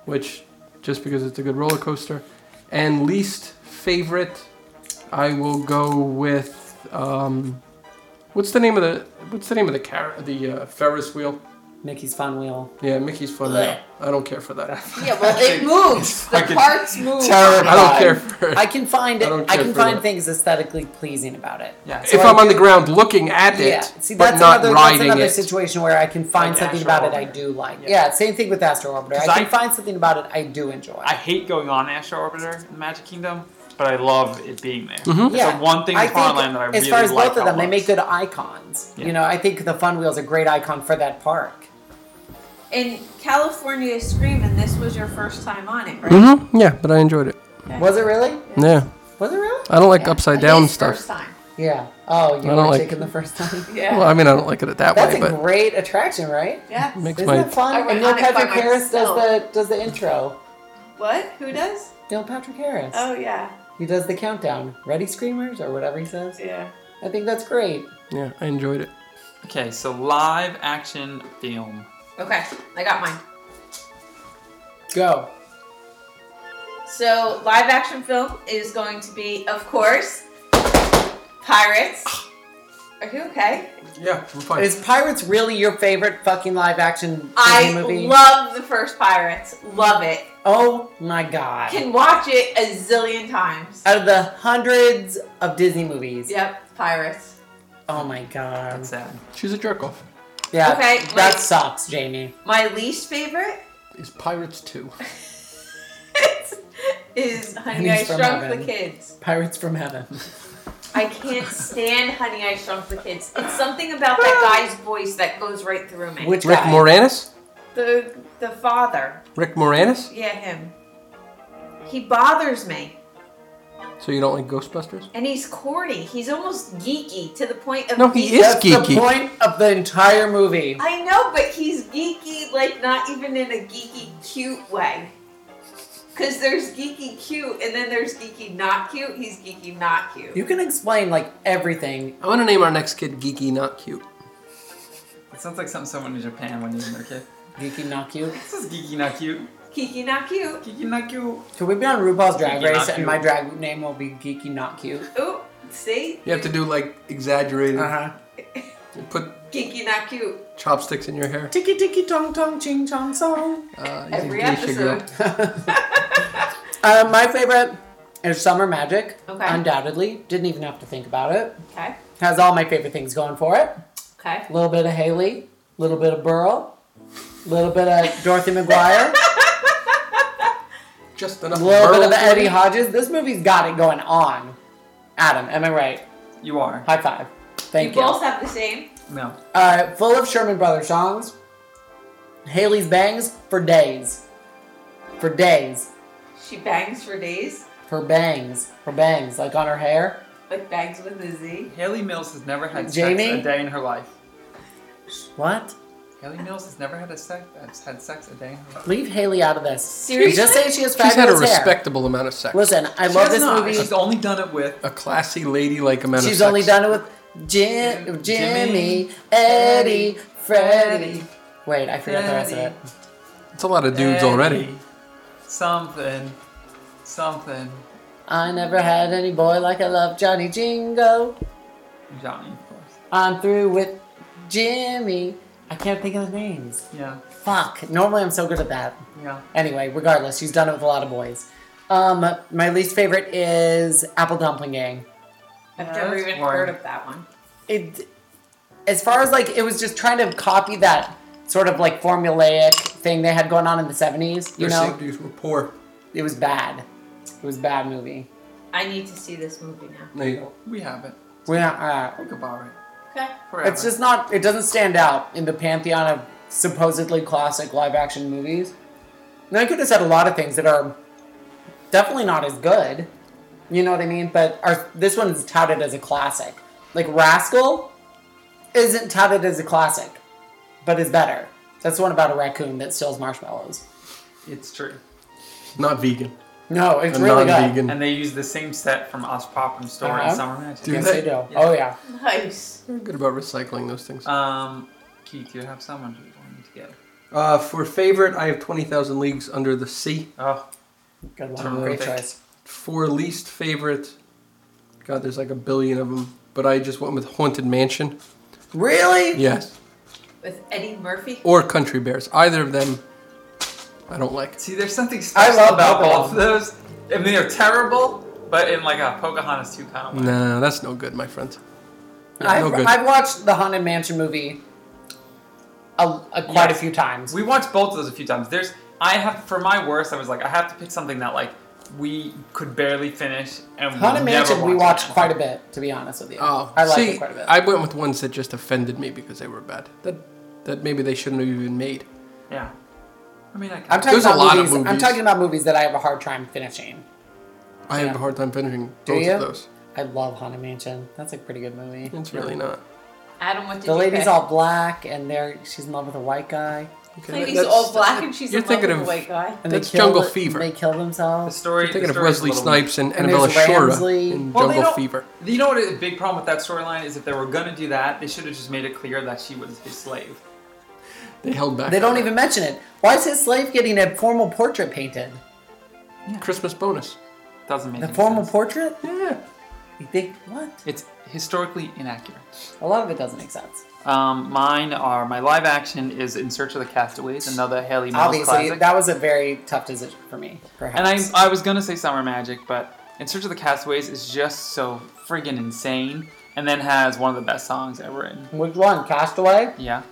Speaker 4: which just because it's a good roller coaster, and least favorite, I will go with um, what's the name of the what's the name of the car the uh, Ferris wheel?
Speaker 1: Mickey's Fun Wheel.
Speaker 4: Yeah, Mickey's fun. Wheel. I don't care
Speaker 1: [laughs]
Speaker 4: for that.
Speaker 2: Yeah, well, it moves. The
Speaker 3: fucking
Speaker 2: parts move.
Speaker 1: Terrified.
Speaker 4: I don't care for.
Speaker 1: I can find
Speaker 4: I
Speaker 1: it.
Speaker 4: don't
Speaker 1: I
Speaker 4: care
Speaker 1: can
Speaker 4: for
Speaker 1: find
Speaker 4: that.
Speaker 1: things aesthetically pleasing about it.
Speaker 3: yeah.
Speaker 4: if
Speaker 1: I
Speaker 4: I'm on the
Speaker 1: do-
Speaker 4: ground looking at it,
Speaker 1: Yeah. See,
Speaker 4: but
Speaker 1: that's
Speaker 4: not
Speaker 1: another, that's
Speaker 4: riding
Speaker 1: another
Speaker 4: it.
Speaker 1: situation where I can find
Speaker 3: Like
Speaker 1: something
Speaker 3: Astro
Speaker 1: about it I
Speaker 3: Orbiter.
Speaker 1: do like. Yeah.
Speaker 3: Yeah.
Speaker 1: same thing with Astro Orbiter. I
Speaker 3: 'Cause
Speaker 1: can
Speaker 3: I-
Speaker 1: find something about it I do enjoy.
Speaker 3: I hate going on Astro Orbiter in Magic Kingdom, but I love it being there.
Speaker 4: Mhm.
Speaker 3: It's the one thing in
Speaker 1: I think
Speaker 3: Farland that I really
Speaker 1: As far as
Speaker 3: like
Speaker 1: both of
Speaker 3: how
Speaker 1: them, they
Speaker 3: it
Speaker 1: make
Speaker 3: looks.
Speaker 1: good icons.
Speaker 3: Yeah.
Speaker 1: You know, I think the Fun Wheel is a great icon for that park.
Speaker 2: And California Screaming, this was your first time on it, right?
Speaker 4: Mm-hmm. Yeah, but I enjoyed it.
Speaker 1: Was it really?
Speaker 4: Yeah,
Speaker 1: Was it really?
Speaker 4: I don't like upside down
Speaker 2: His
Speaker 4: stuff.
Speaker 2: First time.
Speaker 1: Yeah. Oh, you
Speaker 4: I don't
Speaker 1: were
Speaker 4: like-
Speaker 1: taken the first time.
Speaker 2: Yeah.
Speaker 4: Well, I mean, I don't like it that
Speaker 1: That's
Speaker 4: way,
Speaker 1: a
Speaker 4: but
Speaker 1: great attraction, right?
Speaker 2: yeah.
Speaker 4: Makes
Speaker 1: Isn't
Speaker 4: my-
Speaker 1: it
Speaker 2: I
Speaker 1: fun?
Speaker 2: went
Speaker 1: And Neil
Speaker 2: on it by
Speaker 1: Patrick Harris does
Speaker 2: myself.
Speaker 1: the does the intro.
Speaker 2: What? Who does?
Speaker 1: Neil Patrick Harris.
Speaker 2: Oh yeah.
Speaker 1: He does the countdown. Ready screamers or whatever he says.
Speaker 2: Yeah.
Speaker 1: I think that's great.
Speaker 4: yeah, I enjoyed it.
Speaker 3: Okay, so live action film.
Speaker 2: Okay, I got mine.
Speaker 1: Go.
Speaker 2: So live action film is going to be, of course, Pirates. Are you okay?
Speaker 4: Yeah, I'm fine.
Speaker 1: Is Pirates really your favorite fucking live action Disney
Speaker 2: I
Speaker 1: movie?
Speaker 2: love the first Pirates. Love it.
Speaker 1: oh my god.
Speaker 2: Can watch it a zillion times.
Speaker 1: Out of the hundreds of Disney movies.
Speaker 2: Yep, Pirates.
Speaker 1: Oh my god.
Speaker 3: That's sad.
Speaker 4: She's a jerk off.
Speaker 1: Yeah.
Speaker 2: Okay,
Speaker 1: that
Speaker 2: wait.
Speaker 1: sucks, Jamie.
Speaker 2: My least favorite [laughs]
Speaker 4: Is Pirates 2.
Speaker 2: is Honey,
Speaker 1: He's
Speaker 2: I
Speaker 1: from
Speaker 2: Shrunk
Speaker 1: heaven.
Speaker 2: the Kids.
Speaker 1: Pirates from
Speaker 4: [laughs]
Speaker 1: Heaven.
Speaker 2: I can't stand Honey, I Shrunk the Kids. It's something about that guy's voice that goes right through me.
Speaker 1: Which
Speaker 4: Rick
Speaker 1: guy?
Speaker 4: Moranis?
Speaker 2: the the father.
Speaker 4: Rick Moranis?
Speaker 2: Yeah, him. He bothers me.
Speaker 4: So you don't like Ghostbusters?
Speaker 2: And he's corny. He's almost geeky to the point of
Speaker 4: No, he
Speaker 2: being-
Speaker 4: is
Speaker 1: That's the
Speaker 4: geeky.
Speaker 1: point of the entire movie.
Speaker 2: I know, but he's geeky, like not even in a geeky cute way. Cause there's geeky cute, and then there's geeky not cute. He's geeky not cute.
Speaker 1: You can explain like everything.
Speaker 4: I want to name our next kid Geeky Not Cute.
Speaker 3: It sounds like something someone in Japan would name their kid.
Speaker 1: Geeky not cute.
Speaker 3: This is geeky not cute.
Speaker 2: Geeky not cute.
Speaker 3: Geeky not cute.
Speaker 1: Could we be on RuPaul's Drag
Speaker 3: Geeky
Speaker 1: Race
Speaker 3: Not
Speaker 1: and
Speaker 3: Cute.
Speaker 1: my drag name will be Geeky Not Cute?
Speaker 2: Oh, see,
Speaker 4: You have to do like exaggerated.
Speaker 1: Uh-huh.
Speaker 4: Put
Speaker 2: geeky not cute.
Speaker 4: chopsticks in your hair.
Speaker 1: Ticky ticky tong tong ching chong song. [laughs]
Speaker 4: Uh, you
Speaker 2: Every
Speaker 4: geisha girl.
Speaker 2: episode. [laughs]
Speaker 1: Uh, my favorite is Summer Magic.
Speaker 2: Okay.
Speaker 1: Undoubtedly. Didn't even have to think about it.
Speaker 2: Okay.
Speaker 1: Has all my favorite things going for it.
Speaker 2: Okay.
Speaker 1: A little bit of Haley, a little bit of Burl, a little bit of
Speaker 2: [laughs]
Speaker 1: Dorothy McGuire,
Speaker 4: Just enough.
Speaker 1: a little bit
Speaker 4: Merle
Speaker 1: of
Speaker 4: to
Speaker 1: Eddie
Speaker 4: it.
Speaker 1: Hodges. This movie's got it going on. Adam, am I right?
Speaker 3: You are.
Speaker 1: High five. Thank you.
Speaker 2: you both have the same.
Speaker 3: No.
Speaker 1: Uh, full of Sherman Brothers songs. Haley's bangs for days. For days.
Speaker 2: She bangs for days,
Speaker 1: Her bangs. Her bangs. Like on her hair.
Speaker 2: like bangs with a Z.
Speaker 3: Haley Mills has never had
Speaker 1: Jamie?
Speaker 3: sex a day in her life.
Speaker 1: What?
Speaker 3: Haley Mills has never had a sex has had sex a day in her life.
Speaker 1: Leave Haley out of this.
Speaker 2: Seriously?
Speaker 1: Just say she has
Speaker 4: She's had a
Speaker 1: fabulous hair.
Speaker 4: respectable amount of sex.
Speaker 1: Listen, I
Speaker 3: She
Speaker 1: love
Speaker 3: has
Speaker 1: this
Speaker 3: not.
Speaker 1: movie.
Speaker 3: She's only done it with
Speaker 4: a classy lady-like amount of sex.
Speaker 1: She's only done it with Jim,
Speaker 3: Jimmy,
Speaker 1: Jimmy, Eddie, Freddie. Wait, I forgot the rest of it.
Speaker 3: Freddie,
Speaker 4: It's a lot of dudes already.
Speaker 3: Eddie, Something. Something.
Speaker 1: I never had any boy like I love Johnny Jingo.
Speaker 3: Johnny, of course.
Speaker 1: I'm through with Jimmy. I can't think of the names.
Speaker 3: Yeah.
Speaker 1: Fuck. Normally I'm so good at that.
Speaker 3: Yeah.
Speaker 1: Anyway, regardless, she's done it with a lot of boys. Um, my least favorite is Apple Dumpling Gang.
Speaker 2: I've
Speaker 3: Yeah,
Speaker 2: never
Speaker 3: that's
Speaker 2: even
Speaker 3: boring.
Speaker 2: heard of that one.
Speaker 1: It, as far as like, it was just trying to copy that sort of like formulaic thing they had going on in the 70s, you
Speaker 4: Their
Speaker 1: know?
Speaker 4: safeties were poor.
Speaker 1: It was bad. It was a bad movie.
Speaker 2: I need to see this movie now.
Speaker 4: There you go.
Speaker 3: We have it.
Speaker 1: We're not, uh,
Speaker 3: Think about it.
Speaker 2: Okay.
Speaker 3: Forever.
Speaker 1: it's just not. It doesn't stand out in the pantheon of supposedly classic live-action movies. And I could have said a lot of things that are definitely not as good. You know what I mean? But are, this one's touted as a classic. Like Rascal isn't touted as a classic, but is better. That's the one about a raccoon that steals marshmallows.
Speaker 3: It's true.
Speaker 4: Not vegan.
Speaker 1: No, it's
Speaker 4: a
Speaker 1: really good.
Speaker 4: non-vegan.
Speaker 3: And they use the same set from Oz Pop'em store
Speaker 1: Uh-huh.
Speaker 3: in Summer Magic.
Speaker 4: Dude,
Speaker 1: Yes,
Speaker 4: they-
Speaker 1: they do.
Speaker 3: Yeah.
Speaker 1: Oh yeah.
Speaker 2: Nice.
Speaker 4: They're good about recycling those things.
Speaker 3: Um, Keith, you have someone you want me to get.
Speaker 4: Uh, for favorite, I have twenty thousand leagues under the sea.
Speaker 3: Oh,
Speaker 1: Good one.
Speaker 3: Terrific.
Speaker 1: Great choice.
Speaker 4: For least favorite, God, there's like a billion of them, but I just went with Haunted Mansion.
Speaker 1: Really?
Speaker 4: Yes,
Speaker 2: With Eddie Murphy.
Speaker 4: or Country Bears. Either of them, I don't like.
Speaker 3: see, there's something special
Speaker 1: love
Speaker 3: about
Speaker 1: Pocahontas.
Speaker 3: both of those. I mean, they're terrible, but in like a Pocahontas 2 kind of way.
Speaker 4: Nah, that's no good, my friend. That's
Speaker 1: I've,
Speaker 4: no good.
Speaker 1: I've watched the Haunted Mansion movie a, a quite a
Speaker 3: Yes.
Speaker 1: few times.
Speaker 3: We watched both of those a few times. There's, I have for my worst, I was like, I have to pick something that like we could barely finish and we
Speaker 1: Haunted
Speaker 3: never
Speaker 1: Mansion we
Speaker 3: watched
Speaker 1: watched
Speaker 3: again.
Speaker 1: quite a bit, to be honest with you.
Speaker 4: Oh,
Speaker 1: I like
Speaker 4: see,
Speaker 1: it quite a bit.
Speaker 4: I went with ones that just offended me because they were bad. That that maybe they shouldn't have even made.
Speaker 3: Yeah. I mean, I
Speaker 1: I'm
Speaker 3: can.
Speaker 1: talking
Speaker 4: There's a
Speaker 1: about
Speaker 4: lot of
Speaker 1: movies, I'm
Speaker 4: movies.
Speaker 1: talking about movies that I have a hard time finishing.
Speaker 4: I
Speaker 1: Yeah.
Speaker 4: had a hard time finishing
Speaker 1: Do
Speaker 4: both
Speaker 1: you?
Speaker 4: of those.
Speaker 1: I love Haunted Mansion. That's a pretty good movie.
Speaker 4: It's really not.
Speaker 2: Adam, what did
Speaker 1: The
Speaker 2: you
Speaker 1: lady's
Speaker 2: pick?
Speaker 1: all black, and there she's in love with a white guy,
Speaker 4: Okay,
Speaker 2: The
Speaker 4: that-
Speaker 2: lady's
Speaker 4: that's-
Speaker 2: all black and she's
Speaker 4: you're
Speaker 2: in love
Speaker 4: thinking
Speaker 2: with
Speaker 4: of-
Speaker 2: a white guy.
Speaker 1: and
Speaker 4: That's
Speaker 1: they kill
Speaker 4: Jungle
Speaker 1: the-
Speaker 4: Fever.
Speaker 1: They kill
Speaker 3: The
Speaker 1: themselves.
Speaker 3: story.
Speaker 4: I'm thinking
Speaker 3: the
Speaker 4: of
Speaker 3: story is a
Speaker 4: Wesley
Speaker 3: little-
Speaker 4: Snipes and,
Speaker 1: And
Speaker 4: Annabella
Speaker 1: there's
Speaker 4: Shora
Speaker 1: Ramsley.
Speaker 4: in
Speaker 3: Well, they
Speaker 4: Jungle
Speaker 3: don't-
Speaker 4: Fever.
Speaker 3: You know what? A big problem with that storyline is if they were gonna do that, they should have just made it clear that she was his slave.
Speaker 4: They held back.
Speaker 1: They don't even mention it. Why is his slave getting a formal portrait painted?
Speaker 4: Christmas bonus.
Speaker 3: Doesn't make
Speaker 1: The
Speaker 3: any
Speaker 1: formal
Speaker 3: sense.
Speaker 1: portrait?
Speaker 4: Yeah.
Speaker 1: You think what?
Speaker 3: It's historically inaccurate.
Speaker 1: A lot of it doesn't make sense.
Speaker 3: Um, mine are my live action is In Search of the Castaways, another Haley Mills
Speaker 1: Obviously,
Speaker 3: classic.
Speaker 1: that was a very tough decision for me.
Speaker 3: And I,
Speaker 1: Perhaps.
Speaker 3: I was gonna say Summer Magic, but In Search of the Castaways is just so friggin' insane, and then has one of the best songs ever written.
Speaker 1: Which one? Castaway.
Speaker 3: Yeah,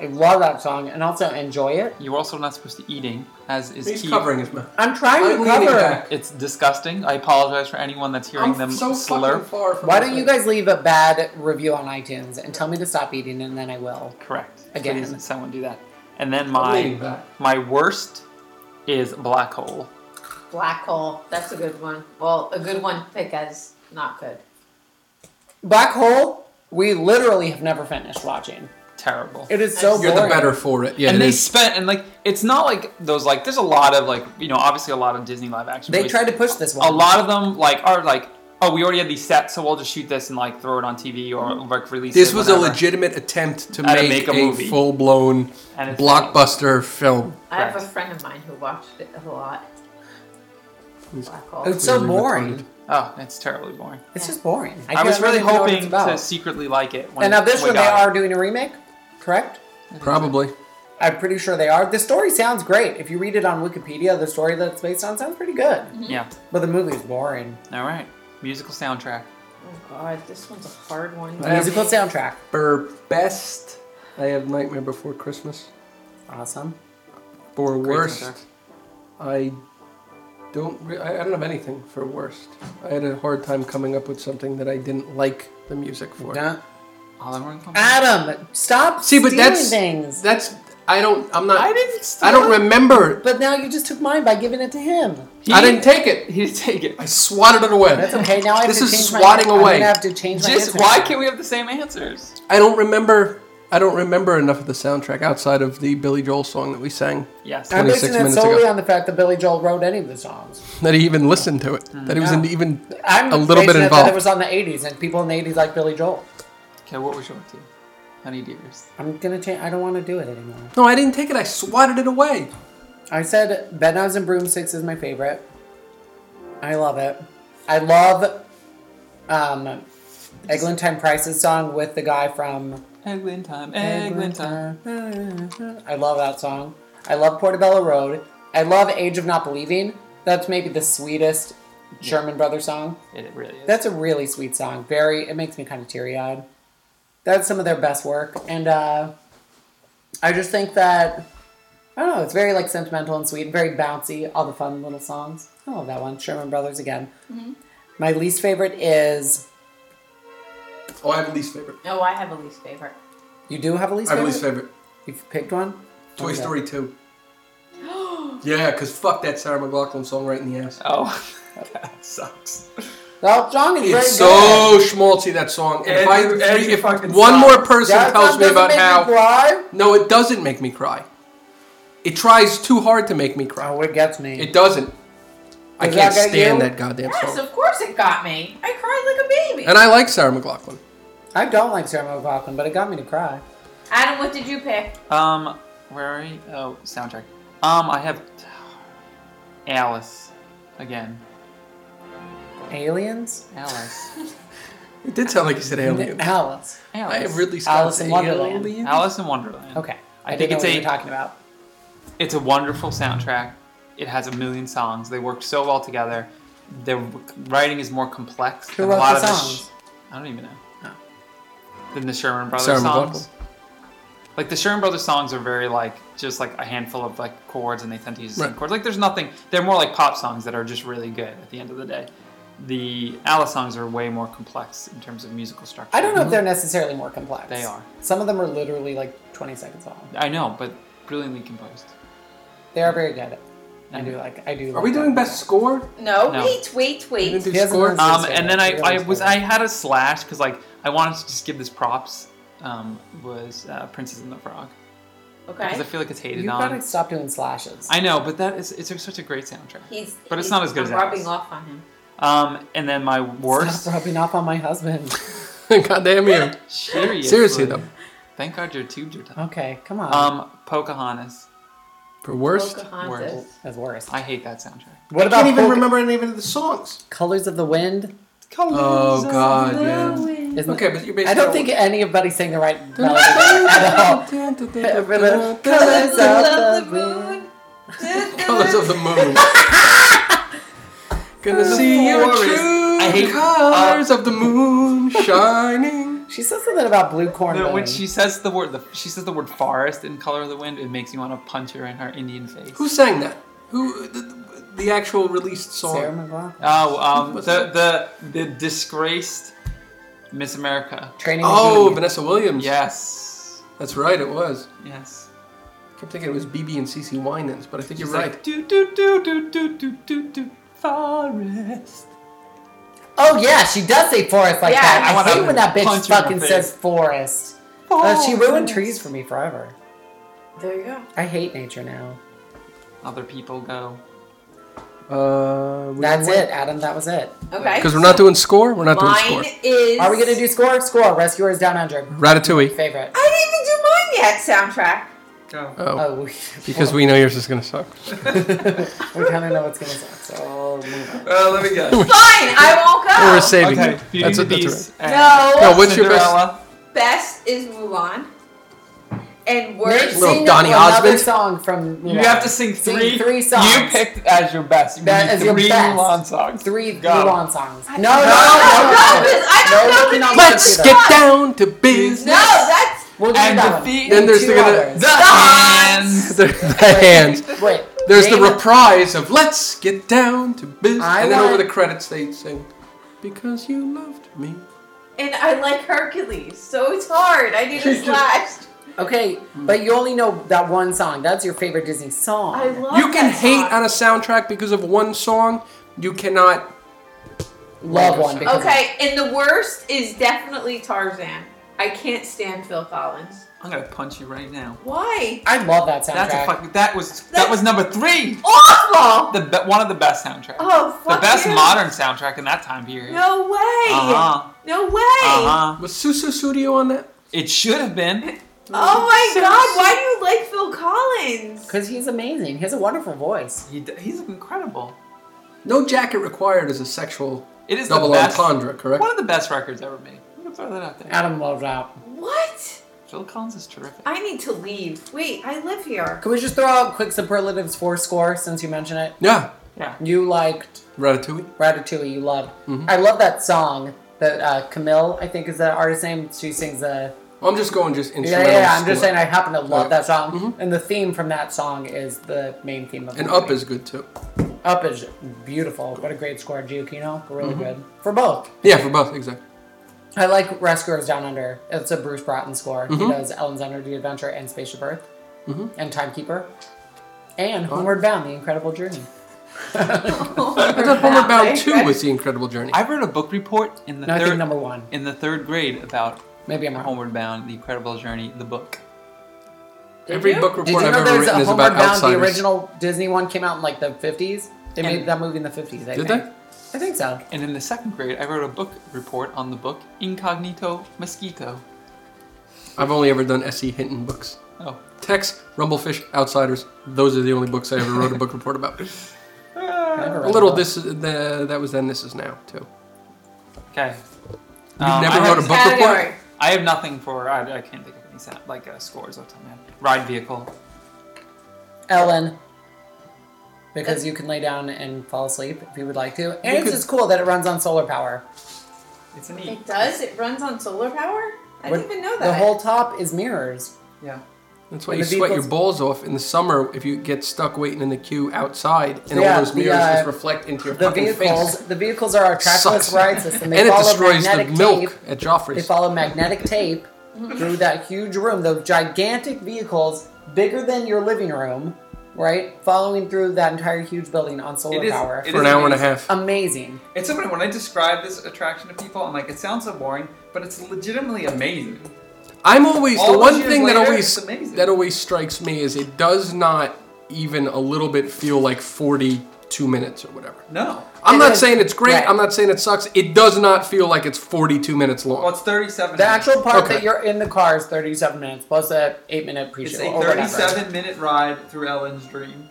Speaker 1: I love that song, and also enjoy it.
Speaker 3: you were also not supposed to eating, as is
Speaker 4: He's
Speaker 3: Keith.
Speaker 4: covering his mouth.
Speaker 1: I'm trying
Speaker 4: I'm
Speaker 1: to
Speaker 4: leaning
Speaker 1: cover.
Speaker 4: back.
Speaker 3: It's disgusting. I apologize for anyone that's hearing
Speaker 4: I'm
Speaker 3: them
Speaker 4: so
Speaker 3: slurp.
Speaker 4: fucking far from
Speaker 1: Why
Speaker 4: the
Speaker 1: don't you
Speaker 4: thing.
Speaker 1: guys leave a bad review on iTunes and tell me to stop eating, and then I will.
Speaker 3: Correct.
Speaker 1: Again.
Speaker 3: Please, someone do that. And then
Speaker 4: I'm leaning
Speaker 3: my
Speaker 4: back.
Speaker 3: my worst is black hole.
Speaker 2: Black hole. That's a good one. Well, a good one to pick as not good.
Speaker 1: Black Hole, we literally have never finished watching.
Speaker 3: Terrible.
Speaker 1: It is so
Speaker 4: You're the
Speaker 1: boring.
Speaker 4: better for it. Yeah.
Speaker 3: and
Speaker 4: it
Speaker 3: they
Speaker 4: is.
Speaker 3: spent and like it's not like those like there's a lot of like you know obviously a lot of Disney live action.
Speaker 1: They
Speaker 3: movies.
Speaker 1: tried to push this one.
Speaker 3: a lot of them like are like oh we already have these sets so we'll just shoot this and like throw it on TV or like release.
Speaker 4: This
Speaker 3: it
Speaker 4: was a
Speaker 3: whenever.
Speaker 4: legitimate attempt to
Speaker 3: How to
Speaker 4: make,
Speaker 3: make a
Speaker 4: a,
Speaker 3: movie.
Speaker 4: full blown
Speaker 3: And it's-
Speaker 4: blockbuster film.
Speaker 2: I have a
Speaker 3: Correct.
Speaker 2: friend of mine who watched it a lot. Black hole.
Speaker 1: It's so
Speaker 4: Really
Speaker 1: boring.
Speaker 4: retarded.
Speaker 3: Oh, it's terribly boring.
Speaker 1: It's just boring.
Speaker 3: I, was
Speaker 1: can't
Speaker 3: really
Speaker 1: even know what it's
Speaker 3: hoping
Speaker 1: about.
Speaker 3: to Oh secretly like it. When
Speaker 1: And now this
Speaker 3: when
Speaker 1: one,
Speaker 3: we
Speaker 1: they
Speaker 3: got
Speaker 1: are
Speaker 3: it.
Speaker 1: doing a remake, correct?
Speaker 4: Probably.
Speaker 1: I'm pretty sure they are. The story sounds great. If you read it on Wikipedia, the story that's based on sounds pretty good.
Speaker 3: Yeah.
Speaker 1: But the movie's boring.
Speaker 3: All right. Musical soundtrack.
Speaker 2: Oh god, this one's a hard one.
Speaker 4: I have-
Speaker 1: Musical soundtrack.
Speaker 4: For best, I have Nightmare Before Christmas.
Speaker 1: Awesome.
Speaker 4: For
Speaker 3: Great
Speaker 4: worst,
Speaker 3: soundtrack.
Speaker 4: I don't. Re- I I don't have anything for worst. I had a hard time coming up with something that I didn't like the music for.
Speaker 1: Yeah.
Speaker 3: All everyone comes.
Speaker 1: Ah, Adam, stop
Speaker 4: See, but
Speaker 1: stealing
Speaker 4: that's
Speaker 1: things.
Speaker 4: that's. I don't. I'm not.
Speaker 3: I didn't
Speaker 4: I don't remember.
Speaker 1: but now you just took mine by giving it to him.
Speaker 4: I didn't take it.
Speaker 3: He didn't take it.
Speaker 4: I swatted it away.
Speaker 1: That's okay. Now I have
Speaker 4: This
Speaker 1: to
Speaker 4: is
Speaker 1: change
Speaker 4: swatting
Speaker 1: my, I'm
Speaker 4: away.
Speaker 1: gonna have to change my
Speaker 3: Just
Speaker 1: answer.
Speaker 3: why can't we have the same answers?
Speaker 4: I don't remember. I don't remember enough of the soundtrack outside of the Billy Joel song that we sang.
Speaker 3: Yes.
Speaker 1: I'm
Speaker 4: 26
Speaker 1: basing that
Speaker 4: minutes
Speaker 1: solely
Speaker 4: ago.
Speaker 1: on the fact that Billy Joel wrote any of the songs.
Speaker 4: That he even listened to it. That he was
Speaker 1: Yeah.
Speaker 4: in even
Speaker 1: I'm
Speaker 4: a little
Speaker 1: basing
Speaker 4: bit
Speaker 1: it That
Speaker 4: involved.
Speaker 1: it was on the '80s, and people in the '80s like Billy Joel.
Speaker 3: Okay, what was your two? Honey dears.
Speaker 1: I'm gonna change. I don't want to do it anymore.
Speaker 4: no, I didn't take it. I swatted it away.
Speaker 1: I said Bedknobs and Broomsticks is my favorite. I love it. I love um, Eglantine Price's song with the guy from
Speaker 3: Eglin time. Eglin time.
Speaker 1: I love that song. I love Portobello Road. I love Age of Not Believing. That's maybe the sweetest Sherman Brothers song.
Speaker 3: It really is.
Speaker 1: That's a really sweet song. Very, it makes me kind of teary eyed. That's some of their best work, and uh, I just think that I don't know. It's very like sentimental and sweet, and very bouncy. All the fun little songs. I love that one. Sherman Brothers again.
Speaker 3: Mm-hmm.
Speaker 1: My least favorite is
Speaker 4: Oh, I have a least favorite.
Speaker 2: No, I have a least favorite.
Speaker 1: you do have a least
Speaker 4: I have a
Speaker 1: favorite.
Speaker 4: least favorite.
Speaker 1: You've picked one.
Speaker 4: Toy
Speaker 1: Okay.
Speaker 4: Story 2. yeah, because fuck that Sarah McLaughlin song right in the ass.
Speaker 3: Oh, that sucks.
Speaker 1: That song is very
Speaker 4: It's
Speaker 1: good.
Speaker 4: so schmaltzy, that song. And if,
Speaker 3: Ed,
Speaker 4: I,
Speaker 3: you- Ed, you
Speaker 4: if
Speaker 3: fucking
Speaker 4: one
Speaker 3: suck.
Speaker 4: more person
Speaker 1: That
Speaker 4: tells
Speaker 1: song
Speaker 4: me
Speaker 1: doesn't
Speaker 4: about
Speaker 1: make
Speaker 4: how.
Speaker 1: cry?
Speaker 4: No, it doesn't make me cry. It tries too hard to make me cry.
Speaker 1: Oh, it gets me.
Speaker 4: It doesn't. I
Speaker 1: Does
Speaker 4: can't
Speaker 1: that get
Speaker 4: stand
Speaker 1: you?
Speaker 4: that goddamn
Speaker 2: Yes,
Speaker 4: song.
Speaker 2: of course it got me. I cried like a baby.
Speaker 4: And I like Sarah McLaughlin.
Speaker 1: I don't like Sarah McLaughlin, but it got me to cry.
Speaker 2: Adam, what did you pick?
Speaker 3: Um, where are we? Oh, soundtrack. Um, I have Alice again.
Speaker 1: Aliens?
Speaker 3: Alice.
Speaker 4: It did sound like you said alien.
Speaker 1: Aliens.
Speaker 4: I have
Speaker 3: Alice.
Speaker 4: Ridley Scott's
Speaker 1: Alice in Wonderland.
Speaker 4: Alien.
Speaker 3: Alice in Wonderland.
Speaker 1: Okay.
Speaker 3: I
Speaker 1: didn't
Speaker 3: think it's
Speaker 1: know what
Speaker 3: a-
Speaker 1: you were talking about.
Speaker 3: It's a wonderful soundtrack. It has a million songs. They work so well together. The writing is more complex.
Speaker 1: Who
Speaker 3: than
Speaker 1: wrote
Speaker 3: a lot
Speaker 1: the
Speaker 3: of
Speaker 1: songs? Oh.
Speaker 3: The sh- I don't even know. Than the Sherman Brothers
Speaker 4: Sarah
Speaker 3: songs. Like the Sherman Brothers songs are very like just like a handful of like chords, and they tend to use the same
Speaker 4: Right.
Speaker 3: chords. Like there's nothing. They're more like pop songs that are just really good at the end of the day. The Alice songs are way more complex in terms of musical structure.
Speaker 1: I don't know if they're necessarily more complex.
Speaker 3: Mm-hmm. They are.
Speaker 1: Some of them are literally like 20 seconds long.
Speaker 3: I know, but brilliantly composed.
Speaker 1: They are very good. I
Speaker 3: Mm-hmm.
Speaker 1: do like. I do.
Speaker 4: Are we doing best score?
Speaker 2: No,
Speaker 3: No.
Speaker 2: wait, wait,
Speaker 4: We didn't
Speaker 2: wait.
Speaker 4: do
Speaker 1: He has
Speaker 4: score?
Speaker 1: another-
Speaker 3: Um,
Speaker 1: say
Speaker 3: and
Speaker 1: that.
Speaker 3: then I,
Speaker 1: We
Speaker 3: I
Speaker 1: always
Speaker 3: was
Speaker 1: say
Speaker 3: I
Speaker 1: that.
Speaker 3: had a slash because like I wanted to just give this props um, was uh, Princess and the Frog because
Speaker 2: Okay.
Speaker 3: I feel like it's hated
Speaker 1: You
Speaker 3: on.
Speaker 1: gotta stop doing slashes.
Speaker 3: I know, but that is it's such a great soundtrack.
Speaker 2: He's,
Speaker 3: But it's
Speaker 2: he's-
Speaker 3: not as good
Speaker 2: I'm
Speaker 3: as
Speaker 2: rubbing
Speaker 3: Alice.
Speaker 2: off on him.
Speaker 3: Um, and then my worst.
Speaker 1: Stop [laughs] rubbing off on my husband.
Speaker 4: [laughs] goddamn you.
Speaker 3: Seriously.
Speaker 4: Seriously, though.
Speaker 3: Thank God your tubes are done.
Speaker 1: Okay, come on.
Speaker 3: Um, Pocahontas.
Speaker 4: For worst?
Speaker 2: Pocahontas.
Speaker 3: Worst.
Speaker 1: That's worse.
Speaker 3: I hate that soundtrack.
Speaker 1: What
Speaker 4: I
Speaker 1: about
Speaker 4: can't even
Speaker 1: Poca-
Speaker 4: remember any of the songs.
Speaker 1: Colors of the Wind?
Speaker 4: Oh, God, yeah.
Speaker 1: Isn't
Speaker 4: Okay, but you're
Speaker 1: I
Speaker 4: basically.
Speaker 1: don't
Speaker 4: [laughs]
Speaker 1: think anybody's saying the right melody [laughs] at all.
Speaker 4: Colors
Speaker 1: Love the
Speaker 4: of the moon. [laughs] Gonna see your
Speaker 3: forest. I
Speaker 4: true
Speaker 3: hate-
Speaker 4: colors of the [laughs] moon shining.
Speaker 1: She says something about blue corn.
Speaker 3: The-
Speaker 1: Moon.
Speaker 3: when she says the word, the, she says the word forest in Color of the Wind. It makes me want to punch her in her Indian face.
Speaker 4: Who sang that? Who the, the actual released
Speaker 1: Sarah
Speaker 4: song?
Speaker 1: McLaughlin.
Speaker 3: Oh,
Speaker 4: [laughs]
Speaker 3: um,
Speaker 4: What's
Speaker 3: the, the the disgraced Miss America.
Speaker 1: Training.
Speaker 4: Oh,
Speaker 1: Regime.
Speaker 4: Vanessa Williams.
Speaker 3: Yes.
Speaker 4: that's right. It was.
Speaker 3: Yes.
Speaker 4: I kept thinking it was BB and CC Winans, but I think
Speaker 3: She's
Speaker 4: you're
Speaker 3: like,
Speaker 4: right.
Speaker 3: Do do do do do do do do forest.
Speaker 1: Oh yeah, she does say forest like
Speaker 2: Yeah,
Speaker 1: that.
Speaker 2: I
Speaker 1: I,
Speaker 3: wanna
Speaker 1: hate when that bitch
Speaker 3: punch her in
Speaker 1: fucking
Speaker 3: the
Speaker 1: says
Speaker 3: face.
Speaker 1: forest. Uh,
Speaker 3: Oh,
Speaker 1: she ruined trees for me forever.
Speaker 2: [laughs] There you go.
Speaker 1: I hate nature now.
Speaker 3: Other people go.
Speaker 4: Uh, we
Speaker 1: That's it, Adam. That was it.
Speaker 2: Okay.
Speaker 4: Because we're not doing score. We're not
Speaker 2: Mine
Speaker 4: doing score.
Speaker 2: is.
Speaker 1: Are we gonna do score? Score. Rescuers down under.
Speaker 4: Ratatouille.
Speaker 1: Favorite.
Speaker 2: I didn't even do mine yet. Soundtrack.
Speaker 3: Go.
Speaker 4: Oh,
Speaker 1: Oh, we,
Speaker 4: because we know yours is gonna suck.
Speaker 1: [laughs] we kind of know what's gonna suck. So move on.
Speaker 3: Uh, let me
Speaker 4: [laughs]
Speaker 3: guess.
Speaker 2: Fine, I won't go.
Speaker 4: We're saving
Speaker 3: okay.
Speaker 4: it.
Speaker 3: Beauty
Speaker 4: That's,
Speaker 3: and the
Speaker 4: that's
Speaker 3: Beast.
Speaker 4: right.
Speaker 3: and
Speaker 2: No.
Speaker 4: No, what's your best?
Speaker 3: Cinderella.
Speaker 2: Best is Mulan. And
Speaker 1: Nate,
Speaker 2: worst.
Speaker 4: Little
Speaker 1: sing
Speaker 4: Donny
Speaker 1: another
Speaker 4: Osmond.
Speaker 1: song from Mulan.
Speaker 3: You have to sing
Speaker 1: Sing
Speaker 3: three.
Speaker 1: three songs.
Speaker 3: You picked as your best. You
Speaker 1: That
Speaker 3: need
Speaker 1: is your
Speaker 3: three
Speaker 1: best.
Speaker 3: Mulan songs.
Speaker 1: three
Speaker 3: Go.
Speaker 1: Mulan songs. No, no, no,
Speaker 2: I don't know
Speaker 1: no.
Speaker 2: this. I
Speaker 1: No,
Speaker 2: don't know
Speaker 1: looking
Speaker 2: this.
Speaker 1: on
Speaker 4: Let's
Speaker 1: computer.
Speaker 4: get down to business. [laughs]
Speaker 2: No, that's.
Speaker 1: We'll do
Speaker 3: And
Speaker 1: that
Speaker 3: the
Speaker 1: one.
Speaker 3: feet.
Speaker 4: Then there's
Speaker 1: Two
Speaker 4: the, gonna,
Speaker 1: others.
Speaker 3: the hands.
Speaker 4: the, the hands.
Speaker 1: Wait.
Speaker 4: There's the
Speaker 1: name-
Speaker 4: reprise of "Let's get down to business,"
Speaker 1: I
Speaker 4: and then
Speaker 1: want-
Speaker 4: over the credits they sing "Because you loved me."
Speaker 2: And I like Hercules, so it's hard. I need a slash.
Speaker 1: Okay, but you only know that one song. That's your favorite Disney song.
Speaker 2: I love
Speaker 4: You can
Speaker 2: that
Speaker 4: hate
Speaker 2: song.
Speaker 4: on a soundtrack because of one song. You cannot.
Speaker 1: love one. Because
Speaker 2: Okay, and the worst is definitely Tarzan. I can't stand Phil Collins.
Speaker 3: I'm gonna punch you right now.
Speaker 2: Why?
Speaker 1: I love that soundtrack.
Speaker 3: That's a fucking. That was that
Speaker 2: That's-
Speaker 3: was number three.
Speaker 2: Awful!
Speaker 3: The be- one of the best soundtracks.
Speaker 2: Oh, fuck
Speaker 3: the best
Speaker 2: you.
Speaker 3: modern soundtrack in that time period.
Speaker 2: No way!
Speaker 3: Uh-huh.
Speaker 2: No way!
Speaker 3: Uh huh.
Speaker 4: Was Susu Studio on that?
Speaker 3: It should have been.
Speaker 2: Oh my god, why do you like Phil Collins?
Speaker 1: Because he's amazing. He has a wonderful voice.
Speaker 3: [laughs] He, d- he's incredible.
Speaker 4: No jacket required is a sexual
Speaker 3: It is
Speaker 4: double
Speaker 3: the best,
Speaker 4: entendre, correct?
Speaker 3: one of the best records ever made. I'm gonna throw that out there.
Speaker 1: Adam loves that.
Speaker 2: What?
Speaker 3: Phil Collins is terrific.
Speaker 2: I need to leave. Wait, I live here.
Speaker 1: Can we just throw out quick superlatives for score since you mentioned it?
Speaker 4: Yeah,
Speaker 3: yeah.
Speaker 1: You liked
Speaker 4: Ratatouille.
Speaker 1: Ratatouille. You loved. I love that song that uh, Camille, I think, is the artist's name. She sings the.
Speaker 4: I'm just going just
Speaker 1: Yeah,
Speaker 4: instrumental.
Speaker 1: yeah, yeah. I'm just
Speaker 4: score.
Speaker 1: saying I happen to love
Speaker 4: Okay.
Speaker 1: that song, and the theme from that song is the main theme of. the
Speaker 4: And Up
Speaker 1: movie.
Speaker 4: is good too.
Speaker 1: Up is beautiful. What a great score, Duke. You know, really good for both.
Speaker 4: Yeah, for
Speaker 1: [laughs]
Speaker 4: both, exactly.
Speaker 1: I like Rescuers Down Under. It's a Bruce Broughton score.
Speaker 4: Mm-hmm.
Speaker 1: He does Ellen's Energy Adventure and Spaceship Earth and Timekeeper and Homeward Bound, The Incredible Journey.
Speaker 4: I thought Homeward Bound
Speaker 2: Right,
Speaker 4: 2
Speaker 2: right.
Speaker 4: was The Incredible Journey.
Speaker 3: I wrote a book report in the
Speaker 1: No, I think
Speaker 3: third
Speaker 1: number one.
Speaker 3: in the third grade about
Speaker 1: Maybe I'm wrong.
Speaker 3: Homeward Bound, The Incredible Journey, the book.
Speaker 4: Every
Speaker 2: you?
Speaker 4: book
Speaker 1: Did you
Speaker 4: report I've
Speaker 1: know
Speaker 4: ever
Speaker 1: there's a
Speaker 4: written is
Speaker 1: Homeward
Speaker 4: about
Speaker 1: Bound? The
Speaker 4: outsiders.
Speaker 1: original Disney one came out in like the 50s. They
Speaker 3: And-
Speaker 1: made that movie in the 50s, I think.
Speaker 4: Did they?
Speaker 1: I think so.
Speaker 3: And in the second grade, I wrote a book report on the book Incognito Mosquito.
Speaker 4: I've only ever done S.E. Hinton books.
Speaker 3: Oh,
Speaker 4: Tex, Rumblefish, Outsiders. Those are the only books I ever wrote a book report about.
Speaker 1: Never
Speaker 4: A
Speaker 1: read
Speaker 4: little
Speaker 1: the book.
Speaker 4: this is- the, that was then, this is now too.
Speaker 3: okay.
Speaker 4: You
Speaker 3: Um,
Speaker 4: never
Speaker 3: I
Speaker 4: wrote
Speaker 3: have,
Speaker 4: a book report.
Speaker 2: Category.
Speaker 3: I have nothing for. I, I can't think of any sound, like uh, scores off the top of my head. Ride vehicle.
Speaker 1: Ellen. Because you can lay down and fall asleep if you would like to. And it's
Speaker 4: could-
Speaker 1: just cool that it runs on solar power.
Speaker 3: It's an E.
Speaker 2: It does. It runs on solar power. I
Speaker 1: What-
Speaker 2: didn't even know that.
Speaker 1: The whole top is mirrors.
Speaker 3: Yeah.
Speaker 4: That's why
Speaker 1: And
Speaker 4: you
Speaker 1: the
Speaker 4: sweat your
Speaker 1: vehicles-
Speaker 4: balls off in the summer if you get stuck waiting in the queue outside and
Speaker 1: Yeah,
Speaker 4: all those
Speaker 1: the,
Speaker 4: mirrors
Speaker 1: uh,
Speaker 4: just reflect into your
Speaker 1: The
Speaker 4: fucking
Speaker 1: vehicles,
Speaker 4: face.
Speaker 1: the vehicles are our trackless
Speaker 4: Sucks.
Speaker 1: ride system. They
Speaker 4: and it
Speaker 1: follow
Speaker 4: destroys the
Speaker 1: magnetic
Speaker 4: milk
Speaker 1: tape.
Speaker 4: at
Speaker 1: They
Speaker 4: Joffrey's.
Speaker 1: follow magnetic tape through that huge room. Those gigantic vehicles, bigger than your living room, right? Following through that entire huge building on solar
Speaker 3: It is-
Speaker 1: power.
Speaker 3: it
Speaker 4: for an
Speaker 3: is
Speaker 4: hour and a
Speaker 3: amazing.
Speaker 4: half.
Speaker 1: Amazing.
Speaker 3: It's so funny when I describe this attraction to people, I'm like, it sounds so boring, but it's legitimately amazing.
Speaker 4: I'm always
Speaker 3: All
Speaker 4: the
Speaker 3: those
Speaker 4: one
Speaker 3: years
Speaker 4: thing that
Speaker 3: later,
Speaker 4: always
Speaker 3: it's amazing.
Speaker 4: that always strikes me is it does not even a little bit feel like 42 minutes or whatever.
Speaker 3: No.
Speaker 4: I'm
Speaker 1: It
Speaker 4: not
Speaker 1: is-
Speaker 4: saying it's great.
Speaker 1: right.
Speaker 4: I'm not saying it sucks. It does not feel like it's 42 minutes long.
Speaker 3: Well, it's 37
Speaker 1: The
Speaker 3: minutes.
Speaker 1: actual part
Speaker 4: Okay.
Speaker 1: that you're in the car is 37 minutes plus a eight minute pre
Speaker 3: It's
Speaker 1: show. Oh,
Speaker 3: a 37 minute ride through Ellen's dream.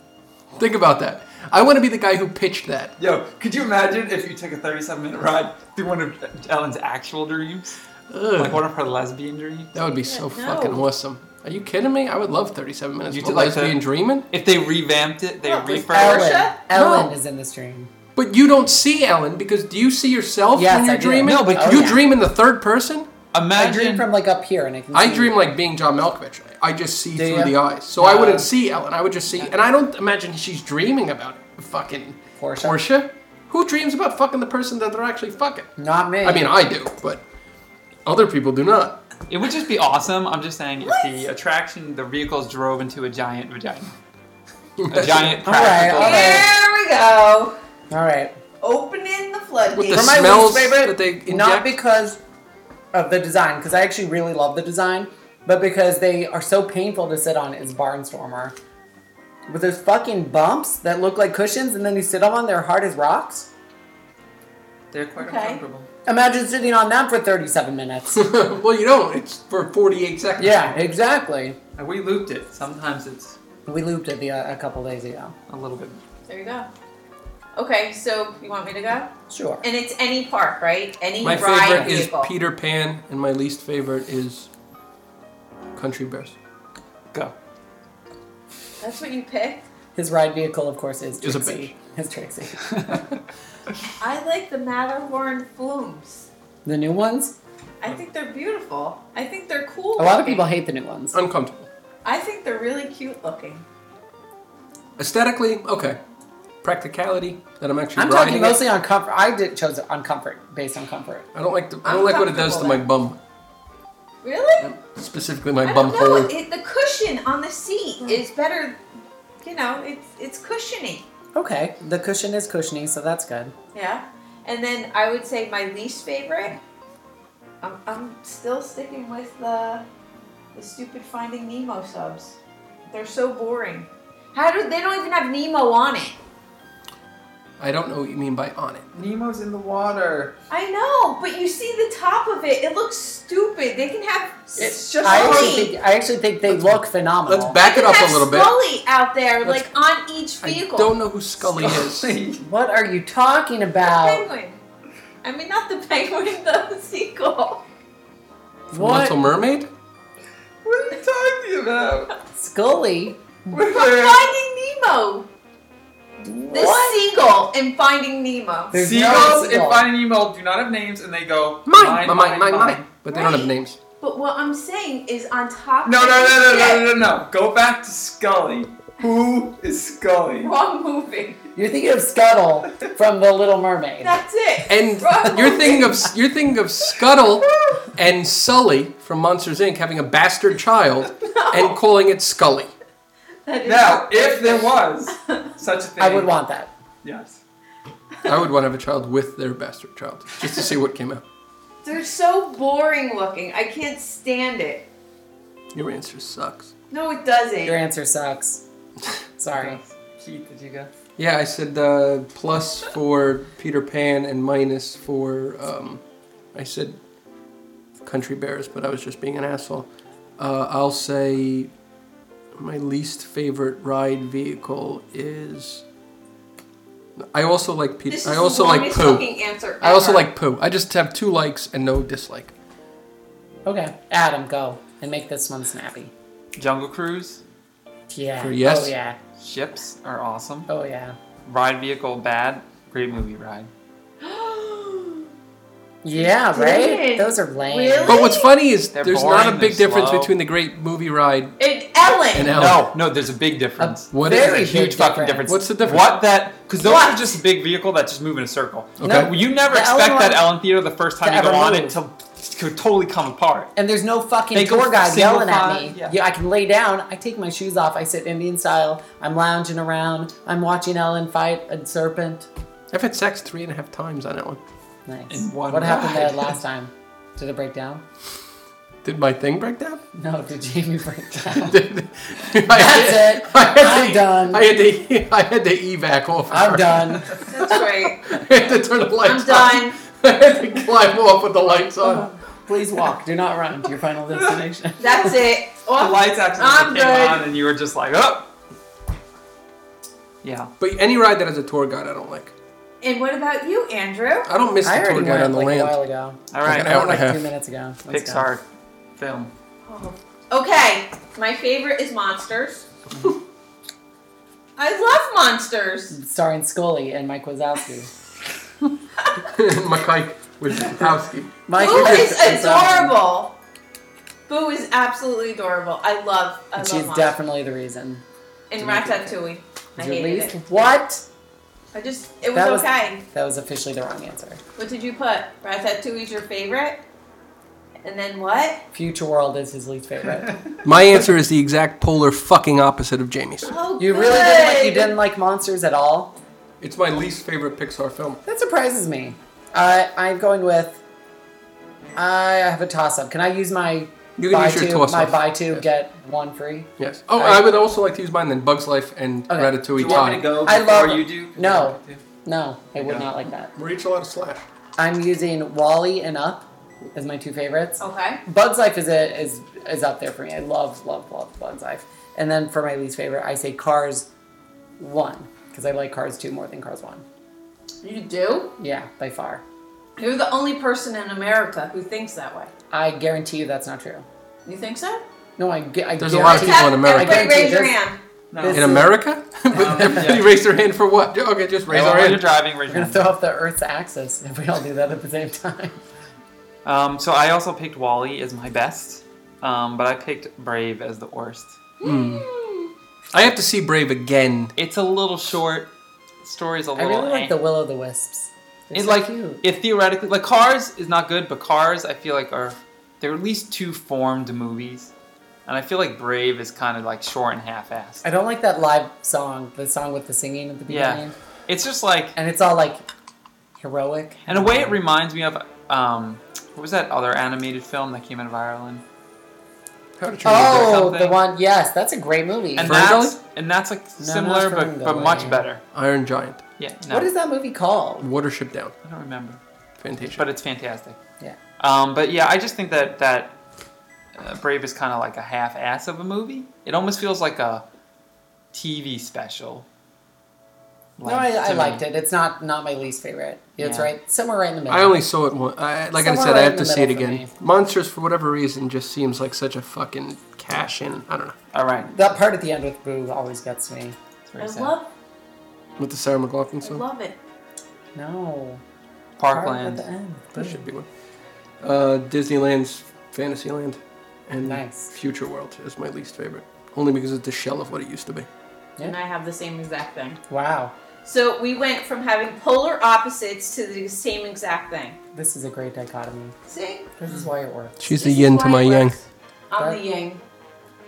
Speaker 4: Think about that. I want to be the guy who pitched that.
Speaker 3: Yo, could you imagine if you took a 37 minute ride through one of Ellen's actual dreams? Like one of her lesbian dreams?
Speaker 4: That would be so
Speaker 2: Yeah, no.
Speaker 4: fucking awesome. Are you kidding me? I would love 37 minutes.
Speaker 3: You
Speaker 4: You
Speaker 3: did
Speaker 4: did
Speaker 3: like
Speaker 4: lesbian
Speaker 3: the-
Speaker 4: dreaming,
Speaker 3: If they revamped it, they
Speaker 2: Well, it was
Speaker 3: refurbished
Speaker 2: Alice.
Speaker 1: Ellen,
Speaker 2: Portia?
Speaker 1: Ellen
Speaker 4: No.
Speaker 1: is in this dream.
Speaker 4: but you don't see Ellen because do you see yourself
Speaker 1: Yes,
Speaker 4: when you're
Speaker 1: I do.
Speaker 4: dreaming?
Speaker 3: No, but
Speaker 4: you
Speaker 1: yeah.
Speaker 4: dream in the third person.
Speaker 1: I dream
Speaker 3: Imagine.
Speaker 1: from like up here, and I can.
Speaker 4: I
Speaker 1: see-
Speaker 4: dream like being John Malkovich. I just see
Speaker 1: Mm-hmm. Do
Speaker 4: through
Speaker 1: you?
Speaker 4: the eyes, so I
Speaker 3: Yeah.
Speaker 4: wouldn't see Ellen. I would just see, and I don't imagine she's dreaming about fucking
Speaker 1: Portia.
Speaker 4: Portia. Who dreams about fucking the person that they're actually fucking?
Speaker 1: Not me.
Speaker 4: I mean, I do, but other people do not.
Speaker 3: it would just be awesome. I'm just saying, if the attraction, the vehicles drove into a giant vagina. A giant
Speaker 1: [laughs] All right,
Speaker 3: practical.
Speaker 1: all right.
Speaker 2: There we go.
Speaker 1: all right.
Speaker 2: Opening the
Speaker 4: With
Speaker 2: floodgates.
Speaker 4: the
Speaker 1: For my
Speaker 4: smells
Speaker 1: least favorite,
Speaker 4: that they
Speaker 1: not
Speaker 4: inject?
Speaker 1: because of the design, because I actually really love the design, but because they are so painful to sit on. Is Barnstormer with those fucking bumps that look like cushions, and then you sit on them, they're hard as rocks.
Speaker 3: They're quite
Speaker 2: Okay.
Speaker 3: uncomfortable.
Speaker 1: Imagine sitting on them for 37
Speaker 4: [laughs]
Speaker 1: minutes.
Speaker 4: [laughs] well, you don't. It's for 48 seconds.
Speaker 1: yeah, exactly.
Speaker 3: And we looped it. Sometimes it's
Speaker 1: We looped it the, uh, a couple days ago.
Speaker 3: a little bit.
Speaker 2: There you go. Okay, so you want me to go?
Speaker 1: Sure.
Speaker 2: And it's any park, right? Any
Speaker 4: My
Speaker 2: ride
Speaker 4: favorite is
Speaker 2: vehicle.
Speaker 4: Peter Pan, and my least favorite is Country Bears.
Speaker 3: Go. [laughs]
Speaker 2: That's what you picked.
Speaker 1: His ride vehicle, of course, is
Speaker 4: Is a
Speaker 1: Trixie. Is Trixie.
Speaker 2: I like the Matterhorn flumes.
Speaker 1: The new ones?
Speaker 2: I think they're beautiful. I think they're cool.
Speaker 1: A lot of
Speaker 2: looking.
Speaker 1: people hate the new ones.
Speaker 4: Uncomfortable.
Speaker 2: I think they're really cute looking.
Speaker 4: Aesthetically, okay. Practicality that I'm actually
Speaker 1: I'm
Speaker 4: riding.
Speaker 1: talking
Speaker 4: it.
Speaker 1: mostly on comfort. I did chose it on comfort, based on comfort.
Speaker 4: I don't like the, I don't like what it does to my bum,
Speaker 2: Really?
Speaker 4: specifically my
Speaker 2: I
Speaker 4: bum
Speaker 2: don't know.
Speaker 4: hole.
Speaker 2: It, the cushion on the seat is better. You know, it's it's cushiony.
Speaker 1: Okay, the cushion is cushiony, so that's good.
Speaker 2: Yeah. And then I would say my least favorite. I'm, I'm still sticking with the the stupid Finding Nemo subs. They're so boring. How do they don't even have Nemo on it?
Speaker 4: I don't know what you mean by on it.
Speaker 3: Nemo's in the water.
Speaker 2: I know, but you see the top of it. It looks stupid. They can have
Speaker 3: It's
Speaker 2: it's
Speaker 3: just
Speaker 2: just
Speaker 1: I
Speaker 3: Sully.
Speaker 1: actually think, I actually think they look phenomenal.
Speaker 4: Let's back it up a little bit.
Speaker 2: Scully out there,
Speaker 4: Let's-
Speaker 2: like on each
Speaker 4: I
Speaker 2: vehicle.
Speaker 4: don't know who Scully is.
Speaker 1: What are you talking about?
Speaker 2: Penguin. I mean, not the penguin, [laughs] the seagull.
Speaker 4: What?
Speaker 1: What?
Speaker 4: Little Mermaid?
Speaker 3: what are you talking about?
Speaker 1: Scully?
Speaker 3: What
Speaker 2: From Finding Nemo. The
Speaker 1: What?
Speaker 2: seagull in Finding Nemo.
Speaker 1: There's no
Speaker 3: Seagulls in
Speaker 1: seagull.
Speaker 3: Finding Nemo do not have names, and they go
Speaker 4: Mine, mine, mine, mine, mine. But they don't have
Speaker 2: Right.
Speaker 4: names.
Speaker 2: But what I'm saying is on top.
Speaker 3: No, no,
Speaker 2: of
Speaker 3: no, no,
Speaker 2: the
Speaker 3: no, no, no,
Speaker 2: ship.
Speaker 3: no. Go back to Scully. Who is Scully?
Speaker 2: Wrong movie.
Speaker 1: You're thinking of Scuttle from The Little
Speaker 2: [laughs]
Speaker 1: Mermaid.
Speaker 2: That's it.
Speaker 4: And
Speaker 2: Wrong
Speaker 4: you're
Speaker 2: movie.
Speaker 4: thinking of you're thinking of Scuttle and Sully from Monsters Inc. having a bastard child and calling it Scully.
Speaker 2: That is-
Speaker 3: Now, if there [laughs] was such a thing,
Speaker 1: I would want that.
Speaker 3: Yes.
Speaker 4: I would want to have a child with their bastard child just to see what came out.
Speaker 2: They're so boring looking. I can't stand it.
Speaker 4: Your answer sucks.
Speaker 2: No, it doesn't.
Speaker 1: Your answer sucks. Sorry.
Speaker 3: Keith, did you go?
Speaker 4: Yeah, I said uh, plus for Peter Pan and minus for um, I said Country Bears, but I was just being an asshole. Uh, I'll say my least favorite ride vehicle is. I also like Peter.
Speaker 2: This is
Speaker 4: I also
Speaker 2: the
Speaker 4: like
Speaker 2: longest
Speaker 4: poo.
Speaker 2: fucking answer.
Speaker 4: I also
Speaker 2: ever.
Speaker 4: like poo. I just have two likes and no dislike.
Speaker 1: Okay, Adam, go and make this one snappy.
Speaker 3: Jungle Cruise,
Speaker 1: Yeah.
Speaker 4: For yes?
Speaker 1: Oh yeah.
Speaker 3: ships are awesome.
Speaker 1: Oh yeah.
Speaker 3: Ride vehicle bad, great movie ride.
Speaker 1: Yeah.
Speaker 2: Good.
Speaker 1: Right. Those are lame.
Speaker 2: Really?
Speaker 4: But what's funny is
Speaker 3: They're
Speaker 4: there's not a
Speaker 3: boring,
Speaker 4: big
Speaker 3: they're
Speaker 4: difference
Speaker 3: slow.
Speaker 4: between the great movie ride
Speaker 2: [gasps] And Ellen.
Speaker 4: and Ellen.
Speaker 3: No, no, there's a big difference.
Speaker 4: What is
Speaker 1: Very
Speaker 4: it?
Speaker 3: There's a huge
Speaker 1: big
Speaker 3: fucking
Speaker 1: difference.
Speaker 3: difference.
Speaker 4: What's the difference?
Speaker 3: What that? Because those
Speaker 1: What?
Speaker 3: are just a big vehicle that just move in a circle.
Speaker 4: Okay.
Speaker 1: No.
Speaker 3: You never
Speaker 1: The Ellen
Speaker 3: expect that
Speaker 1: one-
Speaker 3: Ellen Theater the first time
Speaker 1: to
Speaker 3: you go
Speaker 1: ever
Speaker 3: on
Speaker 1: move.
Speaker 3: it to, to totally come apart.
Speaker 1: And there's no fucking
Speaker 3: They go
Speaker 1: tour guide
Speaker 3: single
Speaker 1: yelling at me.
Speaker 3: file, yeah.
Speaker 1: I can lay down. I take my shoes off. I sit Indian style. I'm lounging around. I'm watching Ellen fight a serpent.
Speaker 4: I've had sex three and a half times on that one.
Speaker 1: Nice.
Speaker 3: In one
Speaker 1: what happened there
Speaker 3: ride.
Speaker 1: last time? Did it break down?
Speaker 3: [laughs]
Speaker 4: Did my thing break down?
Speaker 1: No, did Jamie break down?
Speaker 4: Did- I
Speaker 1: That's
Speaker 4: had-
Speaker 1: it.
Speaker 4: I had to-
Speaker 1: I'm done.
Speaker 4: I had to. I had to evac off.
Speaker 1: I'm done.
Speaker 2: That's right.
Speaker 4: [laughs] I had to turn the
Speaker 2: I'm
Speaker 4: lights on.
Speaker 2: done.
Speaker 4: [laughs] I had to climb off with the lights on.
Speaker 1: Please walk. Do not run to your final destination.
Speaker 2: [laughs] That's it.
Speaker 3: The lights actually
Speaker 2: I'm
Speaker 3: came
Speaker 2: good.
Speaker 3: on, and you were just like, oh. Yeah.
Speaker 4: But any ride that has a tour guide, I don't like.
Speaker 2: And what about you, Andrew?
Speaker 4: I don't miss
Speaker 1: I
Speaker 4: the tour
Speaker 1: already
Speaker 4: guide
Speaker 1: went
Speaker 4: on the
Speaker 1: like a
Speaker 4: land.
Speaker 1: while ago.
Speaker 3: All
Speaker 4: Okay,
Speaker 3: right.
Speaker 4: Hour and a
Speaker 1: like
Speaker 4: half.
Speaker 1: two minutes ago. Let's go.
Speaker 3: Pixar film.
Speaker 2: Oh. Okay, my favorite is Monsters. I love Monsters.
Speaker 1: Starring Scully and Mike Wazowski.
Speaker 4: [laughs] Mike
Speaker 1: [laughs]
Speaker 4: with Wazowski.
Speaker 1: [laughs] Mike
Speaker 2: Boo is
Speaker 1: Wazowski.
Speaker 2: adorable. Boo is absolutely adorable. I love.
Speaker 1: And
Speaker 2: I love
Speaker 1: she's
Speaker 2: Monsters.
Speaker 1: definitely the reason.
Speaker 2: And Ratatouille. I
Speaker 1: Is your
Speaker 2: hated
Speaker 1: least?
Speaker 2: it.
Speaker 1: What?
Speaker 2: I just it was
Speaker 1: That was-
Speaker 2: okay.
Speaker 1: That was officially the wrong answer.
Speaker 2: What did you put? Ratatouille's your favorite. And then what?
Speaker 1: Future World is his least favorite.
Speaker 4: My answer is the exact polar fucking opposite of Jamie's.
Speaker 2: Oh,
Speaker 1: You really didn't like, you didn't like monsters at all?
Speaker 4: It's my least favorite Pixar film.
Speaker 1: That surprises me. Uh, I'm going with. I have a toss up. Can I use my
Speaker 4: You can
Speaker 1: buy
Speaker 4: use your
Speaker 1: two?
Speaker 4: toss-up.
Speaker 1: My buy two get one free.
Speaker 4: Yes. Oh, I,
Speaker 1: I-
Speaker 4: would also like to use mine then. Bug's Life and
Speaker 1: Okay.
Speaker 3: Do
Speaker 4: Ratatouille.
Speaker 3: you want me
Speaker 4: tie.
Speaker 3: to go
Speaker 1: I
Speaker 3: before
Speaker 1: love-
Speaker 3: you do? 'Cause
Speaker 1: No.
Speaker 3: I like to.
Speaker 1: No, I would
Speaker 3: Okay.
Speaker 1: not like that.
Speaker 4: We're each allowed a slash.
Speaker 1: I'm using Wally and Up as my two favorites.
Speaker 2: Okay.
Speaker 1: Bugs Life is a, is is up there for me. I love love love Bugs Life. And then for my least favorite, I say Cars One because I like Cars Two more than Cars One.
Speaker 2: You do?
Speaker 1: Yeah, by far.
Speaker 2: You're the only person in America who thinks that way.
Speaker 1: I guarantee you that's not true.
Speaker 2: You think so?
Speaker 1: No, I, gu- I
Speaker 4: There's a lot of
Speaker 1: guarantee-
Speaker 4: people in America.
Speaker 2: Everybody raise your
Speaker 1: This-
Speaker 2: hand.
Speaker 3: No.
Speaker 1: This-
Speaker 4: In America? [laughs] But
Speaker 3: Um,
Speaker 4: Everybody raise their hand for what? Okay, just raise
Speaker 3: Raise
Speaker 4: our
Speaker 3: when you're
Speaker 4: hand.
Speaker 3: driving, raise
Speaker 1: We're gonna
Speaker 3: your hand.
Speaker 1: throw off the Earth's axis if we all do that at the same time.
Speaker 3: Um, so I also picked Wally as my best, um, but I picked Brave as the worst.
Speaker 4: Hmm. I have to see Brave again.
Speaker 3: It's a little short. Story's a
Speaker 1: I
Speaker 3: little.
Speaker 1: really
Speaker 3: eh.
Speaker 1: like the Will o' the Wisps. They're
Speaker 3: It's
Speaker 1: so
Speaker 3: like
Speaker 1: cute.
Speaker 3: it theoretically like Cars is not good, but Cars I feel like are they're at least two formed movies, and I feel like Brave is kind of like short and half-assed.
Speaker 1: I don't like that live song, the song with the singing at the
Speaker 3: Yeah.
Speaker 1: beginning,
Speaker 3: It's just like,
Speaker 1: and it's all like heroic.
Speaker 3: in a way, it reminds me of um, what was that other animated film that came out of Ireland?
Speaker 4: How to Train Your Dragon.
Speaker 1: Oh,
Speaker 3: something.
Speaker 1: the one. Yes, that's a great movie.
Speaker 3: And
Speaker 4: Ferngully?
Speaker 3: that's and that's like similar,
Speaker 1: not
Speaker 3: but but much
Speaker 1: Ferngully.
Speaker 3: better.
Speaker 4: Iron Giant.
Speaker 3: Yeah. No,
Speaker 1: what is that movie called?
Speaker 4: Watership Down.
Speaker 3: I don't remember,
Speaker 4: Fantasia.
Speaker 3: but it's fantastic.
Speaker 1: Yeah.
Speaker 3: Um, but yeah, I just think that that uh, Brave is kind of like a half-ass of a movie. It almost feels like a TV special.
Speaker 1: No, I,
Speaker 3: Like,
Speaker 1: I
Speaker 3: to me.
Speaker 1: liked it. It's not not my least favorite. It's
Speaker 3: Yeah.
Speaker 1: right somewhere right in the middle.
Speaker 4: I only saw it once. I, like
Speaker 1: Somewhere
Speaker 4: I said,
Speaker 1: right
Speaker 4: I have
Speaker 1: in
Speaker 4: to
Speaker 1: the
Speaker 4: see it
Speaker 1: middle for
Speaker 4: again.
Speaker 1: me.
Speaker 4: Monsters, for whatever reason, just seems like such a fucking cash in. I don't know.
Speaker 3: All right.
Speaker 1: that part at the end with Boo always gets me.
Speaker 3: It's
Speaker 2: I
Speaker 3: very sad.
Speaker 2: love,
Speaker 4: With the Sarah McLaughlin
Speaker 2: I
Speaker 4: song?
Speaker 2: love it.
Speaker 1: No. Part at
Speaker 3: Parkland.
Speaker 1: the end.
Speaker 4: That should be one. Uh, Disneyland's Fantasyland and
Speaker 1: Nice.
Speaker 4: Future World is my least favorite. Only because it's a shell of what it used to be.
Speaker 1: Yeah.
Speaker 2: And I have the same exact thing.
Speaker 1: Wow,
Speaker 2: So we went from having polar opposites to the same exact thing.
Speaker 1: this is a great dichotomy.
Speaker 2: See?
Speaker 1: This is why it works.
Speaker 4: She's
Speaker 2: This
Speaker 4: the
Speaker 2: is
Speaker 4: yin to
Speaker 2: why
Speaker 4: my
Speaker 2: it
Speaker 4: yang.
Speaker 2: works. I'm the [laughs] yang.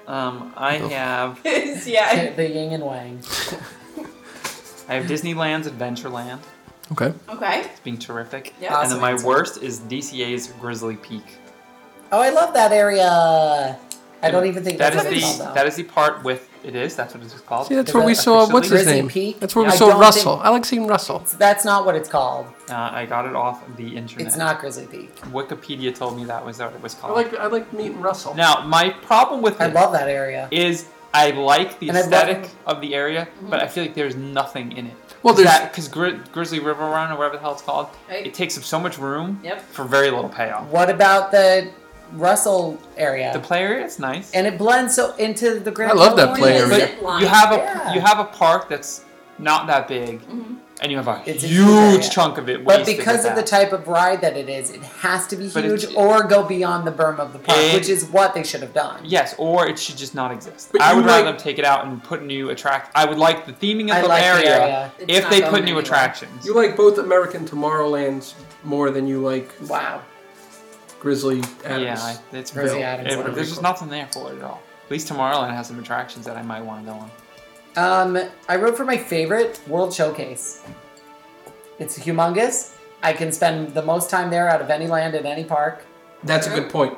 Speaker 3: Um, I
Speaker 4: Oh.
Speaker 3: have
Speaker 2: [laughs] yeah.
Speaker 1: the yin and yang. [laughs]
Speaker 3: I have Disneyland's Adventureland.
Speaker 4: Okay.
Speaker 2: Okay.
Speaker 3: It's being terrific.
Speaker 2: Yeah.
Speaker 4: Uh,
Speaker 3: And
Speaker 1: Awesome
Speaker 3: then my
Speaker 1: answer.
Speaker 3: worst is DCA's Grizzly Peak.
Speaker 1: Oh, I love that area. I don't even think
Speaker 3: that
Speaker 1: that's
Speaker 3: is
Speaker 1: what it's
Speaker 3: the
Speaker 1: called, though.
Speaker 3: that is the part with It is. That's what it's called.
Speaker 4: See, that's
Speaker 3: Is
Speaker 4: where
Speaker 3: that
Speaker 4: we saw what's his
Speaker 1: Grizzly
Speaker 3: officially?
Speaker 4: name.
Speaker 1: Peak?
Speaker 4: That's where we
Speaker 1: I
Speaker 4: saw
Speaker 1: don't
Speaker 4: Russell.
Speaker 1: think-
Speaker 4: I like seeing Russell.
Speaker 1: That's not what it's called.
Speaker 3: Uh, I got it off the internet.
Speaker 1: It's not Grizzly Peak.
Speaker 3: Wikipedia told me that was what it was
Speaker 4: I
Speaker 3: called.
Speaker 4: like I like meeting Russell.
Speaker 3: now, my problem with
Speaker 1: I
Speaker 3: it
Speaker 1: love that area.
Speaker 3: is I like the
Speaker 1: And I love-
Speaker 3: aesthetic of the area,
Speaker 2: Mm-hmm.
Speaker 3: but I feel like there's nothing in it.
Speaker 4: Well, there's-
Speaker 3: because Gri- Grizzly River Run or whatever the hell it's called,
Speaker 2: Right.
Speaker 3: it takes up so much room
Speaker 2: Yep.
Speaker 3: for very little payoff.
Speaker 1: What about the Russell area?
Speaker 3: The play area is nice,
Speaker 1: and it blends so into the Grand.
Speaker 4: I love that
Speaker 1: Canyon.
Speaker 4: play area.
Speaker 3: but
Speaker 2: Zip line.
Speaker 3: you have a
Speaker 1: Yeah.
Speaker 3: you have a park that's not that big,
Speaker 2: Mhm.
Speaker 3: and you have a
Speaker 1: It's a huge
Speaker 3: huge
Speaker 1: area.
Speaker 3: chunk of it.
Speaker 1: But
Speaker 3: wasted
Speaker 1: because
Speaker 3: with
Speaker 1: of the
Speaker 3: that.
Speaker 1: type of ride that it is, it has to be
Speaker 3: But
Speaker 1: huge
Speaker 3: it's-
Speaker 1: or go beyond the berm of the park,
Speaker 3: It-
Speaker 1: which is what they should have done.
Speaker 3: Yes, or it should just not exist.
Speaker 4: But
Speaker 3: I
Speaker 4: you
Speaker 3: would rather
Speaker 4: like-
Speaker 3: them take it out and put new attract. I would like the theming
Speaker 1: I
Speaker 3: of the,
Speaker 1: like the
Speaker 3: area,
Speaker 1: area.
Speaker 2: It's
Speaker 3: if
Speaker 2: not
Speaker 3: they
Speaker 2: going
Speaker 3: put new
Speaker 2: anywhere.
Speaker 3: attractions.
Speaker 4: You like both American Tomorrowlands more than you like
Speaker 1: Wow.
Speaker 4: Grizzly
Speaker 3: yeah,
Speaker 4: Adams.
Speaker 3: I- it's
Speaker 1: Rosie
Speaker 3: real.
Speaker 1: Adams,
Speaker 3: It-
Speaker 1: whatever
Speaker 3: there's
Speaker 4: it's
Speaker 3: just
Speaker 4: called.
Speaker 3: nothing there for it at all. At least Tomorrowland has some attractions that I might want to go on.
Speaker 1: Um, I wrote for my favorite World Showcase. It's humongous. I can spend the most time there out of any land in any park.
Speaker 4: That's a good point.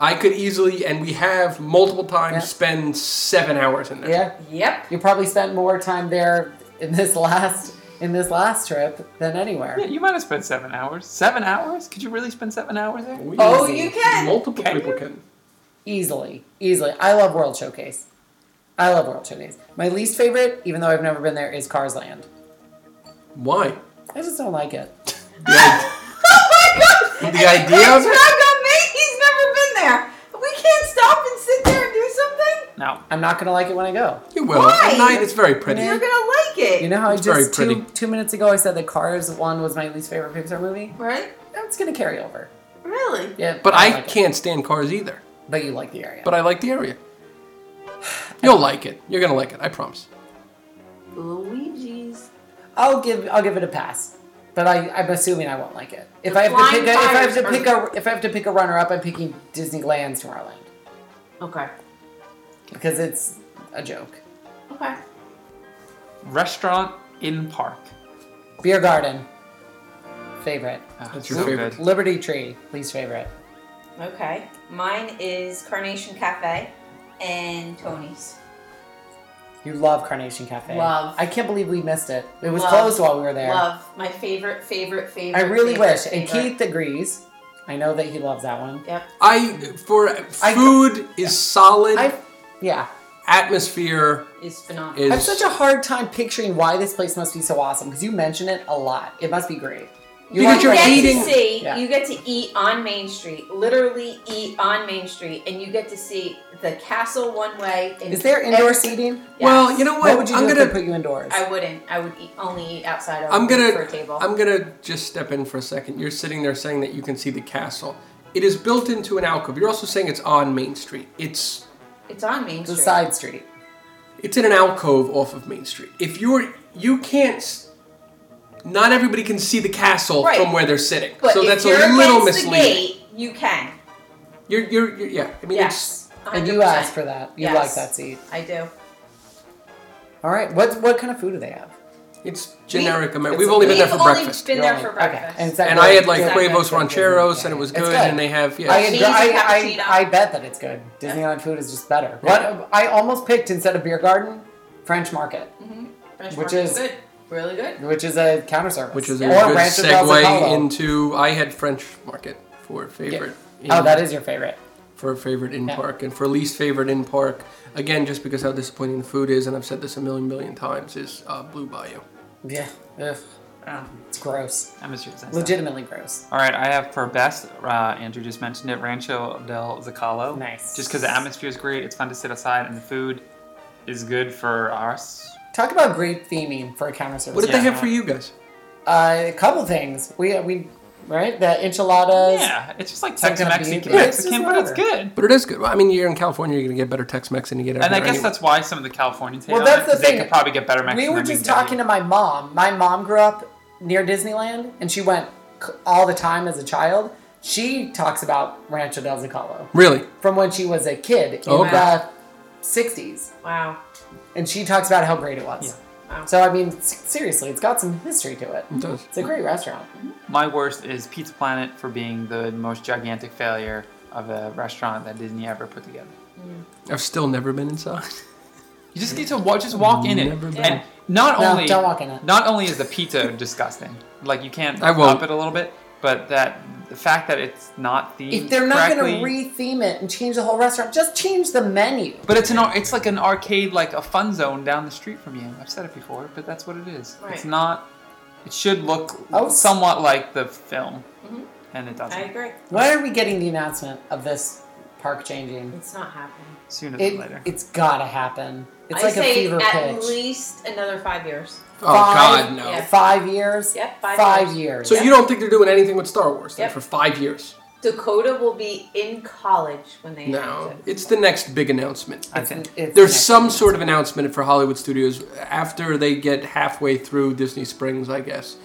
Speaker 4: I could easily, and we have multiple times,
Speaker 1: Yeah.
Speaker 4: spend seven hours in there.
Speaker 1: Yeah,
Speaker 2: Yep.
Speaker 1: you probably spent more time there in this [laughs] last in this last trip than anywhere.
Speaker 3: Yeah, you might have spent seven hours. Seven hours? Could you really spend seven hours there?
Speaker 4: We-
Speaker 2: Oh,
Speaker 1: Easy.
Speaker 2: you can.
Speaker 4: Multiple
Speaker 3: Can
Speaker 4: people
Speaker 3: you?
Speaker 4: can.
Speaker 1: Easily, easily. I love World Showcase. I love World Showcase. My least favorite, even though I've never been there, is Cars Land.
Speaker 4: Why?
Speaker 1: I just don't like it.
Speaker 2: [laughs]
Speaker 4: The, i-
Speaker 2: oh my
Speaker 4: [laughs]
Speaker 2: god!
Speaker 4: The idea of
Speaker 2: It's
Speaker 4: it?
Speaker 2: not on me. He's never been there. We can't stop and sit there and do something.
Speaker 3: Now,
Speaker 1: I'm not gonna like it when I go.
Speaker 4: you will.
Speaker 2: Why?
Speaker 4: At night, it's very pretty.
Speaker 2: You're gonna like it,
Speaker 1: You know how
Speaker 4: It's
Speaker 1: I
Speaker 4: very
Speaker 1: just two,
Speaker 4: pretty.
Speaker 1: two minutes ago I said that Cars one was my least favorite Pixar movie.
Speaker 2: right?
Speaker 1: That's gonna carry over.
Speaker 2: Really?
Speaker 1: Yeah,
Speaker 4: But
Speaker 1: I
Speaker 4: I
Speaker 1: don't like it.
Speaker 4: can't stand cars either.
Speaker 1: But you like the area.
Speaker 4: But I like the area. You'll like it. You're gonna like it. I promise.
Speaker 2: Luigi's.
Speaker 1: I'll give I'll give it a pass. But I, I'm assuming I won't like it. If I have to
Speaker 2: Flying
Speaker 1: pick a, if I have
Speaker 2: Fires
Speaker 1: to
Speaker 2: are-
Speaker 1: pick a if I have to pick a runner up, I'm picking Disneyland's Tomorrowland
Speaker 2: Okay.
Speaker 1: because it's a joke.
Speaker 2: Okay.
Speaker 3: restaurant in park.
Speaker 1: Beer garden, favorite.
Speaker 3: Ah,
Speaker 4: That's your
Speaker 3: so
Speaker 4: favorite.
Speaker 3: good.
Speaker 1: Liberty Tree, least favorite.
Speaker 2: Okay. Mine is Carnation Cafe and Tony's.
Speaker 1: You love Carnation Cafe.
Speaker 2: Love.
Speaker 1: I can't believe we missed it. It was
Speaker 2: Love.
Speaker 1: closed while we were there.
Speaker 2: Love. My favorite, favorite, favorite.
Speaker 1: I really
Speaker 2: favorite,
Speaker 1: wish. And
Speaker 2: favorite.
Speaker 1: Keith agrees. I know that he loves that one.
Speaker 2: Yep.
Speaker 4: I for
Speaker 1: I-
Speaker 4: food is solid.
Speaker 1: I, yeah.
Speaker 4: Atmosphere
Speaker 2: Is phenomenal.
Speaker 4: is
Speaker 1: I have such a hard time picturing why this place must be so awesome because you mention it a lot. It must be great. You
Speaker 4: Because
Speaker 1: want
Speaker 4: you're
Speaker 1: to-
Speaker 2: get
Speaker 4: eating-
Speaker 2: to see
Speaker 1: Yeah.
Speaker 2: you get to eat on Main Street, literally eat on Main Street, and you get to see the castle one way. And
Speaker 1: Is there indoor
Speaker 2: every-
Speaker 1: seating?
Speaker 4: well.
Speaker 2: Yes.
Speaker 4: You know what?
Speaker 1: What would you
Speaker 4: I'm
Speaker 1: do
Speaker 4: gonna
Speaker 1: if they put you indoors?
Speaker 2: I wouldn't. I would eat, only eat outside.
Speaker 4: I'm
Speaker 2: for
Speaker 4: gonna
Speaker 2: a table.
Speaker 4: I'm gonna just step in for a second. You're sitting there saying that you can see the castle. It is built into an alcove. You're also saying it's on Main Street. It's
Speaker 2: it's on Main
Speaker 1: It's a
Speaker 2: Street.
Speaker 1: side street.
Speaker 4: it's in an alcove off of Main Street. If you're you can't s- not everybody can see the castle
Speaker 2: Right.
Speaker 4: from where they're sitting.
Speaker 2: But
Speaker 4: so
Speaker 2: if
Speaker 4: that's a
Speaker 2: you're
Speaker 4: little
Speaker 2: against the
Speaker 4: misleading.
Speaker 2: gate, you can.
Speaker 4: You're, you're you're yeah. I mean
Speaker 2: Yes.
Speaker 1: And
Speaker 2: 100%.
Speaker 1: you asked for that. You
Speaker 2: Yes.
Speaker 1: like that seat.
Speaker 2: I do.
Speaker 1: All right. What what kind of food do they have?
Speaker 4: it's it's generic. Amer-
Speaker 1: it's-
Speaker 4: We've only been there
Speaker 2: We've
Speaker 4: for
Speaker 2: only
Speaker 4: breakfast.
Speaker 2: Been
Speaker 1: You're
Speaker 2: there
Speaker 1: only-
Speaker 2: for
Speaker 1: Okay.
Speaker 2: breakfast.
Speaker 1: And, it's that
Speaker 4: And
Speaker 1: good-
Speaker 4: I had like
Speaker 1: good-
Speaker 4: huevos
Speaker 1: good-
Speaker 4: rancheros, and it was
Speaker 1: It's
Speaker 4: good, and they have yeah.
Speaker 1: I,
Speaker 2: Cheese
Speaker 1: agree-
Speaker 2: and
Speaker 1: I,
Speaker 2: cappuccino.
Speaker 1: I, I bet that it's good. Disneyland food is just better. What I almost picked instead of beer garden, French market,
Speaker 2: French
Speaker 1: which
Speaker 2: fries are
Speaker 1: is-
Speaker 2: good. really good.
Speaker 1: which is a counter service,
Speaker 4: which is a
Speaker 1: or
Speaker 4: good
Speaker 1: Rancho Del Zocalo.
Speaker 4: segue into I had French market for favorite. in-
Speaker 1: Oh, that is your favorite.
Speaker 4: for favorite in
Speaker 1: Yeah.
Speaker 4: park and for least favorite in park. Again, just because how disappointing the food is, and I've said this a million million times, is uh, Blue Bayou.
Speaker 1: Yeah. Ugh,
Speaker 3: Ah,
Speaker 1: it's gross.
Speaker 3: I'm as serious as that.
Speaker 1: Legitimately gross.
Speaker 3: All right, I have for best. Uh, Andrew just mentioned it, Rancho del Zacalo.
Speaker 1: Nice.
Speaker 3: Just because the atmosphere is great, it's fun to sit outside, and the food is good for us.
Speaker 1: Talk about great theming for a counter service.
Speaker 4: What did they
Speaker 3: Yeah.
Speaker 4: have for you guys?
Speaker 1: Uh, a couple things. We uh, we right the enchiladas.
Speaker 3: Yeah, it's just like
Speaker 1: Some kind of
Speaker 3: Tex-Mex
Speaker 1: bean-
Speaker 3: and
Speaker 1: Yeah, it's
Speaker 3: Mexican,
Speaker 1: just
Speaker 3: but it's
Speaker 1: whatever.
Speaker 3: good.
Speaker 4: But it is good. Well, I mean, you're in California, you're gonna get better Tex-Mex than you get.
Speaker 3: And I
Speaker 4: everywhere
Speaker 3: guess
Speaker 4: anyway.
Speaker 3: that's why some of the Californians hate
Speaker 1: Well,
Speaker 3: on
Speaker 1: that's
Speaker 3: it,
Speaker 1: the
Speaker 3: 'cause
Speaker 1: thing.
Speaker 3: They could probably get better Mexican.
Speaker 1: We were
Speaker 3: than
Speaker 1: just
Speaker 3: can get
Speaker 4: E
Speaker 1: talking to my mom. My mom grew up near Disneyland, and she went c- all the time as a child. She talks about Rancho del Zacalo
Speaker 4: really.
Speaker 1: from when she was a kid in
Speaker 4: Oh, okay.
Speaker 1: the '60s,
Speaker 2: Wow.
Speaker 1: and she talks about how great it was.
Speaker 3: Yeah.
Speaker 2: Wow.
Speaker 1: So I mean, s- seriously, it's got some history to it.
Speaker 4: It does.
Speaker 1: It's a great restaurant.
Speaker 3: My worst is Pizza Planet for being the most gigantic failure of a restaurant that Disney ever put together.
Speaker 4: I've still never been inside.
Speaker 3: You just need to wa- just walk in it,
Speaker 4: Never been.
Speaker 3: and not
Speaker 1: No,
Speaker 3: only
Speaker 1: don't walk in it.
Speaker 3: Not only is the pizza [laughs] disgusting, like you can't
Speaker 4: I won't.
Speaker 3: up it a little bit, but that the fact that it's not themed
Speaker 1: If they're not going
Speaker 3: correctly,
Speaker 1: to re-theme it and change the whole restaurant, just change the menu.
Speaker 3: but it's an ar- it's like an arcade, like a fun zone down the street from you. I've said it before, but that's what it is. It's
Speaker 2: Right.
Speaker 3: not. It should look
Speaker 1: Oh.
Speaker 3: somewhat like the film,
Speaker 2: Mhm.
Speaker 3: and it
Speaker 2: I
Speaker 3: doesn't.
Speaker 2: agree.
Speaker 1: Why are we getting the announcement of this park changing?
Speaker 2: It's not happening.
Speaker 3: Sooner than
Speaker 1: It,
Speaker 3: later.
Speaker 1: it's gotta happen. It's
Speaker 2: I
Speaker 1: like
Speaker 2: say
Speaker 1: a fever
Speaker 2: at
Speaker 1: pitch.
Speaker 2: least another five years.
Speaker 4: [laughs] Oh God, no.
Speaker 2: yeah.
Speaker 1: Five years.
Speaker 2: Yep, five years.
Speaker 1: years.
Speaker 4: So you don't think they're doing anything with Star Wars then
Speaker 2: Yep.
Speaker 4: for five years?
Speaker 2: Dakota will be in college when they
Speaker 4: No,
Speaker 2: announce it.
Speaker 4: it's the next big announcement.
Speaker 3: I think.
Speaker 1: It's
Speaker 4: There's
Speaker 1: next.
Speaker 4: some sort of announcement for Hollywood Studios after they get halfway through Disney Springs, I guess.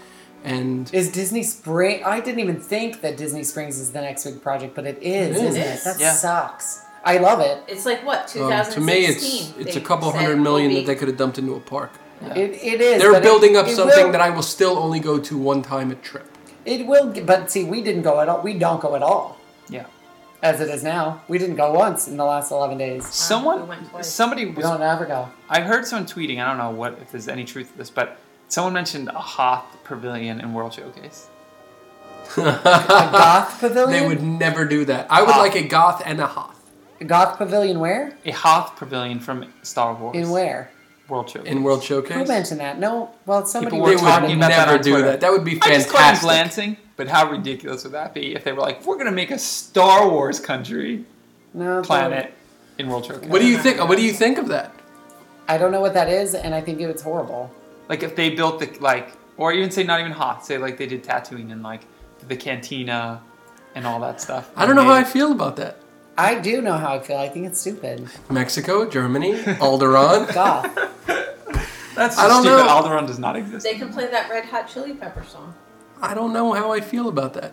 Speaker 4: And
Speaker 1: Is Disney Spring? I didn't even think that Disney Springs is the next big project, but it is,
Speaker 4: It
Speaker 1: is.
Speaker 4: is.
Speaker 1: not it? That
Speaker 3: Yeah.
Speaker 1: sucks. I love it.
Speaker 2: It's like what
Speaker 4: um,
Speaker 2: 2016.
Speaker 4: to me, it's it's a couple hundred million that they could have dumped into a park.
Speaker 3: Yeah.
Speaker 1: It, it is.
Speaker 4: They're
Speaker 1: but it-
Speaker 4: building up
Speaker 1: it
Speaker 4: something
Speaker 1: will-
Speaker 4: that I will still only go to one time a trip. [laughs]
Speaker 1: It will, g- but see, we didn't go at all. We don't go at all.
Speaker 2: Uh,
Speaker 3: Yeah.
Speaker 1: As it is now, we didn't go once in the last eleven days.
Speaker 2: we
Speaker 3: Someone,
Speaker 2: went twice.
Speaker 3: somebody
Speaker 1: We
Speaker 3: was
Speaker 1: don't ever go.
Speaker 3: I heard someone tweeting. I don't know what if there's any truth to this, but someone mentioned a Hoth Pavilion in World Showcase.
Speaker 1: A goth pavilion. Ah.
Speaker 4: They would never do that. I would
Speaker 3: Hoth.
Speaker 4: like a goth and a hoth
Speaker 1: Goth pavilion where?
Speaker 3: A Hoth Pavilion from Star Wars.
Speaker 1: In where?
Speaker 3: World Showcase.
Speaker 4: in World
Speaker 1: Who
Speaker 4: Showcase.
Speaker 1: mentioned that? No. Well, somebody
Speaker 4: They
Speaker 3: People
Speaker 1: was
Speaker 3: were
Speaker 1: talking
Speaker 4: would
Speaker 3: about that
Speaker 4: never
Speaker 3: on
Speaker 4: do
Speaker 3: Twitter.
Speaker 4: that. That would be
Speaker 3: I just call it
Speaker 4: fantastic.
Speaker 3: glancing, but how ridiculous would that be if they were like, "We're gonna make a Star Wars country
Speaker 1: No, it's
Speaker 3: planet in World Showcase"?
Speaker 4: What do you think? What do you think of that?
Speaker 1: horrible. I don't know what that is, and I think it's horrible.
Speaker 3: Like if they built the like, or even say not even Hoth, say like they did tattooing and like the cantina and all that stuff.
Speaker 4: I don't know how I
Speaker 3: And
Speaker 4: feel about that.
Speaker 1: I do know how I feel. I think it's stupid. [laughs]
Speaker 4: Mexico, Germany, Alderaan. [laughs]
Speaker 1: Goth.
Speaker 3: they- That's
Speaker 4: I don't
Speaker 3: just stupid.
Speaker 4: know.
Speaker 3: Alderaan does not exist.
Speaker 2: They can play that Red Hot Chili Pepper song.
Speaker 4: I don't know how I feel about that.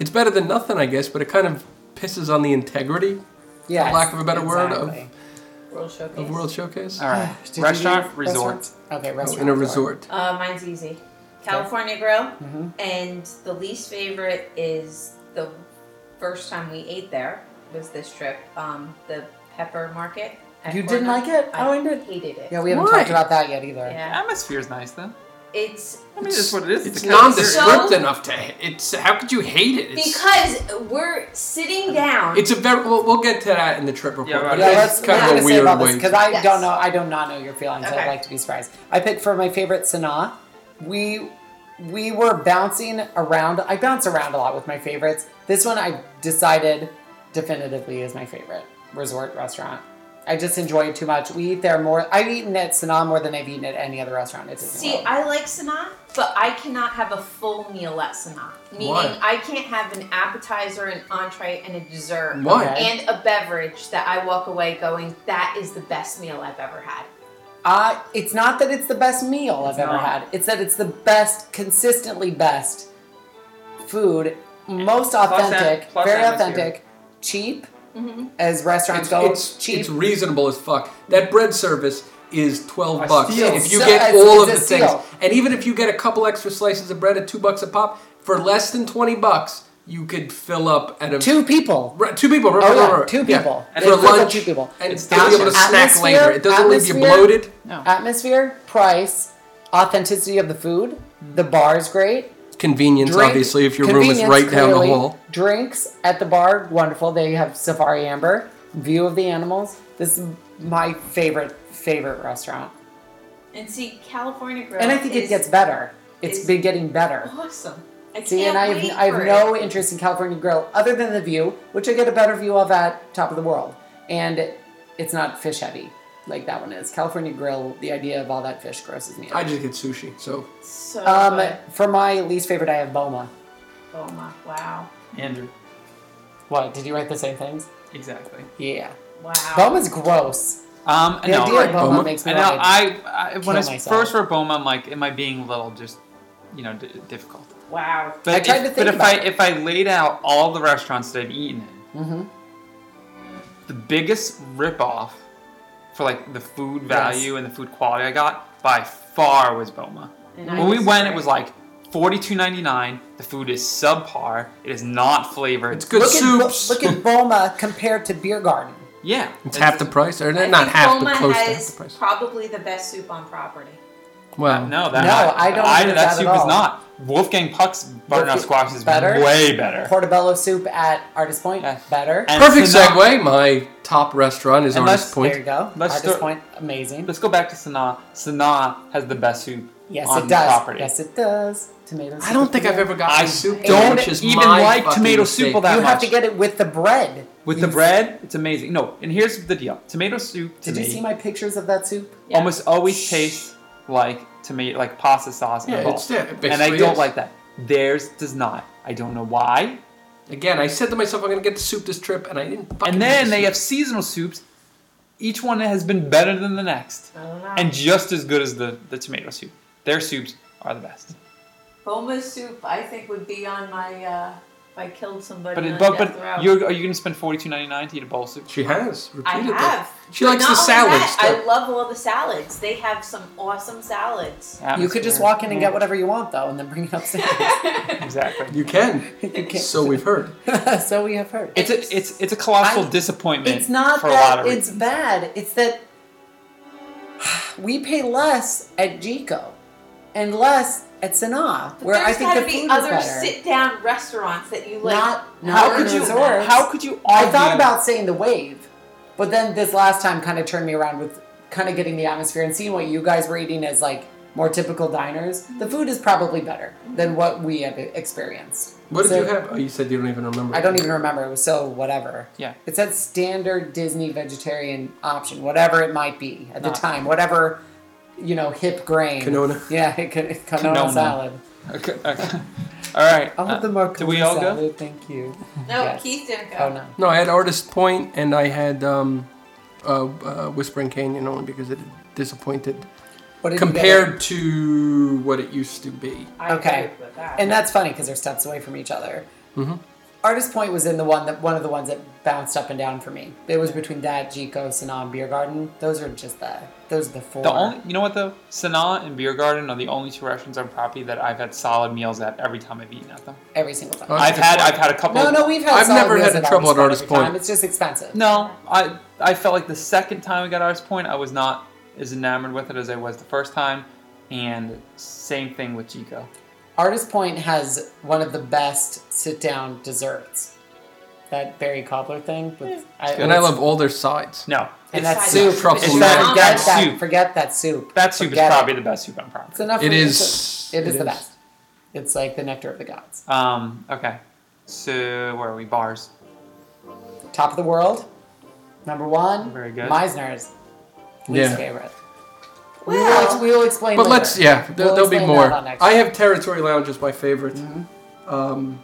Speaker 4: It's better than nothing, I guess, but it kind of pisses on the integrity
Speaker 1: Yeah.
Speaker 4: lack of a better word, of-
Speaker 2: World Showcase.
Speaker 4: of World Showcase. [sighs]
Speaker 3: all right,
Speaker 1: Did you
Speaker 3: restaurant,
Speaker 1: do
Speaker 3: resort.
Speaker 1: restaurants? Okay,
Speaker 4: Oh,
Speaker 1: restaurant.
Speaker 4: in a resort.
Speaker 2: Uh, mine's easy. California Grill,
Speaker 1: Mhm.
Speaker 2: and the least favorite is the first time we ate there was this trip. Um, the Pepper Market. at
Speaker 1: You didn't
Speaker 2: Corner.
Speaker 1: like it? Oh, I did.
Speaker 2: hated it.
Speaker 1: Yeah, we haven't
Speaker 4: Why?
Speaker 1: talked about that yet either.
Speaker 3: The
Speaker 2: Yeah.
Speaker 3: atmosphere's nice though.
Speaker 2: It's
Speaker 3: I mean, that's what it is.
Speaker 4: It's
Speaker 3: a cafeteria.
Speaker 4: nondescript
Speaker 2: So-
Speaker 4: enough to. ha- It's how could you hate it? It's,
Speaker 2: because we're sitting down.
Speaker 4: it's a very. We'll, we'll get to that in the trip report.
Speaker 3: Yeah, right.
Speaker 4: but
Speaker 1: Yeah,
Speaker 4: it's
Speaker 1: let's
Speaker 4: kind
Speaker 1: kind
Speaker 4: of a weird way.
Speaker 1: because I
Speaker 2: Yes.
Speaker 1: don't know. I do not know your feelings. I'd
Speaker 2: Okay.
Speaker 1: like to be surprised. I picked for my favorite Sanaa. We we were bouncing around. I bounce around a lot with my favorites. This one I decided definitively is my favorite resort restaurant. I just enjoy it too much. We eat there more. I've eaten at Sanaa more than I've eaten at any other restaurant. It's
Speaker 2: See, I like Sanaa, but I cannot have a full meal at Sanaa. Meaning,
Speaker 4: Why?
Speaker 2: I can't have an appetizer, an entree, and a dessert,
Speaker 4: Why?
Speaker 1: Okay.
Speaker 2: and a beverage that I walk away going, "That is the best meal I've ever had."
Speaker 1: Uh, it's not that it's the best meal I've
Speaker 3: It's
Speaker 1: ever
Speaker 3: not.
Speaker 1: had. It's that it's the best, consistently best food, most authentic,
Speaker 3: at- plus
Speaker 1: very
Speaker 3: atmosphere.
Speaker 1: authentic, cheap
Speaker 3: Mm-hmm.
Speaker 2: Mhm.
Speaker 1: as restaurants
Speaker 4: It's,
Speaker 1: go.
Speaker 4: it's,
Speaker 1: cheap.
Speaker 4: it's reasonable as fuck. That bread service is twelve
Speaker 3: A
Speaker 4: bucks
Speaker 3: steal.
Speaker 4: if you
Speaker 1: It's
Speaker 4: get
Speaker 1: so-
Speaker 4: all of
Speaker 1: it's
Speaker 4: the
Speaker 1: a
Speaker 4: things,
Speaker 1: steal.
Speaker 4: and even if you get a couple extra slices of bread at two bucks a pop, for less than twenty bucks, you could fill up at a
Speaker 1: two people.
Speaker 4: Right, two people.
Speaker 1: Oh,
Speaker 4: Remember,
Speaker 1: yeah,
Speaker 4: remember,
Speaker 1: two
Speaker 4: yeah.
Speaker 1: people.
Speaker 3: And
Speaker 1: They
Speaker 4: for
Speaker 1: put the
Speaker 4: lunch,
Speaker 1: two people.
Speaker 4: and
Speaker 3: It's
Speaker 4: still be able to
Speaker 3: delicious.
Speaker 4: snack
Speaker 1: Atmosphere-
Speaker 4: later. It doesn't leave you
Speaker 1: atmosphere-
Speaker 4: bloated.
Speaker 3: No.
Speaker 1: Atmosphere, price, authenticity of the food. The bar is great.
Speaker 4: Convenience,
Speaker 1: Drink-
Speaker 4: obviously, if your room is
Speaker 1: convenience,
Speaker 4: right down the
Speaker 1: clearly.
Speaker 4: hall.
Speaker 1: Drinks at the bar, wonderful. They have Safari Amber, view of the animals. This is my favorite, favorite restaurant.
Speaker 2: And see, California Grill.
Speaker 1: And I think it
Speaker 2: is
Speaker 1: gets better. It's
Speaker 2: is-
Speaker 1: been getting better.
Speaker 2: awesome. I
Speaker 1: See,
Speaker 2: can't
Speaker 1: and I
Speaker 2: wait
Speaker 1: have, I
Speaker 2: for
Speaker 1: have no
Speaker 2: it.
Speaker 1: interest in California Grill other than the view, which I get a better view of at Top of the World. And it's not fish heavy like that one is. California Grill, the idea of all that fish grosses me out.
Speaker 4: I just get sushi, so
Speaker 2: So
Speaker 1: um,
Speaker 2: good.
Speaker 1: for my least favorite, I have Boma.
Speaker 2: Oh my! Wow!
Speaker 3: Andrew.
Speaker 1: What? Did you write the same things?
Speaker 3: Exactly.
Speaker 1: Yeah.
Speaker 2: Wow!
Speaker 1: Boma's gross.
Speaker 3: Um,
Speaker 1: The
Speaker 3: no,
Speaker 1: idea
Speaker 3: I-
Speaker 1: of Boma,
Speaker 4: Boma.
Speaker 1: makes me
Speaker 3: I know.
Speaker 1: want to-
Speaker 3: I, I when I
Speaker 1: kill myself.
Speaker 3: first read Boma, I'm like, am I being a little just, you know, d- difficult?
Speaker 2: Wow!
Speaker 3: But
Speaker 1: I tried
Speaker 3: if,
Speaker 1: to think
Speaker 3: but if
Speaker 1: about
Speaker 3: I
Speaker 1: it.
Speaker 3: if I laid out all the restaurants that I've eaten in,
Speaker 1: Mhm.
Speaker 3: the biggest ripoff for like the food value and the food quality I got by far was Boma.
Speaker 2: And I
Speaker 3: When we went, it
Speaker 2: disagree.
Speaker 3: was like. Forty-two ninety-nine. The food is subpar. It is not flavored.
Speaker 4: it's good
Speaker 1: look, at, Bo-
Speaker 4: soups.
Speaker 1: look at Boma compared to Beer Garden.
Speaker 3: Yeah.
Speaker 4: It's half the
Speaker 3: just-
Speaker 4: price, or
Speaker 2: I
Speaker 4: not
Speaker 2: think
Speaker 4: half,
Speaker 2: Boma
Speaker 4: but close to half
Speaker 2: has
Speaker 4: the price.
Speaker 2: probably the best soup on property.
Speaker 4: Well,
Speaker 3: No, that,
Speaker 1: No, I don't agree with
Speaker 3: that
Speaker 1: that
Speaker 3: soup
Speaker 1: at
Speaker 3: is
Speaker 1: all.
Speaker 3: not. Wolfgang Puck's butternut
Speaker 1: Wolfgang-
Speaker 3: squash is
Speaker 1: better?
Speaker 3: way better.
Speaker 1: Portobello soup at Artist Point,
Speaker 3: Yeah.
Speaker 1: better.
Speaker 3: And
Speaker 4: perfect
Speaker 3: Sanaa-
Speaker 4: segue. My top restaurant is
Speaker 3: And
Speaker 4: Artist
Speaker 3: let's-
Speaker 1: There you
Speaker 4: Point.
Speaker 1: go.
Speaker 3: Let's
Speaker 1: Artist
Speaker 3: do-
Speaker 1: Point, amazing.
Speaker 3: Let's go back to Sanaa. Sanaa has the best soup
Speaker 1: Yes,
Speaker 3: on
Speaker 1: it does.
Speaker 3: property.
Speaker 1: Yes, it does. Tomatoes.
Speaker 4: I don't think I've ever gotten
Speaker 3: I
Speaker 4: soup.
Speaker 1: don't
Speaker 4: there, which is
Speaker 3: even
Speaker 4: my
Speaker 3: like
Speaker 4: fucking
Speaker 3: tomato
Speaker 4: mistake.
Speaker 3: soup all that
Speaker 1: You have
Speaker 3: much.
Speaker 1: to get it with the bread.
Speaker 3: With the
Speaker 1: You-
Speaker 3: bread, it's amazing. No, and here's the deal: tomato soup to
Speaker 1: Did
Speaker 3: me
Speaker 1: you see my pictures of that soup?
Speaker 2: Yeah.
Speaker 3: almost always tastes like tomato, like pasta sauce.
Speaker 4: Yeah,
Speaker 3: and
Speaker 4: it's yeah, it
Speaker 3: and I
Speaker 4: basically
Speaker 3: don't
Speaker 4: is.
Speaker 3: like that. Theirs does not. I don't know why.
Speaker 4: Again, I said to myself, I'm gonna get the soup this trip, and I didn't. Fucking
Speaker 3: And
Speaker 4: get
Speaker 3: then
Speaker 4: the
Speaker 3: they
Speaker 4: soup.
Speaker 3: have seasonal soups. Each one has been better than the next,
Speaker 2: I
Speaker 1: Uh,
Speaker 2: don't know.
Speaker 3: and just as good as the the tomato soup. Their soups are the best.
Speaker 2: Boma's soup, I think, would be on my. Uh, if I killed somebody.
Speaker 3: But
Speaker 2: on
Speaker 3: it, but,
Speaker 2: death row.
Speaker 3: but you're, are you going to spend forty two ninety nine to eat a bowl of soup?
Speaker 4: She has
Speaker 2: I
Speaker 4: repeatedly.
Speaker 2: have.
Speaker 4: She
Speaker 2: But
Speaker 4: likes
Speaker 2: not
Speaker 4: the
Speaker 2: only
Speaker 4: salads.
Speaker 2: that,
Speaker 4: though.
Speaker 2: I love all the salads. They have some awesome salads.
Speaker 1: You could just
Speaker 3: Atmosphere.
Speaker 1: walk in and
Speaker 3: Yeah,
Speaker 1: get whatever you want, though, and then bring it upstairs.
Speaker 3: [laughs]
Speaker 1: [laughs]
Speaker 3: Exactly.
Speaker 4: You can.
Speaker 1: You can't-
Speaker 4: So we've heard.
Speaker 1: so we have heard.
Speaker 3: It's a it's it's a colossal
Speaker 1: I-
Speaker 3: disappointment.
Speaker 1: It's not
Speaker 3: for a lot
Speaker 1: that
Speaker 3: of
Speaker 1: it's
Speaker 3: reasons.
Speaker 1: bad. It's that [sighs] we pay less at Jico and less at Sanaa,
Speaker 2: But
Speaker 1: where I
Speaker 2: there's
Speaker 1: think the
Speaker 2: gotta
Speaker 1: food
Speaker 2: be
Speaker 1: is
Speaker 2: other
Speaker 1: better.
Speaker 2: sit-down restaurants that you like.
Speaker 1: Not- not
Speaker 3: How
Speaker 1: Or
Speaker 3: could
Speaker 1: in
Speaker 3: you?
Speaker 1: resorts.
Speaker 3: How could you?
Speaker 1: I thought
Speaker 3: argue-
Speaker 1: about saying the wave, but then this last time kind of turned me around with kind of getting the atmosphere and seeing what you guys were eating as like more typical diners. The food is probably better than what we have e-, experienced.
Speaker 4: What did
Speaker 1: So-
Speaker 4: you have? Oh, you said you don't even remember.
Speaker 1: I don't even remember. It was so whatever.
Speaker 3: Yeah.
Speaker 1: It said standard Disney vegetarian option, whatever it might be at the
Speaker 3: Not-
Speaker 1: time, whatever, you know, hip grain.
Speaker 4: Canola.
Speaker 1: [laughs] Yeah, it could, canola,
Speaker 3: Canola.
Speaker 1: salad.
Speaker 3: Okay. okay. [laughs] All right.
Speaker 1: I'll
Speaker 3: Uh,
Speaker 1: have the more
Speaker 3: do we all
Speaker 1: salad,
Speaker 3: go?
Speaker 1: thank you.
Speaker 2: no,
Speaker 1: Yes.
Speaker 2: Keith didn't go.
Speaker 1: Oh, no.
Speaker 4: No, I had Artist Point and I had um, uh, uh, Whispering Canyon only because it disappointed
Speaker 1: What did you get?
Speaker 4: compared to what it used to be.
Speaker 2: I
Speaker 1: Okay.
Speaker 2: agree with that.
Speaker 1: And that's funny because they're steps away from each other.
Speaker 4: Mhm.
Speaker 1: Artist Point was in the one that one of the ones that bounced up and down for me. It was between that, Jico, Sanam, Beer Garden. Those are just the those are the four.
Speaker 3: The only, you know what though, Sanaa and Beer Garden are the only two restaurants on property that I've had solid meals at every time I've eaten at them.
Speaker 1: every single time.
Speaker 4: Oh,
Speaker 3: I've had, I've had a couple.
Speaker 1: no, no, we've had.
Speaker 4: I've
Speaker 1: solid
Speaker 4: never
Speaker 1: meals
Speaker 4: had a trouble at Artist
Speaker 1: every time.
Speaker 4: Point.
Speaker 1: It's just expensive.
Speaker 3: No, I, I felt like the second time we got Artist Point, I was not as enamored with it as I was the first time, and same thing with Chico.
Speaker 1: Artist Point has one of the best sit-down desserts. That berry cobbler thing, with, I,
Speaker 4: And I love all their sides.
Speaker 3: No,
Speaker 1: and
Speaker 2: It's
Speaker 1: that
Speaker 2: fine.
Speaker 1: soup.
Speaker 4: It's truffle
Speaker 1: forget
Speaker 4: mayo.
Speaker 1: that,
Speaker 3: That soup.
Speaker 1: Forget that soup.
Speaker 3: that soup
Speaker 1: Forget
Speaker 3: is
Speaker 1: it.
Speaker 3: probably the best soup on property.
Speaker 1: It's enough.
Speaker 4: It
Speaker 1: for me to-
Speaker 4: is.
Speaker 1: It is the best. It's like the nectar of the gods.
Speaker 3: Um, okay, so where are we? Bars.
Speaker 1: Top of the world. Number one.
Speaker 3: Very good.
Speaker 1: Meisner's. Least
Speaker 4: Yeah.
Speaker 1: favorite. we, will ex-
Speaker 2: well,
Speaker 1: we will explain.
Speaker 4: But
Speaker 1: later.
Speaker 4: let's, yeah, there,
Speaker 1: We'll
Speaker 4: will be
Speaker 1: explain
Speaker 4: more.
Speaker 1: that on next Mm-hmm.
Speaker 4: I have Territory Lounge as my favorite. Um,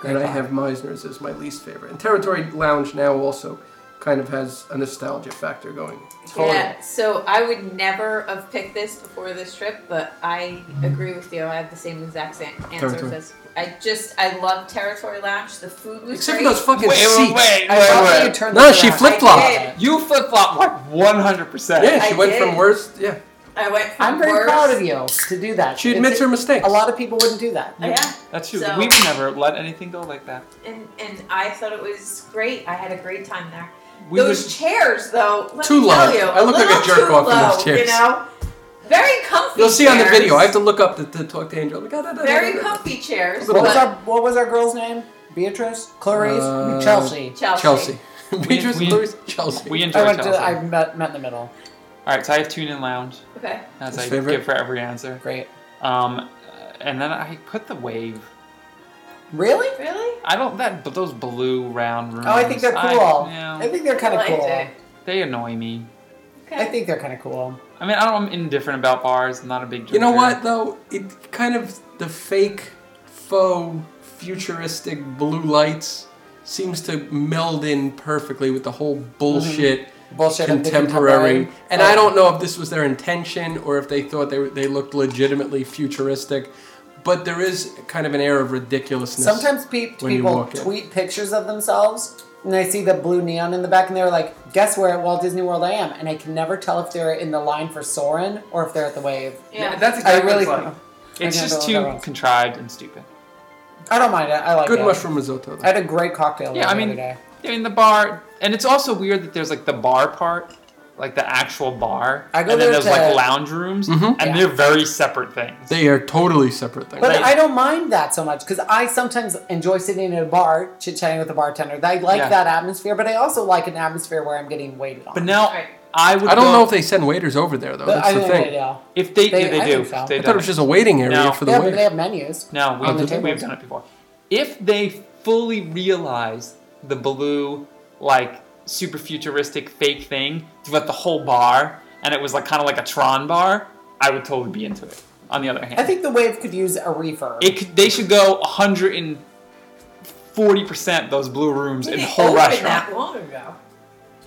Speaker 1: Great
Speaker 4: and I
Speaker 1: bar.
Speaker 4: have Meisner's as my least favorite. And Territory Lounge now also kind of has a nostalgia factor going.
Speaker 2: yeah. So I would never have picked this before this trip, but I agree with you. I have the same exact same answers
Speaker 4: Territory.
Speaker 2: as I just I love Territory Lounge. The food was
Speaker 4: Except for
Speaker 2: great.
Speaker 4: those fucking
Speaker 3: wait,
Speaker 4: seats.
Speaker 3: wait, wait,
Speaker 1: I love that you
Speaker 3: wait, wait.
Speaker 1: turned
Speaker 4: uh, No,
Speaker 1: this
Speaker 4: she
Speaker 1: around.
Speaker 4: flip flopped.
Speaker 2: I did.
Speaker 3: You flip flop like one hundred percent.
Speaker 4: Yeah, she
Speaker 2: I
Speaker 4: went from
Speaker 2: did.
Speaker 4: worst. Yeah,
Speaker 2: I went. From
Speaker 1: I'm very
Speaker 2: worst-
Speaker 1: proud of you to do that.
Speaker 4: she
Speaker 1: It's-
Speaker 4: admits her mistakes.
Speaker 1: A lot of people wouldn't do that.
Speaker 2: Yeah.
Speaker 3: That's true.
Speaker 2: So-
Speaker 3: We've never let anything go like that.
Speaker 2: and and I thought it was great. I had a great time there.
Speaker 3: We
Speaker 2: those
Speaker 3: would-
Speaker 2: chairs, though, let
Speaker 4: Too
Speaker 2: me
Speaker 4: low.
Speaker 2: tell you,
Speaker 4: I look like a
Speaker 2: little
Speaker 4: jerk
Speaker 2: too
Speaker 4: off in
Speaker 2: low,
Speaker 4: those chairs.
Speaker 2: You know, very comfy.
Speaker 4: You'll see on the
Speaker 2: chairs.
Speaker 4: video. I have to look up to, to talk to Angel. Like, ah, da, da, da, da,
Speaker 2: very
Speaker 4: da.
Speaker 2: comfy chairs.
Speaker 1: What was
Speaker 2: but-
Speaker 1: our What was our girl's name? Beatrice, Clarice,
Speaker 4: Uh,
Speaker 1: Chelsea.
Speaker 2: Chelsea.
Speaker 4: Chelsea. [laughs] Beatrice
Speaker 3: we-
Speaker 4: Lewis, Chelsea.
Speaker 3: We enjoy
Speaker 1: I went
Speaker 3: Chelsea.
Speaker 1: to. I met, met in the middle.
Speaker 3: All right, so I have Tune In Lounge
Speaker 2: Okay.
Speaker 3: as
Speaker 4: His
Speaker 3: I
Speaker 4: favorite?
Speaker 3: give for every answer.
Speaker 1: Great.
Speaker 3: Um, and then I put the wave.
Speaker 1: Really?
Speaker 2: Really?
Speaker 3: I don't that, but those blue round rooms.
Speaker 1: Oh, I think they're cool.
Speaker 3: I,
Speaker 1: I,
Speaker 3: yeah,
Speaker 1: think they're kind of
Speaker 2: I liked
Speaker 1: cool.
Speaker 2: it.
Speaker 3: they annoy me.
Speaker 2: Okay.
Speaker 1: I think they're kind of cool.
Speaker 3: I mean, I don't, I'm indifferent about bars. I'm not a big. Drinker.
Speaker 4: you know what though? It kind of the fake, faux, futuristic blue lights seems to meld in perfectly with the whole bullshit.
Speaker 1: Mm-hmm. Bullshit. of the
Speaker 4: contemporary. And
Speaker 1: Oh.
Speaker 4: I don't know if this was their intention or if they thought they, were- they looked legitimately futuristic, but there is kind of an air of ridiculousness.
Speaker 1: Sometimes pe-
Speaker 4: when you
Speaker 1: people
Speaker 4: walk in.
Speaker 1: tweet pictures of themselves and they see the blue neon in the back and they're like, guess where at Walt Disney World I am? And I can never tell if they're in the line for Soren or if they're at the wave.
Speaker 2: Yeah.
Speaker 3: that's
Speaker 1: I
Speaker 3: exactly
Speaker 1: really,
Speaker 3: what it's like. It's
Speaker 1: I
Speaker 3: just
Speaker 1: don't know
Speaker 3: too
Speaker 1: what
Speaker 3: contrived and stupid.
Speaker 1: I don't mind it. I like
Speaker 4: Good
Speaker 1: it.
Speaker 4: mushroom risotto.
Speaker 1: I
Speaker 4: Though.
Speaker 1: had a great cocktail
Speaker 3: Yeah,
Speaker 1: the
Speaker 3: I
Speaker 1: other
Speaker 3: mean,
Speaker 1: day.
Speaker 3: I mean, the bar, and it's also weird that there's like the bar part, like the actual bar,
Speaker 1: I go
Speaker 3: and
Speaker 1: there
Speaker 3: then there's
Speaker 1: to- Mm-hmm.
Speaker 3: like lounge rooms,
Speaker 4: Mhm.
Speaker 3: and
Speaker 1: Yeah.
Speaker 3: they're very separate things.
Speaker 4: They are totally separate things.
Speaker 1: But
Speaker 3: Right.
Speaker 1: I don't mind that so much because I sometimes enjoy sitting in a bar chit chatting with the bartender. I like
Speaker 3: Yeah.
Speaker 1: that atmosphere, but I also like an atmosphere where I'm getting waited on.
Speaker 3: but now
Speaker 2: Right.
Speaker 3: I would.
Speaker 4: I don't
Speaker 3: go-
Speaker 4: know if they send waiters over there though.
Speaker 1: But
Speaker 4: That's
Speaker 1: I
Speaker 4: the
Speaker 1: don't know what
Speaker 4: thing.
Speaker 1: they do.
Speaker 3: if they
Speaker 1: They-
Speaker 3: yeah, they
Speaker 1: I
Speaker 3: do.
Speaker 1: think so.
Speaker 3: They
Speaker 4: I thought it was just a waiting area
Speaker 3: No.
Speaker 4: for the
Speaker 1: Yeah, but
Speaker 4: waiter.
Speaker 1: they have menus.
Speaker 3: No,
Speaker 1: On the
Speaker 3: we've,
Speaker 1: table.
Speaker 3: we've done it before. If they fully realized the blue, like, super futuristic fake thing throughout the whole bar, and it was like kind of like a Tron bar, I would totally be into it. On the other hand,
Speaker 1: I think the wave could use a refurb.
Speaker 3: it could, they should go 140% those blue rooms in the whole restaurant.
Speaker 2: that long ago.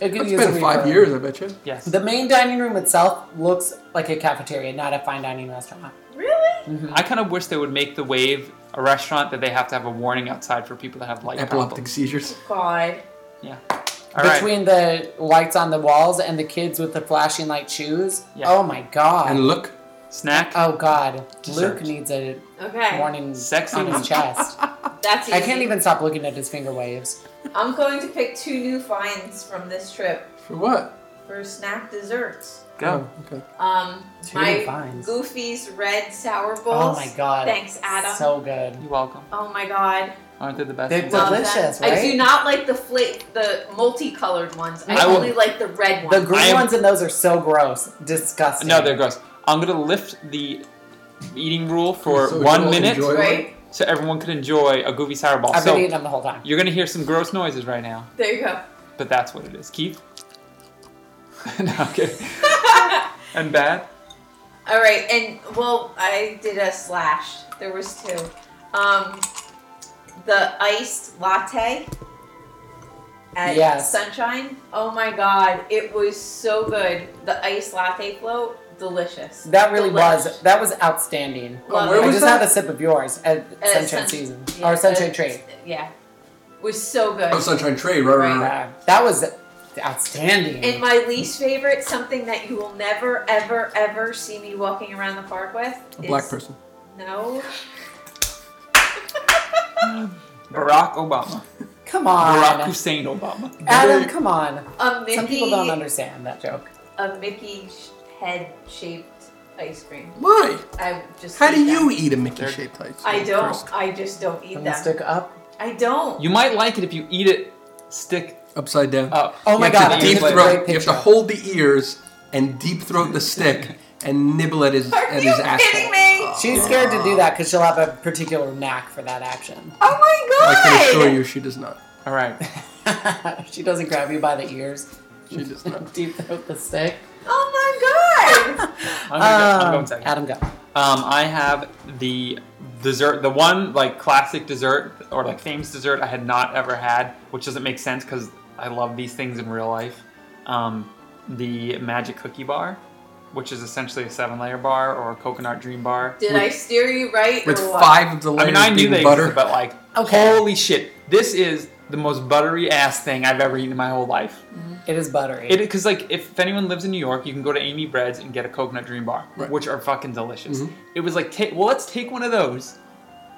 Speaker 1: It could
Speaker 4: It's
Speaker 1: use a
Speaker 4: been five
Speaker 1: refurb.
Speaker 4: years, I bet you.
Speaker 3: Yes.
Speaker 1: The main dining room itself looks like a cafeteria, not a fine dining restaurant.
Speaker 2: Really?
Speaker 3: I kind of wish they would make the wave a restaurant that they have to have a warning outside for people that have light
Speaker 4: Epileptic
Speaker 3: problems.
Speaker 4: seizures.
Speaker 2: God.
Speaker 3: All right.
Speaker 1: Between the lights on the walls and the kids with the flashing light shoes.
Speaker 3: Yeah.
Speaker 1: Oh my god.
Speaker 4: And look,
Speaker 3: Snack.
Speaker 1: oh god.
Speaker 3: Dessert.
Speaker 1: Luke needs a
Speaker 2: Okay.
Speaker 1: warning
Speaker 3: Sex
Speaker 1: on
Speaker 3: and-
Speaker 1: his chest.
Speaker 2: [laughs] That's easy.
Speaker 1: I can't even stop looking at his finger waves.
Speaker 2: I'm going to pick two new finds from this trip
Speaker 4: for what?
Speaker 2: for snack desserts.
Speaker 3: go.
Speaker 4: Oh, okay.
Speaker 2: Um,
Speaker 1: Two
Speaker 2: my
Speaker 1: new finds.
Speaker 2: Goofy's red sour bowls.
Speaker 1: Oh my god.
Speaker 2: Thanks, Adam.
Speaker 1: So good.
Speaker 3: You're welcome.
Speaker 2: oh my god.
Speaker 3: Aren't they the best?
Speaker 1: They're
Speaker 3: in
Speaker 2: Love
Speaker 3: town?
Speaker 1: delicious.
Speaker 2: that. I
Speaker 1: right?
Speaker 2: do not like the fla- the multicolored ones. I,
Speaker 3: I will-
Speaker 2: only like the red
Speaker 1: The
Speaker 2: ones.
Speaker 1: green
Speaker 3: I am-
Speaker 1: ones and those are so gross. Disgusting.
Speaker 3: No, they're gross. I'm gonna lift the eating rule for
Speaker 4: So
Speaker 3: one
Speaker 4: you'll
Speaker 3: minute
Speaker 4: enjoy
Speaker 2: right?
Speaker 3: so everyone could enjoy a goofy sour ball.
Speaker 1: I've been eating
Speaker 3: So
Speaker 1: them the whole time.
Speaker 3: you're gonna hear some gross noises right now,
Speaker 2: There you go.
Speaker 3: but that's what it is. Keith? [laughs] no, I'm kidding.
Speaker 2: [laughs]
Speaker 1: [laughs]
Speaker 3: and bad?
Speaker 2: All right, and well, I did a slash. There was two. Um, the iced latte at
Speaker 1: Yes.
Speaker 2: Sunshine. Oh my God, it was so good. The iced latte float, delicious.
Speaker 1: That really
Speaker 2: Delish.
Speaker 1: was that was outstanding.
Speaker 2: Love
Speaker 4: Where
Speaker 2: it.
Speaker 1: I
Speaker 4: was
Speaker 1: just
Speaker 4: that?
Speaker 1: had a sip of yours at
Speaker 2: Uh,
Speaker 1: Sunshine
Speaker 2: Sun-
Speaker 1: Season
Speaker 2: yeah,
Speaker 1: or Sunshine
Speaker 2: uh,
Speaker 1: Trade.
Speaker 2: Yeah, was so good.
Speaker 4: Oh, Sunshine Trade, right, right, right.
Speaker 1: Yeah, that was outstanding.
Speaker 2: and my least favorite, something that you will never, ever, ever see me walking around the park with.
Speaker 4: A black
Speaker 2: is-
Speaker 4: person.
Speaker 2: No.
Speaker 3: Barack Obama.
Speaker 1: come
Speaker 3: Barack
Speaker 1: on,
Speaker 3: Hussein Obama.
Speaker 1: Adam, come on.
Speaker 2: A Mickey,
Speaker 1: Some people don't understand that joke.
Speaker 2: a Mickey sh- head shaped ice cream.
Speaker 4: Why?
Speaker 2: I just.
Speaker 4: How
Speaker 2: hate
Speaker 4: do
Speaker 2: them.
Speaker 4: you eat a Mickey-shaped ice?
Speaker 2: I
Speaker 4: cream
Speaker 2: don't.
Speaker 4: first?
Speaker 2: I just don't eat
Speaker 1: From the
Speaker 2: them.
Speaker 1: stick up.
Speaker 2: I don't.
Speaker 3: You might like it if you eat it stick
Speaker 4: Upside down.
Speaker 3: up.
Speaker 1: Oh my
Speaker 4: you have
Speaker 1: god,
Speaker 4: to
Speaker 1: I
Speaker 4: deep
Speaker 1: just-
Speaker 4: throat.
Speaker 1: great
Speaker 4: You have to
Speaker 1: picture.
Speaker 4: hold the ears and deep throat the stick
Speaker 2: [laughs]
Speaker 4: and nibble at his
Speaker 2: [laughs] Are
Speaker 4: at
Speaker 2: you
Speaker 4: his asshole. Oh.
Speaker 2: kidding me?
Speaker 1: She's scared to do that because she'll have a particular knack for that action. [laughs]
Speaker 2: Oh my god!
Speaker 4: I can assure you, she does not.
Speaker 3: All right.
Speaker 1: she doesn't grab you by the ears, [laughs]
Speaker 4: She does
Speaker 2: [laughs]
Speaker 4: not.
Speaker 1: deep throat the stick.
Speaker 2: Oh
Speaker 4: [laughs]
Speaker 2: my god!
Speaker 3: I'm, gonna go, I'm
Speaker 1: Um,
Speaker 3: going second.
Speaker 1: Adam, go.
Speaker 3: Um, I have the dessert, the one like classic dessert or like famous dessert I had not ever had, which doesn't make sense because I love these things in real life. Um, the magic cookie bar, which is essentially a seven-layer bar or a coconut dream bar.
Speaker 2: Did I steer you right
Speaker 4: With
Speaker 2: or what?
Speaker 4: five of the
Speaker 3: I
Speaker 4: layers
Speaker 3: mean, I knew
Speaker 4: being
Speaker 3: they
Speaker 4: butter.
Speaker 3: existed, but like,
Speaker 1: Okay.
Speaker 3: holy shit, this is the most buttery ass thing I've ever eaten in my whole life.
Speaker 1: It is buttery.
Speaker 3: It because like if anyone lives in New York, you can go to Amy Bread's and get a coconut dream bar,
Speaker 4: Right.
Speaker 3: which are fucking delicious.
Speaker 4: Mhm.
Speaker 3: It was like, ta well, let's take one of those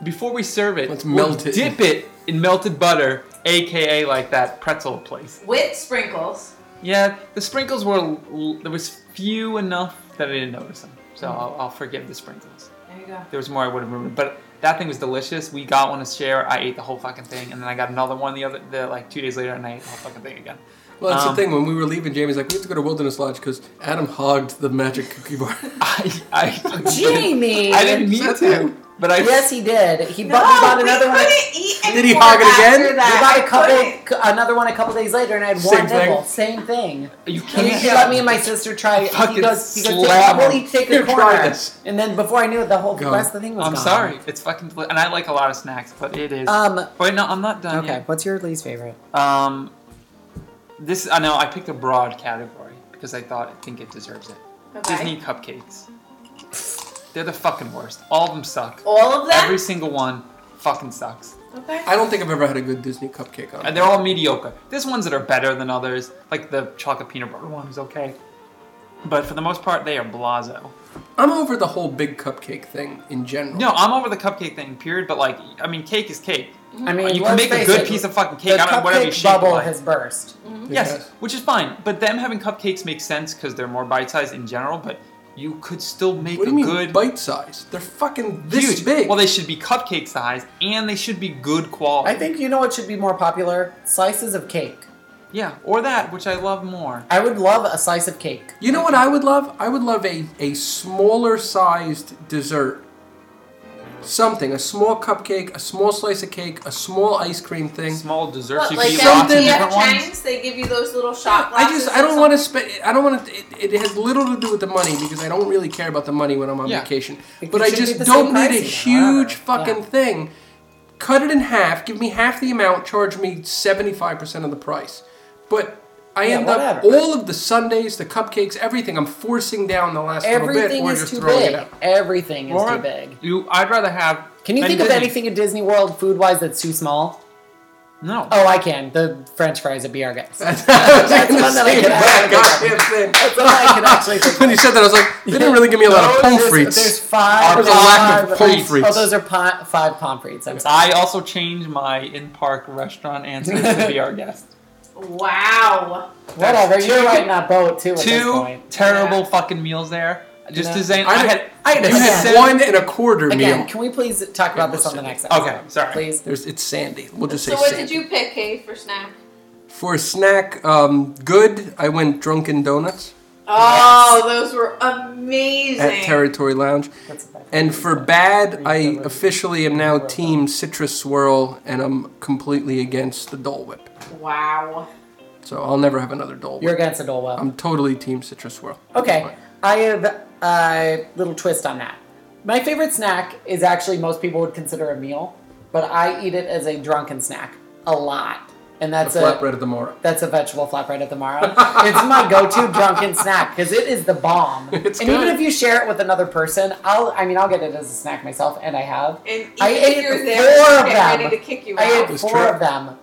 Speaker 3: before we serve it.
Speaker 4: Let's
Speaker 3: we'll
Speaker 4: melt it.
Speaker 3: Dip it in melted butter, aka like that pretzel place.
Speaker 2: With sprinkles.
Speaker 3: Yeah, the sprinkles were l- there was few enough that I didn't notice them, so
Speaker 4: Mm-hmm.
Speaker 3: I'll, I'll forgive the sprinkles.
Speaker 2: There you go.
Speaker 3: There was more I would have ruined, but that thing was delicious. We got one to share. I ate the whole fucking thing, and then I got another one the other the, like two days later, and I ate the whole fucking thing again. [laughs]
Speaker 4: Well, that's
Speaker 3: Um,
Speaker 4: the thing. When we were leaving, Jamie's like, "We have to go to Wilderness Lodge because Adam hogged the magic cookie bar." [laughs]
Speaker 3: I I,
Speaker 1: Jamie.
Speaker 3: [laughs] I didn't mean to, but I
Speaker 1: Yes, he did. He
Speaker 2: No,
Speaker 1: bought, he bought
Speaker 2: we
Speaker 1: another one.
Speaker 2: couldn't eat
Speaker 4: Did he
Speaker 2: anymore
Speaker 4: hog it
Speaker 2: after
Speaker 4: again?
Speaker 1: He
Speaker 2: That.
Speaker 1: bought a
Speaker 2: I couldn't.
Speaker 1: couple, c- another one a couple days later, and I had
Speaker 4: Same
Speaker 1: one
Speaker 4: thing.
Speaker 1: nipple. Same thing.
Speaker 3: You
Speaker 1: He,
Speaker 3: can't.
Speaker 1: he let me and my sister try. it.
Speaker 3: Fucking
Speaker 1: He goes, he goes,
Speaker 3: slam
Speaker 1: "Well,
Speaker 3: him.
Speaker 1: you take
Speaker 4: Here,
Speaker 1: a
Speaker 4: try
Speaker 1: corner.
Speaker 4: this.
Speaker 1: And then before I knew it, the whole
Speaker 4: Go.
Speaker 1: rest of the thing was
Speaker 3: I'm
Speaker 1: gone.
Speaker 3: sorry. It's fucking deli- and I like a lot of snacks, but it is.
Speaker 1: Um.
Speaker 3: Wait, no, I'm not done
Speaker 1: Okay. What's your least favorite?
Speaker 3: yet. Um, this I know I picked a broad category because I thought I think it deserves it.
Speaker 2: Okay.
Speaker 3: Disney cupcakes. They're the fucking worst. All of them suck.
Speaker 2: All of them?
Speaker 3: Every single one fucking sucks.
Speaker 2: okay.
Speaker 4: I don't think I've ever had a good Disney cupcake on.
Speaker 3: And they're all mediocre. There's ones that are better than others, like the chocolate peanut butter one is okay. But for the most part, they are blazo.
Speaker 4: I'm over the whole big cupcake thing in general.
Speaker 3: No, I'm over the cupcake thing, period. But like, I mean, cake is cake.
Speaker 1: I mean,
Speaker 3: Uh, you can
Speaker 1: let's
Speaker 3: make a
Speaker 1: face
Speaker 3: good
Speaker 1: it,
Speaker 3: piece of fucking
Speaker 1: the
Speaker 3: cake out of whatever you
Speaker 1: cupcake
Speaker 3: shape it
Speaker 1: bubble
Speaker 3: like.
Speaker 1: has burst.
Speaker 3: Yes, which is fine. But them having cupcakes makes sense because they're more bite-sized in general. But you could still make
Speaker 4: What do
Speaker 3: a
Speaker 4: you mean
Speaker 3: good
Speaker 4: bite size? They're fucking this
Speaker 3: huge.
Speaker 4: big.
Speaker 3: Well, they should be cupcake size, and they should be good quality.
Speaker 1: I think you know what should be more popular: slices of cake.
Speaker 3: Yeah, or that, which I love more.
Speaker 1: I would love a slice of cake.
Speaker 4: you know what I would love? I would love a, a smaller sized dessert. Something, a small cupcake, a small slice of cake, a small ice cream thing.
Speaker 3: Small desserts.
Speaker 2: What,
Speaker 3: you
Speaker 2: like
Speaker 3: can eat lots
Speaker 2: at
Speaker 3: of
Speaker 4: something-
Speaker 2: P.F.
Speaker 3: different ones.
Speaker 2: Chang's, they give you those little shot
Speaker 4: I
Speaker 2: glasses.
Speaker 4: just I don't want to spend I don't want to it, it has little to do with the money because I don't really care about the money when I'm on
Speaker 3: Yeah.
Speaker 4: vacation.
Speaker 1: It
Speaker 4: But I
Speaker 1: should be
Speaker 4: just
Speaker 1: the same
Speaker 4: don't need a
Speaker 1: price even,
Speaker 4: huge
Speaker 1: whatever.
Speaker 4: fucking thing. Cut it in half, give me half the amount, charge me 75% of the price. But I
Speaker 1: Yeah,
Speaker 4: end up
Speaker 1: whatever.
Speaker 4: all of the sundays, the cupcakes, everything I'm forcing down the last
Speaker 1: Everything
Speaker 4: little bit or
Speaker 1: is
Speaker 4: just
Speaker 1: too
Speaker 4: throwing
Speaker 1: big.
Speaker 4: it out. [laughs]
Speaker 1: Everything is
Speaker 3: Or
Speaker 1: too big.
Speaker 3: You, I'd rather have.
Speaker 1: Can you
Speaker 3: and
Speaker 1: think of
Speaker 3: Disney-
Speaker 1: anything at Disney World food-wise that's too small?
Speaker 3: No.
Speaker 1: Oh, I can. The French fries at [laughs] BR Guys. That's
Speaker 4: That's the
Speaker 1: one
Speaker 4: [laughs]
Speaker 1: that I can actually think all I can [laughs] actually think
Speaker 4: When you said that, I was like, they didn't really give me a lot
Speaker 1: No,
Speaker 4: of pommes
Speaker 1: there's-
Speaker 4: frites.
Speaker 1: There's five.
Speaker 4: There's a lack of
Speaker 1: five-
Speaker 4: pommes frites.
Speaker 1: Oh, those are pi- five pommes frites. I'm sorry.
Speaker 3: I also changed my in-park restaurant answer to be our guest.
Speaker 2: Wow.
Speaker 1: Whatever.
Speaker 3: Two-
Speaker 1: You're riding that boat too. At this
Speaker 3: Two
Speaker 1: point.
Speaker 3: terrible
Speaker 2: Yeah.
Speaker 3: fucking meals there. Just
Speaker 1: No.
Speaker 3: to say, I,
Speaker 4: I
Speaker 3: had.
Speaker 4: had, I had, you had
Speaker 1: Again.
Speaker 4: one and a quarter
Speaker 1: Again,
Speaker 4: meal.
Speaker 1: can we please talk about this on the next episode?
Speaker 3: Okay, sorry.
Speaker 1: Please.
Speaker 4: There's, it's sandy. We'll just say
Speaker 2: So what
Speaker 4: sandy.
Speaker 2: did you pick, Kay, for snack?
Speaker 4: For a snack, um, good. I went Drunken Donuts
Speaker 2: Oh, those were amazing.
Speaker 4: at Territory Lounge,
Speaker 1: That's about it.
Speaker 4: and for bad, I officially am now Team Citrus Swirl, and I'm completely against the Dole Whip.
Speaker 2: Wow.
Speaker 4: So I'll never have another Dole
Speaker 1: You're
Speaker 4: Whip.
Speaker 1: against a Dole Whip.
Speaker 4: I'm totally Team Citrus Swirl.
Speaker 1: Okay, I have a little twist on that. My favorite snack is actually most people would consider a meal, but I eat it as a drunken snack a lot, and
Speaker 4: The
Speaker 1: that's a
Speaker 4: flatbread of the Mora.
Speaker 1: that's a vegetable flatbread at the Mara. it's my go-to drunken snack because it is the bomb.
Speaker 4: [laughs] It's
Speaker 1: and even
Speaker 4: good.
Speaker 1: if you share it with another person, I'll I mean I'll get it as a snack myself, and I have.
Speaker 2: And even
Speaker 1: I
Speaker 2: if
Speaker 1: ate
Speaker 2: you're
Speaker 1: four
Speaker 2: there,
Speaker 1: of
Speaker 2: they
Speaker 1: them.
Speaker 2: ready to kick you
Speaker 1: I
Speaker 2: out.
Speaker 1: ate
Speaker 4: This
Speaker 1: four
Speaker 4: trip?
Speaker 1: of them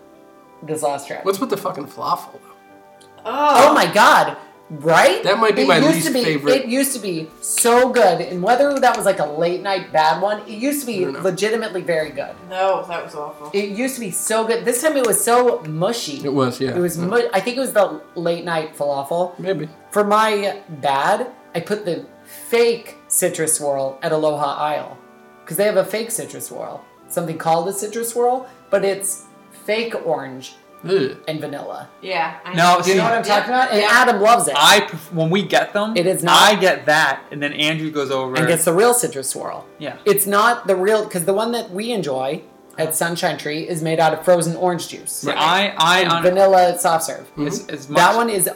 Speaker 1: this last trip.
Speaker 4: What's with the fucking falafel? Though?
Speaker 1: Oh my god! Right?
Speaker 4: That might be my
Speaker 1: used
Speaker 4: least
Speaker 1: to be,
Speaker 4: favorite.
Speaker 1: It used to be so good, and whether that was like a late night bad one, it used to be
Speaker 4: No, no.
Speaker 1: legitimately very good.
Speaker 2: No, that was awful.
Speaker 1: It used to be so good. This time it was so mushy.
Speaker 4: It was, yeah. Uh,
Speaker 1: It was. Mu- I think it was the late night falafel.
Speaker 4: Maybe.
Speaker 1: For my bad, I put the fake citrus swirl at Aloha Isle because they have a fake citrus swirl, something called a citrus swirl, but it's fake orange
Speaker 4: Ugh.
Speaker 1: and vanilla.
Speaker 2: Yeah. I
Speaker 3: No,
Speaker 2: know.
Speaker 1: Do you know what I'm
Speaker 2: Yeah,
Speaker 1: talking about? And
Speaker 2: yeah.
Speaker 1: Adam loves it.
Speaker 3: I pref- when we get them,
Speaker 1: It is not-
Speaker 3: I get that, and then Andrew goes over
Speaker 1: and gets the real citrus swirl.
Speaker 3: Yeah.
Speaker 1: It's not the real because the one that we enjoy at Sunshine Tree is made out of frozen orange juice,
Speaker 3: Yeah, I, I, on,
Speaker 1: vanilla soft serve.
Speaker 4: Mm.
Speaker 3: as, as much,
Speaker 1: That one is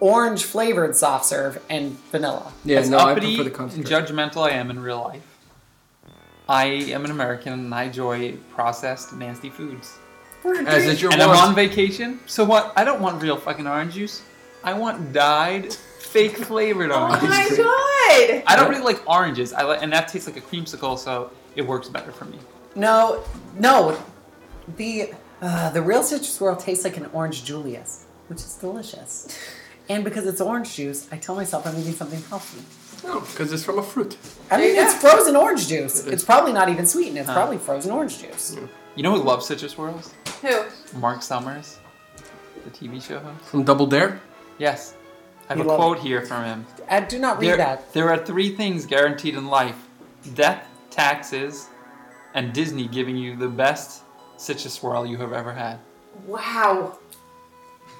Speaker 1: orange flavored soft serve and vanilla.
Speaker 4: Yeah,
Speaker 3: as
Speaker 4: no, I
Speaker 3: uppity
Speaker 4: prefer the
Speaker 3: and
Speaker 4: concentrate.
Speaker 3: judgmental I am in real life. I am an American, and I enjoy processed, nasty foods.
Speaker 4: As is your
Speaker 3: and I'm on
Speaker 4: one.
Speaker 3: vacation, so what? I don't want real fucking orange juice. I want dyed, fake flavored orange
Speaker 2: Oh
Speaker 3: juice.
Speaker 2: my god.
Speaker 3: I don't really like oranges. I like, and that tastes like a creamsicle, so it works better for me.
Speaker 1: No, no, the uh, the real citrus swirl tastes like an orange Julius, which is delicious. And because it's orange juice, I tell myself I'm eating something healthy.
Speaker 4: Because it's from a fruit.
Speaker 1: I mean,
Speaker 2: you
Speaker 1: it's
Speaker 2: go.
Speaker 1: frozen orange juice.
Speaker 4: It is.
Speaker 1: It's probably not even sweetened. It's
Speaker 3: Huh.
Speaker 1: probably frozen orange juice.
Speaker 3: You know who loves citrus whirls?
Speaker 2: Who?
Speaker 3: Mark Summers, the TV show host.
Speaker 4: From Double Dare.
Speaker 3: Yes, I have
Speaker 1: You
Speaker 3: a
Speaker 1: love-
Speaker 3: quote here from him.
Speaker 1: I do not read
Speaker 3: there,
Speaker 1: that.
Speaker 3: there are three things guaranteed in life: death, taxes, and Disney giving you the best citrus swirl you have ever had.
Speaker 2: Wow.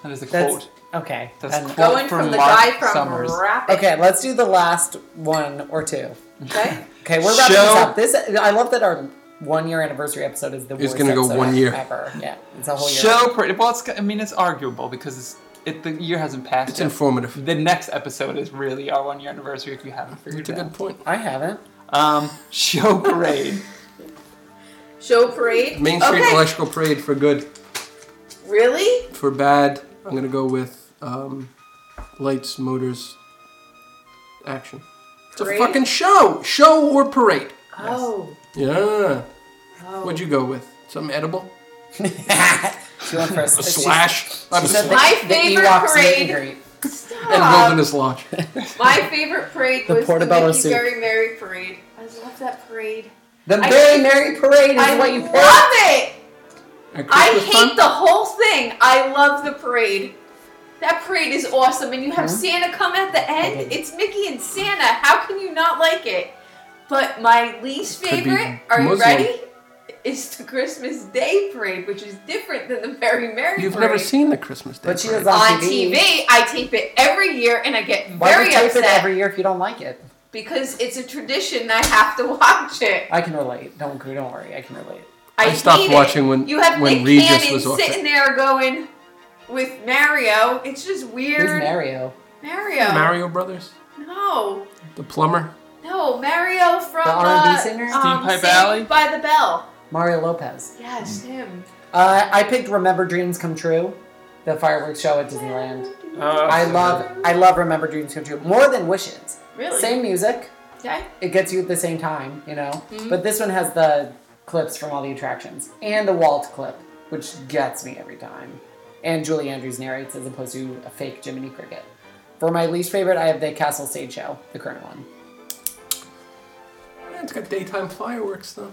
Speaker 3: That is a
Speaker 1: That's-
Speaker 3: quote.
Speaker 1: Okay.
Speaker 3: That's
Speaker 1: and-
Speaker 3: Quote
Speaker 2: Going
Speaker 3: from
Speaker 2: from the
Speaker 3: Mark
Speaker 2: guy from
Speaker 3: Summers.
Speaker 2: Rapid.
Speaker 1: okay, let's do the last one or two.
Speaker 2: Okay.
Speaker 1: Okay, we're wrapping
Speaker 3: Show-
Speaker 1: this up. This I love that our one year anniversary episode is the
Speaker 4: It's
Speaker 1: worst
Speaker 4: gonna go
Speaker 1: episode
Speaker 4: one year.
Speaker 1: ever. Yeah, it's a whole year.
Speaker 3: Show pretty well. It's I mean it's arguable because it's, it the year hasn't passed.
Speaker 4: It's
Speaker 3: yet.
Speaker 4: informative.
Speaker 3: the next episode is really our one year anniversary if you haven't figured
Speaker 4: It's a
Speaker 3: it out.
Speaker 4: good point.
Speaker 1: I haven't. [laughs]
Speaker 3: Um, show parade.
Speaker 2: Show parade.
Speaker 4: Main Street
Speaker 2: okay.
Speaker 4: Electrical Parade for good.
Speaker 2: Really?
Speaker 4: For bad, I'm gonna go with um, lights, motors, action. It's
Speaker 2: Parade?
Speaker 4: a fucking show, show or parade.
Speaker 2: Oh.
Speaker 4: Yeah.
Speaker 2: oh.
Speaker 4: What'd you go with? Something edible?
Speaker 1: she went for a,
Speaker 4: [laughs] A slash? I'm
Speaker 1: She
Speaker 4: a
Speaker 1: said
Speaker 4: slash.
Speaker 1: the,
Speaker 2: My
Speaker 1: the
Speaker 2: favorite
Speaker 1: Ewoks
Speaker 2: parade.
Speaker 1: meet and greet.
Speaker 4: And Wilderness Lodge.
Speaker 2: My favorite parade
Speaker 1: The
Speaker 2: was
Speaker 1: portobello
Speaker 2: the Mickey
Speaker 1: soup.
Speaker 2: Very Merry Parade. I love that parade.
Speaker 1: The
Speaker 2: I-
Speaker 1: Very Merry Parade is
Speaker 2: I
Speaker 1: what you
Speaker 2: love
Speaker 1: picked.
Speaker 2: it.
Speaker 4: At
Speaker 2: I
Speaker 4: Christmas
Speaker 2: hate
Speaker 4: time?
Speaker 2: the whole thing. I love the parade. That parade is awesome, and you have
Speaker 1: Mhm.
Speaker 2: Santa come at the end. It's Mickey and Santa. How can you not like it? But my least
Speaker 4: Could be
Speaker 2: favorite, are you
Speaker 4: Muslim.
Speaker 2: ready? Is the Christmas Day parade, which is different than the Merry Merry
Speaker 4: You've
Speaker 2: parade.
Speaker 4: never seen the Christmas Day.
Speaker 1: But she
Speaker 4: parade.
Speaker 1: was
Speaker 2: on
Speaker 1: on
Speaker 2: TV.
Speaker 1: TV.
Speaker 2: I tape it every year, and I get
Speaker 1: Why do
Speaker 2: very
Speaker 1: you tape
Speaker 2: upset
Speaker 1: it every year if you don't like it?
Speaker 2: because it's a tradition. I have to [laughs] watch it.
Speaker 1: I can relate. Don't don't worry. I can relate.
Speaker 4: I
Speaker 2: I,
Speaker 4: stopped
Speaker 2: hate
Speaker 4: watching
Speaker 2: it.
Speaker 4: when-
Speaker 2: you have
Speaker 4: when
Speaker 2: Nick
Speaker 4: Regis
Speaker 2: Cannon
Speaker 4: was off it.
Speaker 2: sitting there going with Mario. It's just
Speaker 1: Who's
Speaker 2: weird.
Speaker 1: Mario?
Speaker 2: Mario.
Speaker 4: Mario Brothers,
Speaker 2: No,
Speaker 4: the plumber.
Speaker 2: no, Mario from
Speaker 1: The R&B
Speaker 2: uh,
Speaker 1: singer?
Speaker 2: um,
Speaker 3: Steampunk
Speaker 2: Saved
Speaker 3: Valley?
Speaker 2: by the Bell.
Speaker 1: Mario Lopez.
Speaker 2: Yes, him.
Speaker 1: Uh, I picked Remember Dreams Come True, the fireworks show at Disneyland.
Speaker 3: [laughs] Oh,
Speaker 1: I love I love Remember Dreams Come True more than Wishes.
Speaker 2: Really?
Speaker 1: Same music.
Speaker 2: Okay.
Speaker 1: It gets you at the same time, you know.
Speaker 2: Mhm.
Speaker 1: But this one has the clips from all the attractions and the Walt clip, which gets me every time. And Julie Andrews narrates as opposed to a fake Jiminy Cricket. For my least favorite, I have the Castle Stage Show, the current one.
Speaker 4: Yeah, it's got daytime fireworks though.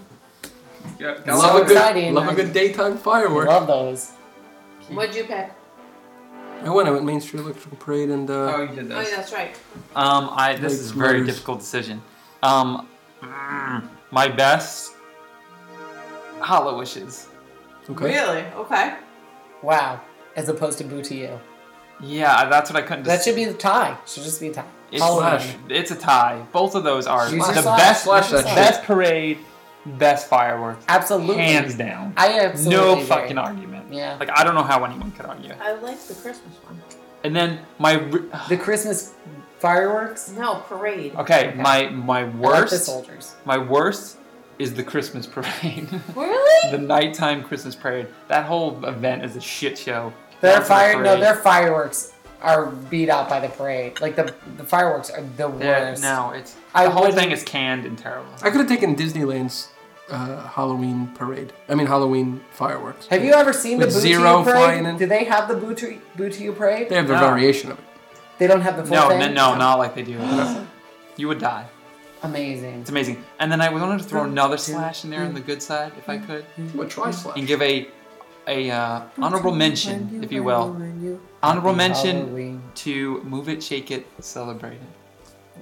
Speaker 3: Yeah,
Speaker 1: So
Speaker 4: love a good,
Speaker 1: exciting.
Speaker 4: love a good daytime firework.
Speaker 1: Love those.
Speaker 2: What'd you pick? Oh,
Speaker 4: I went. I went Main Street Electrical Parade and uh,
Speaker 3: oh, you did
Speaker 2: Oh, yeah,
Speaker 3: this.
Speaker 2: that's right.
Speaker 3: Um, I
Speaker 4: Like
Speaker 3: this is a very
Speaker 4: murders.
Speaker 3: difficult decision. Um, mm, my best hollow wishes.
Speaker 4: okay.
Speaker 2: Really? Okay.
Speaker 1: Wow. As opposed to Boo to You.
Speaker 3: Yeah, that's what I couldn't.
Speaker 1: That
Speaker 3: Dis-
Speaker 1: should be the tie. Should just be a tie.
Speaker 3: it's,
Speaker 1: Halloween.
Speaker 4: slash.
Speaker 3: it's a tie. Both of those are the
Speaker 1: Use your slash.
Speaker 3: best,
Speaker 4: Slash that shit.
Speaker 3: best parade, best fireworks,
Speaker 1: Absolutely.
Speaker 3: hands down.
Speaker 1: I absolutely
Speaker 3: no
Speaker 1: agree.
Speaker 3: fucking argument.
Speaker 1: Yeah.
Speaker 3: Like I don't know how anyone could argue. it.
Speaker 2: I like the Christmas one.
Speaker 3: And then my r-
Speaker 1: The Christmas fireworks.
Speaker 2: No, parade.
Speaker 3: okay, my my
Speaker 1: I like the
Speaker 3: worst
Speaker 1: soldiers.
Speaker 3: my worst is the Christmas parade. [laughs]
Speaker 2: Really?
Speaker 3: the nighttime Christmas parade. That whole event is a shit show.
Speaker 1: Their
Speaker 3: That's
Speaker 1: fire. no,
Speaker 3: parade.
Speaker 1: their fireworks are beat out by the parade. Like the the fireworks are the
Speaker 3: Yeah,
Speaker 1: worst.
Speaker 3: no, it's
Speaker 1: I
Speaker 3: the whole
Speaker 1: wouldn't-
Speaker 3: thing is canned and terrible.
Speaker 4: I could have taken Disneyland's uh, Halloween parade. I mean Halloween fireworks.
Speaker 1: Have you ever seen the
Speaker 4: With
Speaker 1: Boo to You
Speaker 4: zero
Speaker 1: parade?
Speaker 4: flying in.
Speaker 1: Do they have the Boo to, Boo to You parade?
Speaker 4: They have their
Speaker 3: No.
Speaker 4: variation of it.
Speaker 1: They don't have the full
Speaker 3: No,
Speaker 1: thing.
Speaker 3: no, no, not like
Speaker 1: [gasps]
Speaker 3: they do. you would die.
Speaker 1: Amazing.
Speaker 3: It's amazing. And then I wanted to throw another slash in there on the good side, if I could,
Speaker 4: What try slash?
Speaker 3: and give a a uh, honorable mention, if you will, honorable
Speaker 1: Happy
Speaker 3: mention
Speaker 1: Halloween.
Speaker 3: to move it, shake it, celebrate it.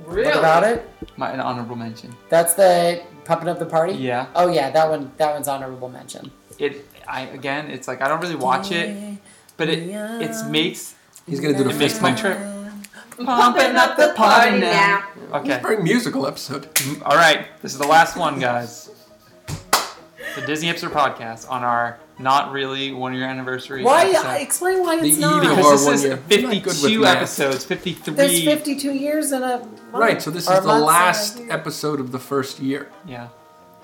Speaker 2: Really?
Speaker 1: What about it?
Speaker 3: My an honorable mention.
Speaker 1: That's the pumping up the party.
Speaker 3: Yeah.
Speaker 1: Oh yeah, that one. That one's honorable mention.
Speaker 3: It. I again, it's like I don't really watch it, but it it makes
Speaker 4: He's gonna do the
Speaker 3: it makes
Speaker 4: fist
Speaker 3: my
Speaker 4: pump.
Speaker 3: trip. Pumping up the party now.
Speaker 4: It's a
Speaker 3: Okay.
Speaker 4: very musical episode.
Speaker 3: All right, this is the last one, guys. The Disney Hipster Podcast on our not really one year anniversary.
Speaker 1: Why?
Speaker 3: Episode.
Speaker 1: Explain why
Speaker 4: The
Speaker 1: it's
Speaker 4: eve
Speaker 1: not.
Speaker 4: of our
Speaker 3: Because
Speaker 4: one
Speaker 3: this
Speaker 4: year.
Speaker 3: is
Speaker 4: I'm not good with
Speaker 3: 52
Speaker 4: math.
Speaker 3: episodes, 53.
Speaker 1: There's 52 years in a month,
Speaker 4: Right, so this
Speaker 1: or
Speaker 4: is
Speaker 1: a
Speaker 4: the
Speaker 1: month, so
Speaker 4: last
Speaker 1: a year.
Speaker 4: episode of the first year.
Speaker 3: Yeah,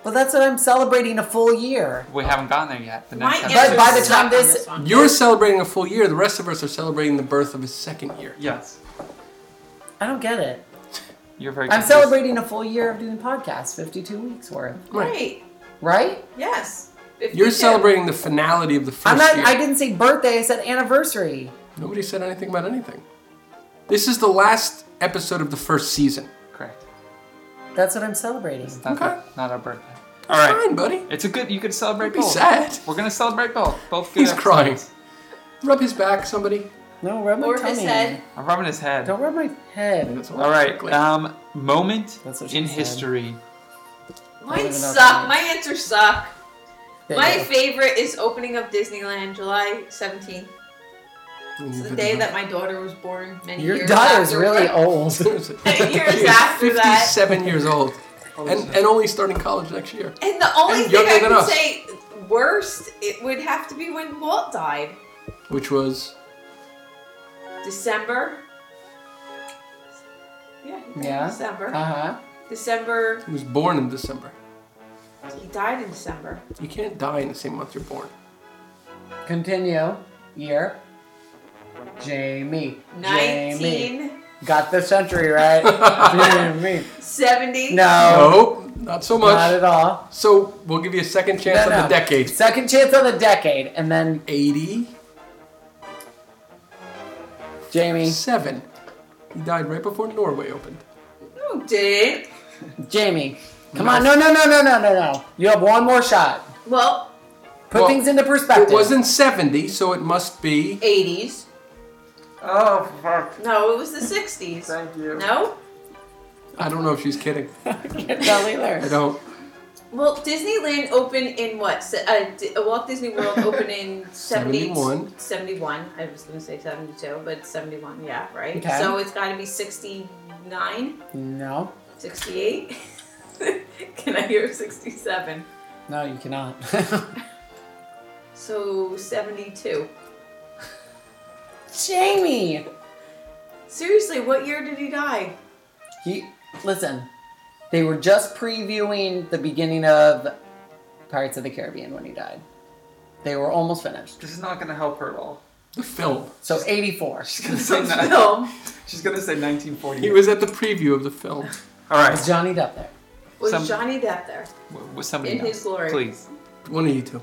Speaker 1: Well, that's what I'm celebrating a full year.
Speaker 3: we haven't gotten there yet. The next
Speaker 2: My
Speaker 3: episode.
Speaker 1: But by the
Speaker 2: answer's
Speaker 1: time
Speaker 2: stuck on
Speaker 1: this-
Speaker 2: one.
Speaker 4: You're celebrating a full year. The rest of us are celebrating the birth of his second year.
Speaker 3: yes,
Speaker 1: I don't get it.
Speaker 3: you're very.
Speaker 1: I'm
Speaker 3: confused.
Speaker 1: celebrating a full year of doing podcasts, 52 weeks worth,
Speaker 2: Right.
Speaker 1: right?
Speaker 2: Yes. If
Speaker 4: You're
Speaker 2: you did-
Speaker 4: celebrating the finality of the 1st
Speaker 1: I'm not.
Speaker 4: year.
Speaker 1: I didn't say birthday. I said anniversary.
Speaker 4: Nobody said anything about anything. This is the last episode of the first season.
Speaker 3: Correct.
Speaker 1: That's what I'm celebrating.
Speaker 3: It's not,
Speaker 4: Okay.
Speaker 3: the- not our birthday. All right,
Speaker 4: Fine, buddy.
Speaker 3: it's a good. You could celebrate
Speaker 4: Don't be
Speaker 3: both.
Speaker 4: sad.
Speaker 3: We're gonna celebrate both. Both. Good
Speaker 4: He's
Speaker 3: episodes.
Speaker 4: crying. Rub his back, somebody.
Speaker 1: No, rub my
Speaker 2: Or
Speaker 1: tummy.
Speaker 2: his head.
Speaker 3: I'm rubbing his head.
Speaker 1: Don't rub my head.
Speaker 4: That's
Speaker 3: All right.
Speaker 4: quickly.
Speaker 3: Um, moment
Speaker 1: That's what she
Speaker 3: in
Speaker 1: said.
Speaker 3: history.
Speaker 2: Mine
Speaker 1: even know
Speaker 2: suck.
Speaker 1: if
Speaker 2: My answers suck.
Speaker 1: There you
Speaker 2: My
Speaker 1: go.
Speaker 2: favorite is opening of Disneyland July 17th. It's the day that my daughter was born many
Speaker 1: Your
Speaker 2: years
Speaker 1: daughter's
Speaker 2: after-
Speaker 1: really old.
Speaker 4: years
Speaker 2: Years after that.
Speaker 4: 57 years old. And, and only starting college next year.
Speaker 2: And the only
Speaker 4: And
Speaker 2: thing
Speaker 4: younger
Speaker 2: I
Speaker 4: than
Speaker 2: could
Speaker 4: us.
Speaker 2: say worst, it would have to be when Walt died.
Speaker 4: Which was.
Speaker 2: December. Yeah, he died
Speaker 1: Yeah.
Speaker 2: in December.
Speaker 1: Uh huh.
Speaker 2: December.
Speaker 4: He was born in December.
Speaker 2: He died in December.
Speaker 4: You can't die in the same month you're born.
Speaker 1: Continue. Year. Jamie. Jamie.
Speaker 2: 1970.
Speaker 1: Got the century
Speaker 2: [laughs]
Speaker 1: right. Jamie. No.
Speaker 4: No, not so much.
Speaker 1: Not at all.
Speaker 4: So we'll give you a second chance
Speaker 1: No,
Speaker 4: on
Speaker 1: no.
Speaker 4: the decade.
Speaker 1: Second chance on the decade, and then
Speaker 4: 87.
Speaker 1: Jamie.
Speaker 4: He died right before Norway opened.
Speaker 2: No, it didn't.
Speaker 1: Jamie. Come on. No, no, no, no, no, no, no. You have one more shot.
Speaker 2: Well,
Speaker 1: Put
Speaker 4: Well,
Speaker 1: things into
Speaker 4: It
Speaker 1: perspective. [laughs]
Speaker 4: wasn't 70, so it must be.
Speaker 2: 80s.
Speaker 3: Oh, fuck.
Speaker 2: No, it was the 60s.
Speaker 3: you.
Speaker 2: No?
Speaker 4: I don't know if she's kidding.
Speaker 1: Can't tell either.
Speaker 4: I don't.
Speaker 2: Well, Disneyland opened in what? Se- Uh, D- uh, Walt
Speaker 1: [laughs]
Speaker 2: Disney World opened in 70,
Speaker 4: 71.
Speaker 2: 71. I was going to say 72, but 71, yeah, right?
Speaker 1: Okay.
Speaker 2: So it's got to be 69,
Speaker 1: No,
Speaker 2: 68. [laughs] Can I hear 67?
Speaker 1: no, you cannot. [laughs]
Speaker 2: So 72.
Speaker 1: Jamie,
Speaker 2: Seriously, what year did
Speaker 1: [laughs]
Speaker 2: he die?
Speaker 1: he listen. They were just previewing the beginning of Pirates of the Caribbean when he died. They were almost finished.
Speaker 3: This is not going to help her at
Speaker 2: [laughs]
Speaker 3: all.
Speaker 4: The film.
Speaker 1: So 84.
Speaker 3: She's going to say, ni-
Speaker 2: Film.
Speaker 3: she's gonna say 1940.
Speaker 4: He was at the preview of the film.
Speaker 1: Was
Speaker 3: all right.
Speaker 1: Johnny Depp there?
Speaker 2: Was
Speaker 3: Some-
Speaker 2: Johnny Depp there?
Speaker 3: W- w- somebody
Speaker 2: In
Speaker 3: else.
Speaker 2: his glory.
Speaker 3: Please.
Speaker 4: One of you two.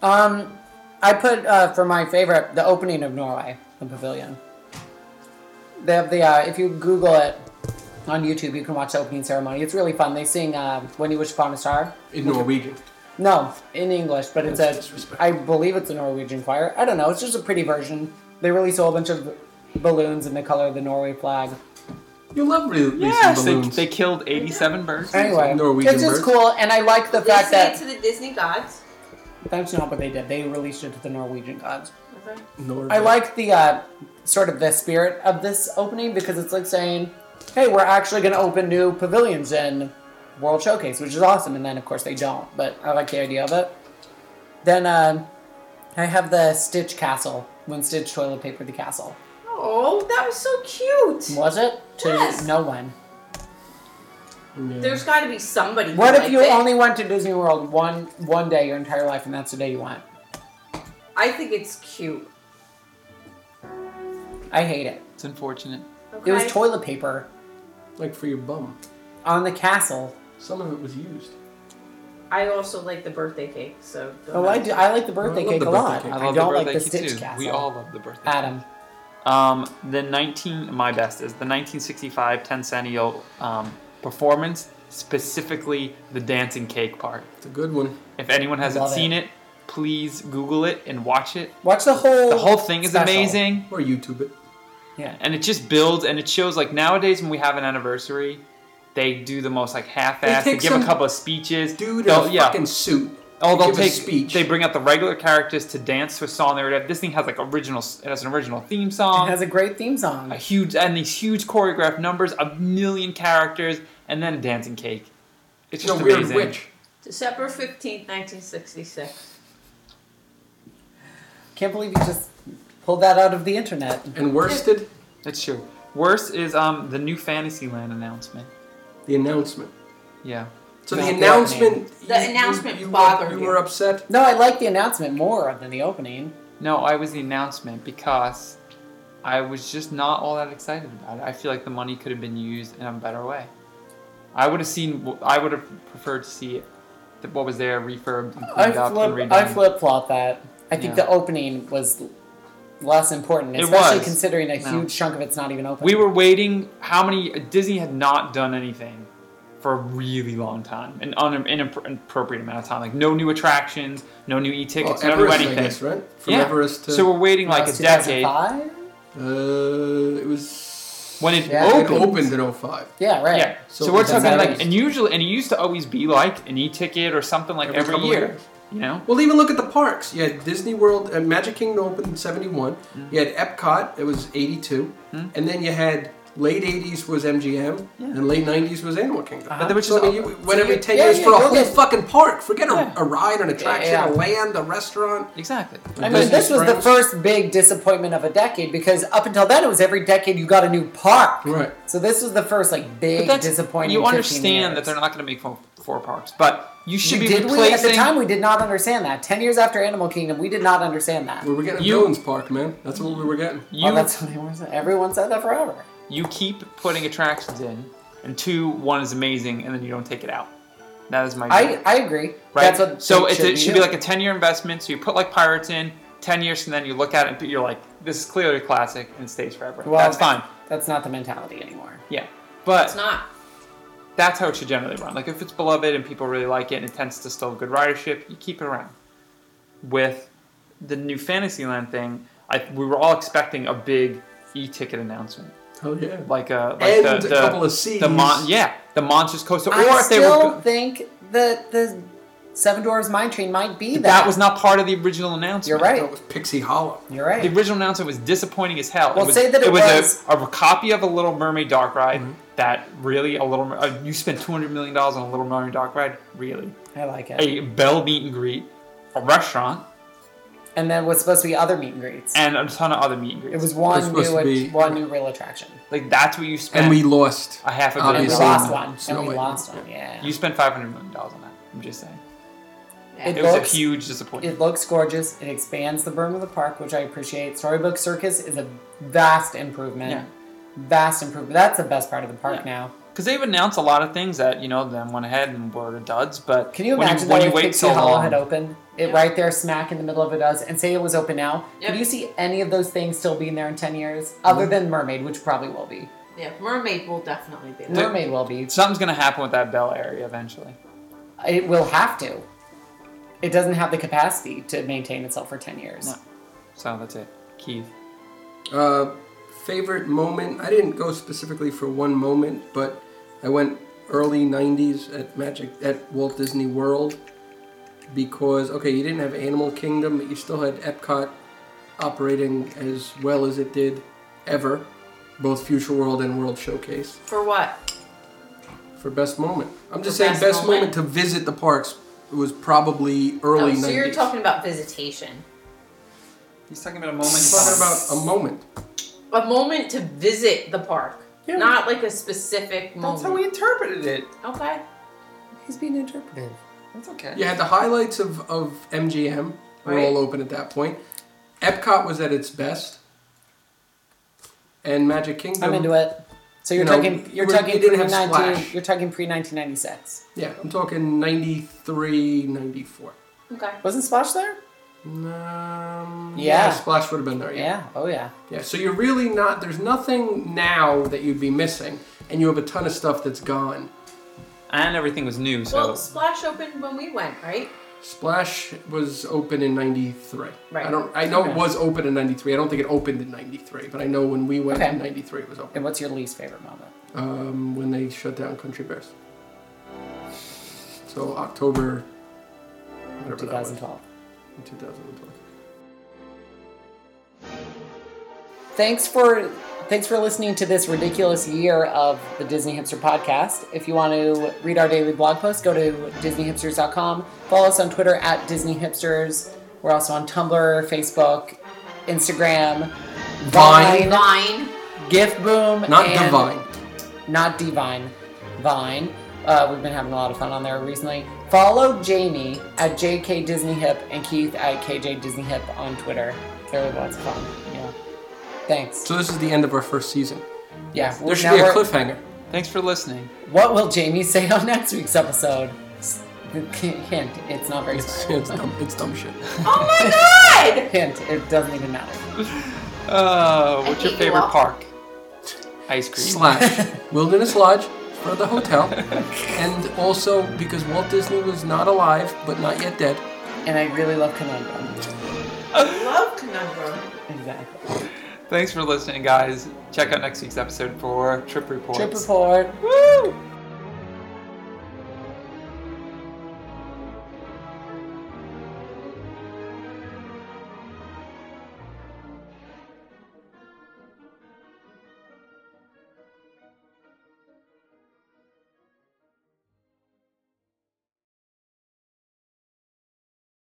Speaker 1: Um, I put uh, for my favorite the opening of Norway, the pavilion. They have the uh, if you Google it on YouTube, you can watch the opening ceremony. It's really fun. They sing uh, "When You Wish Upon a Star."
Speaker 4: In Norwegian.
Speaker 1: No, in English, but it's
Speaker 4: That's
Speaker 1: a
Speaker 4: disrespectful.
Speaker 1: I believe it's a Norwegian choir. I don't know. It's just a pretty version. They release a whole bunch of balloons in the color of the Norway flag.
Speaker 4: You love re- releasing
Speaker 3: they,
Speaker 4: balloons.
Speaker 3: they killed 87 birds.
Speaker 1: Anyway,
Speaker 4: Norwegian
Speaker 1: it's just
Speaker 4: birds?
Speaker 1: cool, and I like the
Speaker 2: They
Speaker 1: fact
Speaker 2: say it
Speaker 1: that
Speaker 2: to the Disney gods.
Speaker 1: that's not what they did. They released it to the Norwegian gods.
Speaker 4: Norway.
Speaker 1: I like the uh, sort of the spirit of this opening because it's like saying, "Hey, we're actually going to open new pavilions in World Showcase," which is awesome. And then, of course, they don't, but I like the idea of it. Then uh, I have the Stitch Castle when Stitch toilet papered the castle.
Speaker 2: Oh, that was so cute.
Speaker 1: Was it to
Speaker 2: Yes.
Speaker 1: no one?
Speaker 4: Yeah.
Speaker 2: There's got to be somebody. who
Speaker 1: What if
Speaker 2: liked
Speaker 1: you
Speaker 2: it.
Speaker 1: only went to Disney World one one day your entire life, and that's the day you went?
Speaker 2: I think it's cute.
Speaker 1: I hate it.
Speaker 3: It's unfortunate.
Speaker 2: Okay.
Speaker 1: It was toilet paper
Speaker 4: Like for your bum.
Speaker 1: on the castle.
Speaker 4: Some of it was used.
Speaker 2: I also like the birthday cake, so. don't
Speaker 1: Oh,
Speaker 2: know.
Speaker 1: I do. I like the birthday
Speaker 4: love
Speaker 1: cake
Speaker 4: the
Speaker 1: a
Speaker 4: birthday
Speaker 1: lot.
Speaker 4: cake.
Speaker 1: I,
Speaker 4: I
Speaker 3: love
Speaker 1: don't
Speaker 3: the
Speaker 1: like
Speaker 3: birthday
Speaker 1: the
Speaker 3: cake,
Speaker 1: Stitch
Speaker 3: too.
Speaker 1: Castle.
Speaker 3: We all love the birthday. cake.
Speaker 1: Adam.
Speaker 3: Um, the 19, my best is the 1965 Tencennial um, performance, specifically the dancing cake part.
Speaker 4: It's a good one.
Speaker 3: If anyone hasn't
Speaker 1: Love it.
Speaker 3: seen it, please Google it and watch it.
Speaker 1: Watch the whole.
Speaker 3: The whole thing is
Speaker 1: special.
Speaker 3: amazing,
Speaker 4: Or YouTube it.
Speaker 1: Yeah.
Speaker 3: and it just builds and it shows like nowadays when we have an anniversary, they do the most like half-assed. They,
Speaker 4: take
Speaker 3: give
Speaker 4: some
Speaker 3: a couple of speeches.
Speaker 4: Dude in
Speaker 3: They'll-
Speaker 4: a fucking suit.
Speaker 3: Oh,
Speaker 4: They
Speaker 3: they'll
Speaker 4: give a
Speaker 3: take
Speaker 4: speech.
Speaker 3: They bring out the regular characters to dance to a song. They would have, this thing has like original. It has an original theme
Speaker 1: It
Speaker 3: song.
Speaker 1: has a great theme song.
Speaker 3: a huge and these huge choreographed numbers, a million characters, and then a dancing cake.
Speaker 4: It's
Speaker 3: It's
Speaker 4: a
Speaker 3: just
Speaker 4: weird
Speaker 3: amazing.
Speaker 4: witch.
Speaker 2: December 15th, 1966.
Speaker 1: Can't believe you just pulled that out of the internet.
Speaker 4: And worsted
Speaker 3: That's true. Worse is um the new Fantasyland announcement.
Speaker 4: the announcement.
Speaker 3: Yeah,
Speaker 4: So
Speaker 1: Not
Speaker 4: the
Speaker 1: the
Speaker 4: announcement.
Speaker 2: The announcement
Speaker 4: you,
Speaker 2: bothered
Speaker 4: were,
Speaker 2: you.
Speaker 4: were upset.
Speaker 1: No, I like the announcement more than the opening.
Speaker 3: no, I was the announcement because I was just not all that excited about it. I feel like the money could have been used in a better way. I would have seen. I would have preferred to see th- what was there refurbed and
Speaker 1: I
Speaker 3: cleaned up and
Speaker 1: flip,
Speaker 3: redone.
Speaker 1: I flip flop that. I think
Speaker 3: Yeah.
Speaker 1: the opening was less important,
Speaker 3: It
Speaker 1: especially
Speaker 3: was.
Speaker 1: considering a
Speaker 3: No.
Speaker 1: huge chunk of it's not even open.
Speaker 3: We were waiting. How many? Disney had not done anything for a really long time, an un, inappro- inappropriate amount of time. Like no new attractions, no new e-tickets,
Speaker 4: Well,
Speaker 3: no new
Speaker 4: Everest, I
Speaker 3: anything.
Speaker 4: guess, right? From
Speaker 3: yeah.
Speaker 4: Everest to.
Speaker 3: so we're waiting like a decade.
Speaker 1: 2005?
Speaker 4: uh, it was.
Speaker 3: When it
Speaker 1: Yeah.
Speaker 4: It
Speaker 3: opened,
Speaker 4: opened in 05.
Speaker 1: Yeah, right.
Speaker 3: Yeah. So,
Speaker 4: So
Speaker 3: we're
Speaker 4: it's
Speaker 3: talking
Speaker 1: at
Speaker 3: like,
Speaker 1: least-
Speaker 3: and usually, and it used to always be like an e-ticket or something like
Speaker 4: Every
Speaker 3: every,
Speaker 4: couple of
Speaker 3: year.
Speaker 4: years.
Speaker 3: You know,
Speaker 4: Well, even look at the parks. You had Disney World, uh, Magic Kingdom opened in 71.
Speaker 1: Mm-hmm.
Speaker 4: You had Epcot, it was 82. And then you had late 80s was MGM, and late 90s was Animal Kingdom.
Speaker 1: Uh-huh.
Speaker 3: but there was
Speaker 4: So,
Speaker 3: just
Speaker 4: I mean, you went every
Speaker 1: you-
Speaker 4: 10
Speaker 1: yeah,
Speaker 4: years
Speaker 1: yeah,
Speaker 4: for a
Speaker 1: go
Speaker 4: whole
Speaker 1: get-
Speaker 4: fucking park. Forget a,
Speaker 3: Yeah.
Speaker 4: a ride, an attraction,
Speaker 1: Yeah.
Speaker 4: a land, a restaurant.
Speaker 3: exactly.
Speaker 1: I mean, this was the
Speaker 4: Springs.
Speaker 1: first big disappointment of a decade because up until then it was every decade you got a new park.
Speaker 4: Right.
Speaker 1: So this was the first like big
Speaker 3: But that's
Speaker 1: disappointing.
Speaker 3: You
Speaker 1: 15
Speaker 3: understand that
Speaker 1: years.
Speaker 3: they're not going to make four, four parks, but you should
Speaker 1: We
Speaker 3: be
Speaker 1: did
Speaker 3: replacing.
Speaker 1: we at the time we did not understand that. Ten years after Animal Kingdom, we did not understand that.
Speaker 4: We were getting a
Speaker 3: You-
Speaker 4: Villains Park, man. That's what we were getting.
Speaker 3: you
Speaker 1: oh, that's what they were saying. everyone said that forever.
Speaker 3: you keep putting attractions in, and two, one is amazing, and then you don't take it out. That is my
Speaker 1: I,
Speaker 3: view,
Speaker 1: I agree.
Speaker 3: right.
Speaker 1: That's what
Speaker 3: so
Speaker 1: they
Speaker 3: it should, be
Speaker 1: doing.
Speaker 3: like a ten-year investment. So you put like pirates in ten years, and then you look at it, and you're like, this is clearly a classic and stays forever.
Speaker 1: Well,
Speaker 3: that's fine.
Speaker 1: That's not the mentality anymore.
Speaker 3: Yeah,
Speaker 2: It's
Speaker 3: but
Speaker 2: not.
Speaker 3: that's how it should generally run. Like if it's beloved and people really like it, and it tends to still have good ridership, you keep it around. with the new Fantasyland thing, I, we were all expecting a big e-ticket announcement,
Speaker 4: Oh yeah.
Speaker 3: like a like
Speaker 4: And
Speaker 3: the,
Speaker 4: a
Speaker 3: the-
Speaker 4: couple of C's.
Speaker 3: the mon- yeah the Monsters Coaster, or
Speaker 1: I
Speaker 3: if they were
Speaker 1: still
Speaker 3: go-
Speaker 1: think that the Seven Dwarfs Mine Train might be that.
Speaker 3: that was not part of the original announcement.
Speaker 1: You're right.
Speaker 4: That was Pixie Hollow.
Speaker 1: You're right.
Speaker 3: The original announcement was disappointing as hell.
Speaker 1: Well,
Speaker 3: it was,
Speaker 1: say that it
Speaker 3: was,
Speaker 1: was- Mm-hmm.
Speaker 3: A, a copy of a Little Mermaid dark ride that really a little Mer- uh, you spent two hundred million dollars on a Little Mermaid dark ride, really
Speaker 1: I like it.
Speaker 3: a Bell meet and greet, a restaurant,
Speaker 1: And then what's supposed to be other meet and greets.
Speaker 3: and a ton of other meet and greets.
Speaker 1: it was one
Speaker 4: It was
Speaker 1: new
Speaker 4: supposed to be-
Speaker 1: one new real attraction.
Speaker 3: like that's what you spent.
Speaker 4: And we lost.
Speaker 3: a half a
Speaker 1: And we
Speaker 3: billion.
Speaker 4: Obviously.
Speaker 3: dollars.
Speaker 1: lost one.
Speaker 4: Snow
Speaker 1: And we
Speaker 4: White.
Speaker 1: lost one. Yeah.
Speaker 3: You spent five hundred million dollars on that. I'm just saying.
Speaker 2: Yeah.
Speaker 1: It
Speaker 3: It was a
Speaker 1: looks-
Speaker 3: huge disappointment.
Speaker 1: It looks gorgeous. It expands the berm of the park, which I appreciate. Storybook Circus is a vast improvement.
Speaker 3: Yeah.
Speaker 1: Vast improvement. That's the best part of the park
Speaker 3: Yeah.
Speaker 1: now.
Speaker 3: Because they've announced a lot of things that you know then went ahead and were the duds, but
Speaker 1: Can you
Speaker 3: when
Speaker 1: imagine
Speaker 3: you, when
Speaker 1: that
Speaker 3: you
Speaker 1: if
Speaker 3: wait
Speaker 1: Pixie
Speaker 3: so
Speaker 1: Hollow
Speaker 3: long,
Speaker 1: had opened it
Speaker 2: Yeah.
Speaker 1: right there, smack in the middle of it does, and say it was open now?
Speaker 2: Yep.
Speaker 1: Do you see any of those things still being there in ten years, other
Speaker 3: Mm-hmm.
Speaker 1: than Mermaid, which probably will be?
Speaker 2: Yeah, mermaid will definitely be there.
Speaker 1: Mermaid will be.
Speaker 3: something's gonna happen with that Bell area eventually.
Speaker 1: It will have to. It doesn't have the capacity to maintain itself for ten years.
Speaker 3: No. So that's it, Keith.
Speaker 4: Uh, favorite moment? I didn't go specifically for one moment, but I went early '90s at Magic at Walt Disney World because okay, you didn't have Animal Kingdom, but you still had Epcot operating as well as it did ever, both Future World and World Showcase
Speaker 2: For what?
Speaker 4: for best moment. I'm just
Speaker 2: For
Speaker 4: saying
Speaker 2: best
Speaker 4: best moment.
Speaker 2: moment.
Speaker 4: to visit the parks was probably early
Speaker 2: Oh, so
Speaker 4: 90s.
Speaker 2: you're talking about visitation.
Speaker 3: He's talking about a moment.
Speaker 4: I'm talking about a moment.
Speaker 2: A moment to visit the park.
Speaker 4: Yeah.
Speaker 2: Not like a specific moment.
Speaker 3: That's how we interpreted it.
Speaker 2: okay.
Speaker 1: He's being interpretive.
Speaker 3: That's okay.
Speaker 4: You had the highlights of, of MGM were
Speaker 2: Right.
Speaker 4: all open at that point. Epcot was at its best, and Magic Kingdom.
Speaker 1: I'm into it. So you're
Speaker 4: You know,
Speaker 1: talking. You're
Speaker 4: you
Speaker 1: talking
Speaker 4: didn't
Speaker 1: pre
Speaker 4: have
Speaker 1: nineteen.
Speaker 4: Splash.
Speaker 1: You're talking pre nineteen ninety six.
Speaker 4: Yeah, I'm talking 93, 94.
Speaker 2: Okay.
Speaker 1: Wasn't Splash there?
Speaker 4: Um,
Speaker 1: Yeah.
Speaker 4: Splash would have been there. Yeah.
Speaker 1: Yeah. Oh yeah.
Speaker 4: yeah, so you're really not. There's nothing now that you'd be missing, and you have a ton of stuff that's gone.
Speaker 3: And everything was new, so
Speaker 2: Well, Splash opened when we went, right?
Speaker 4: Splash was open in '93.
Speaker 2: Right.
Speaker 4: I don't. I know it
Speaker 1: Okay.
Speaker 4: was open in '93. I don't think it opened in '93, but I know when we went
Speaker 1: Okay.
Speaker 4: in '93, it was open.
Speaker 1: And what's your least favorite moment?
Speaker 4: um, when they shut down Country Bears. So October, whatever that was,
Speaker 1: 2012.
Speaker 4: 2012.
Speaker 1: Thanks for thanks for listening to this ridiculous year of the Disney Hipster podcast. If you want to read our daily blog post, go to disneyhipsters.com. Follow us on Twitter at Disney Hipsters. We're also on Tumblr, Facebook, Instagram,
Speaker 4: Vine.
Speaker 2: Vine.
Speaker 1: Gift Boom,
Speaker 4: Not
Speaker 1: and-
Speaker 4: Divine.
Speaker 1: not Divine, Vine. Uh, we've been having a lot of fun on there recently. Follow Jamie at JK Disney Hip and Keith at KJ Disney Hip on Twitter. They're lots of fun. Yeah. Thanks.
Speaker 4: So this is the end of our first season.
Speaker 1: Yeah.
Speaker 4: There should
Speaker 1: now
Speaker 4: be a
Speaker 1: we're-
Speaker 4: cliffhanger. [laughs]
Speaker 3: thanks for listening.
Speaker 1: What will Jamie [laughs] say on next week's episode? S- Hint, it's not very
Speaker 4: It's,
Speaker 1: smart.
Speaker 4: it's dumb. It's dumb shit.
Speaker 2: Oh my
Speaker 1: [laughs]
Speaker 2: god!
Speaker 1: Hint, it doesn't even matter.
Speaker 3: Uh, what's your
Speaker 2: hate you
Speaker 3: favorite
Speaker 2: all.
Speaker 3: park? Ice cream.
Speaker 4: Slash Wilderness Lodge for
Speaker 1: [laughs]
Speaker 4: the hotel, and also because Walt Disney was not alive but not yet dead.
Speaker 1: And I really love Conundrum.
Speaker 2: Love conundrum.
Speaker 1: Exactly.
Speaker 3: Thanks for listening, guys. Check out next week's episode for Trip Reports.
Speaker 1: Trip report.
Speaker 3: Woo!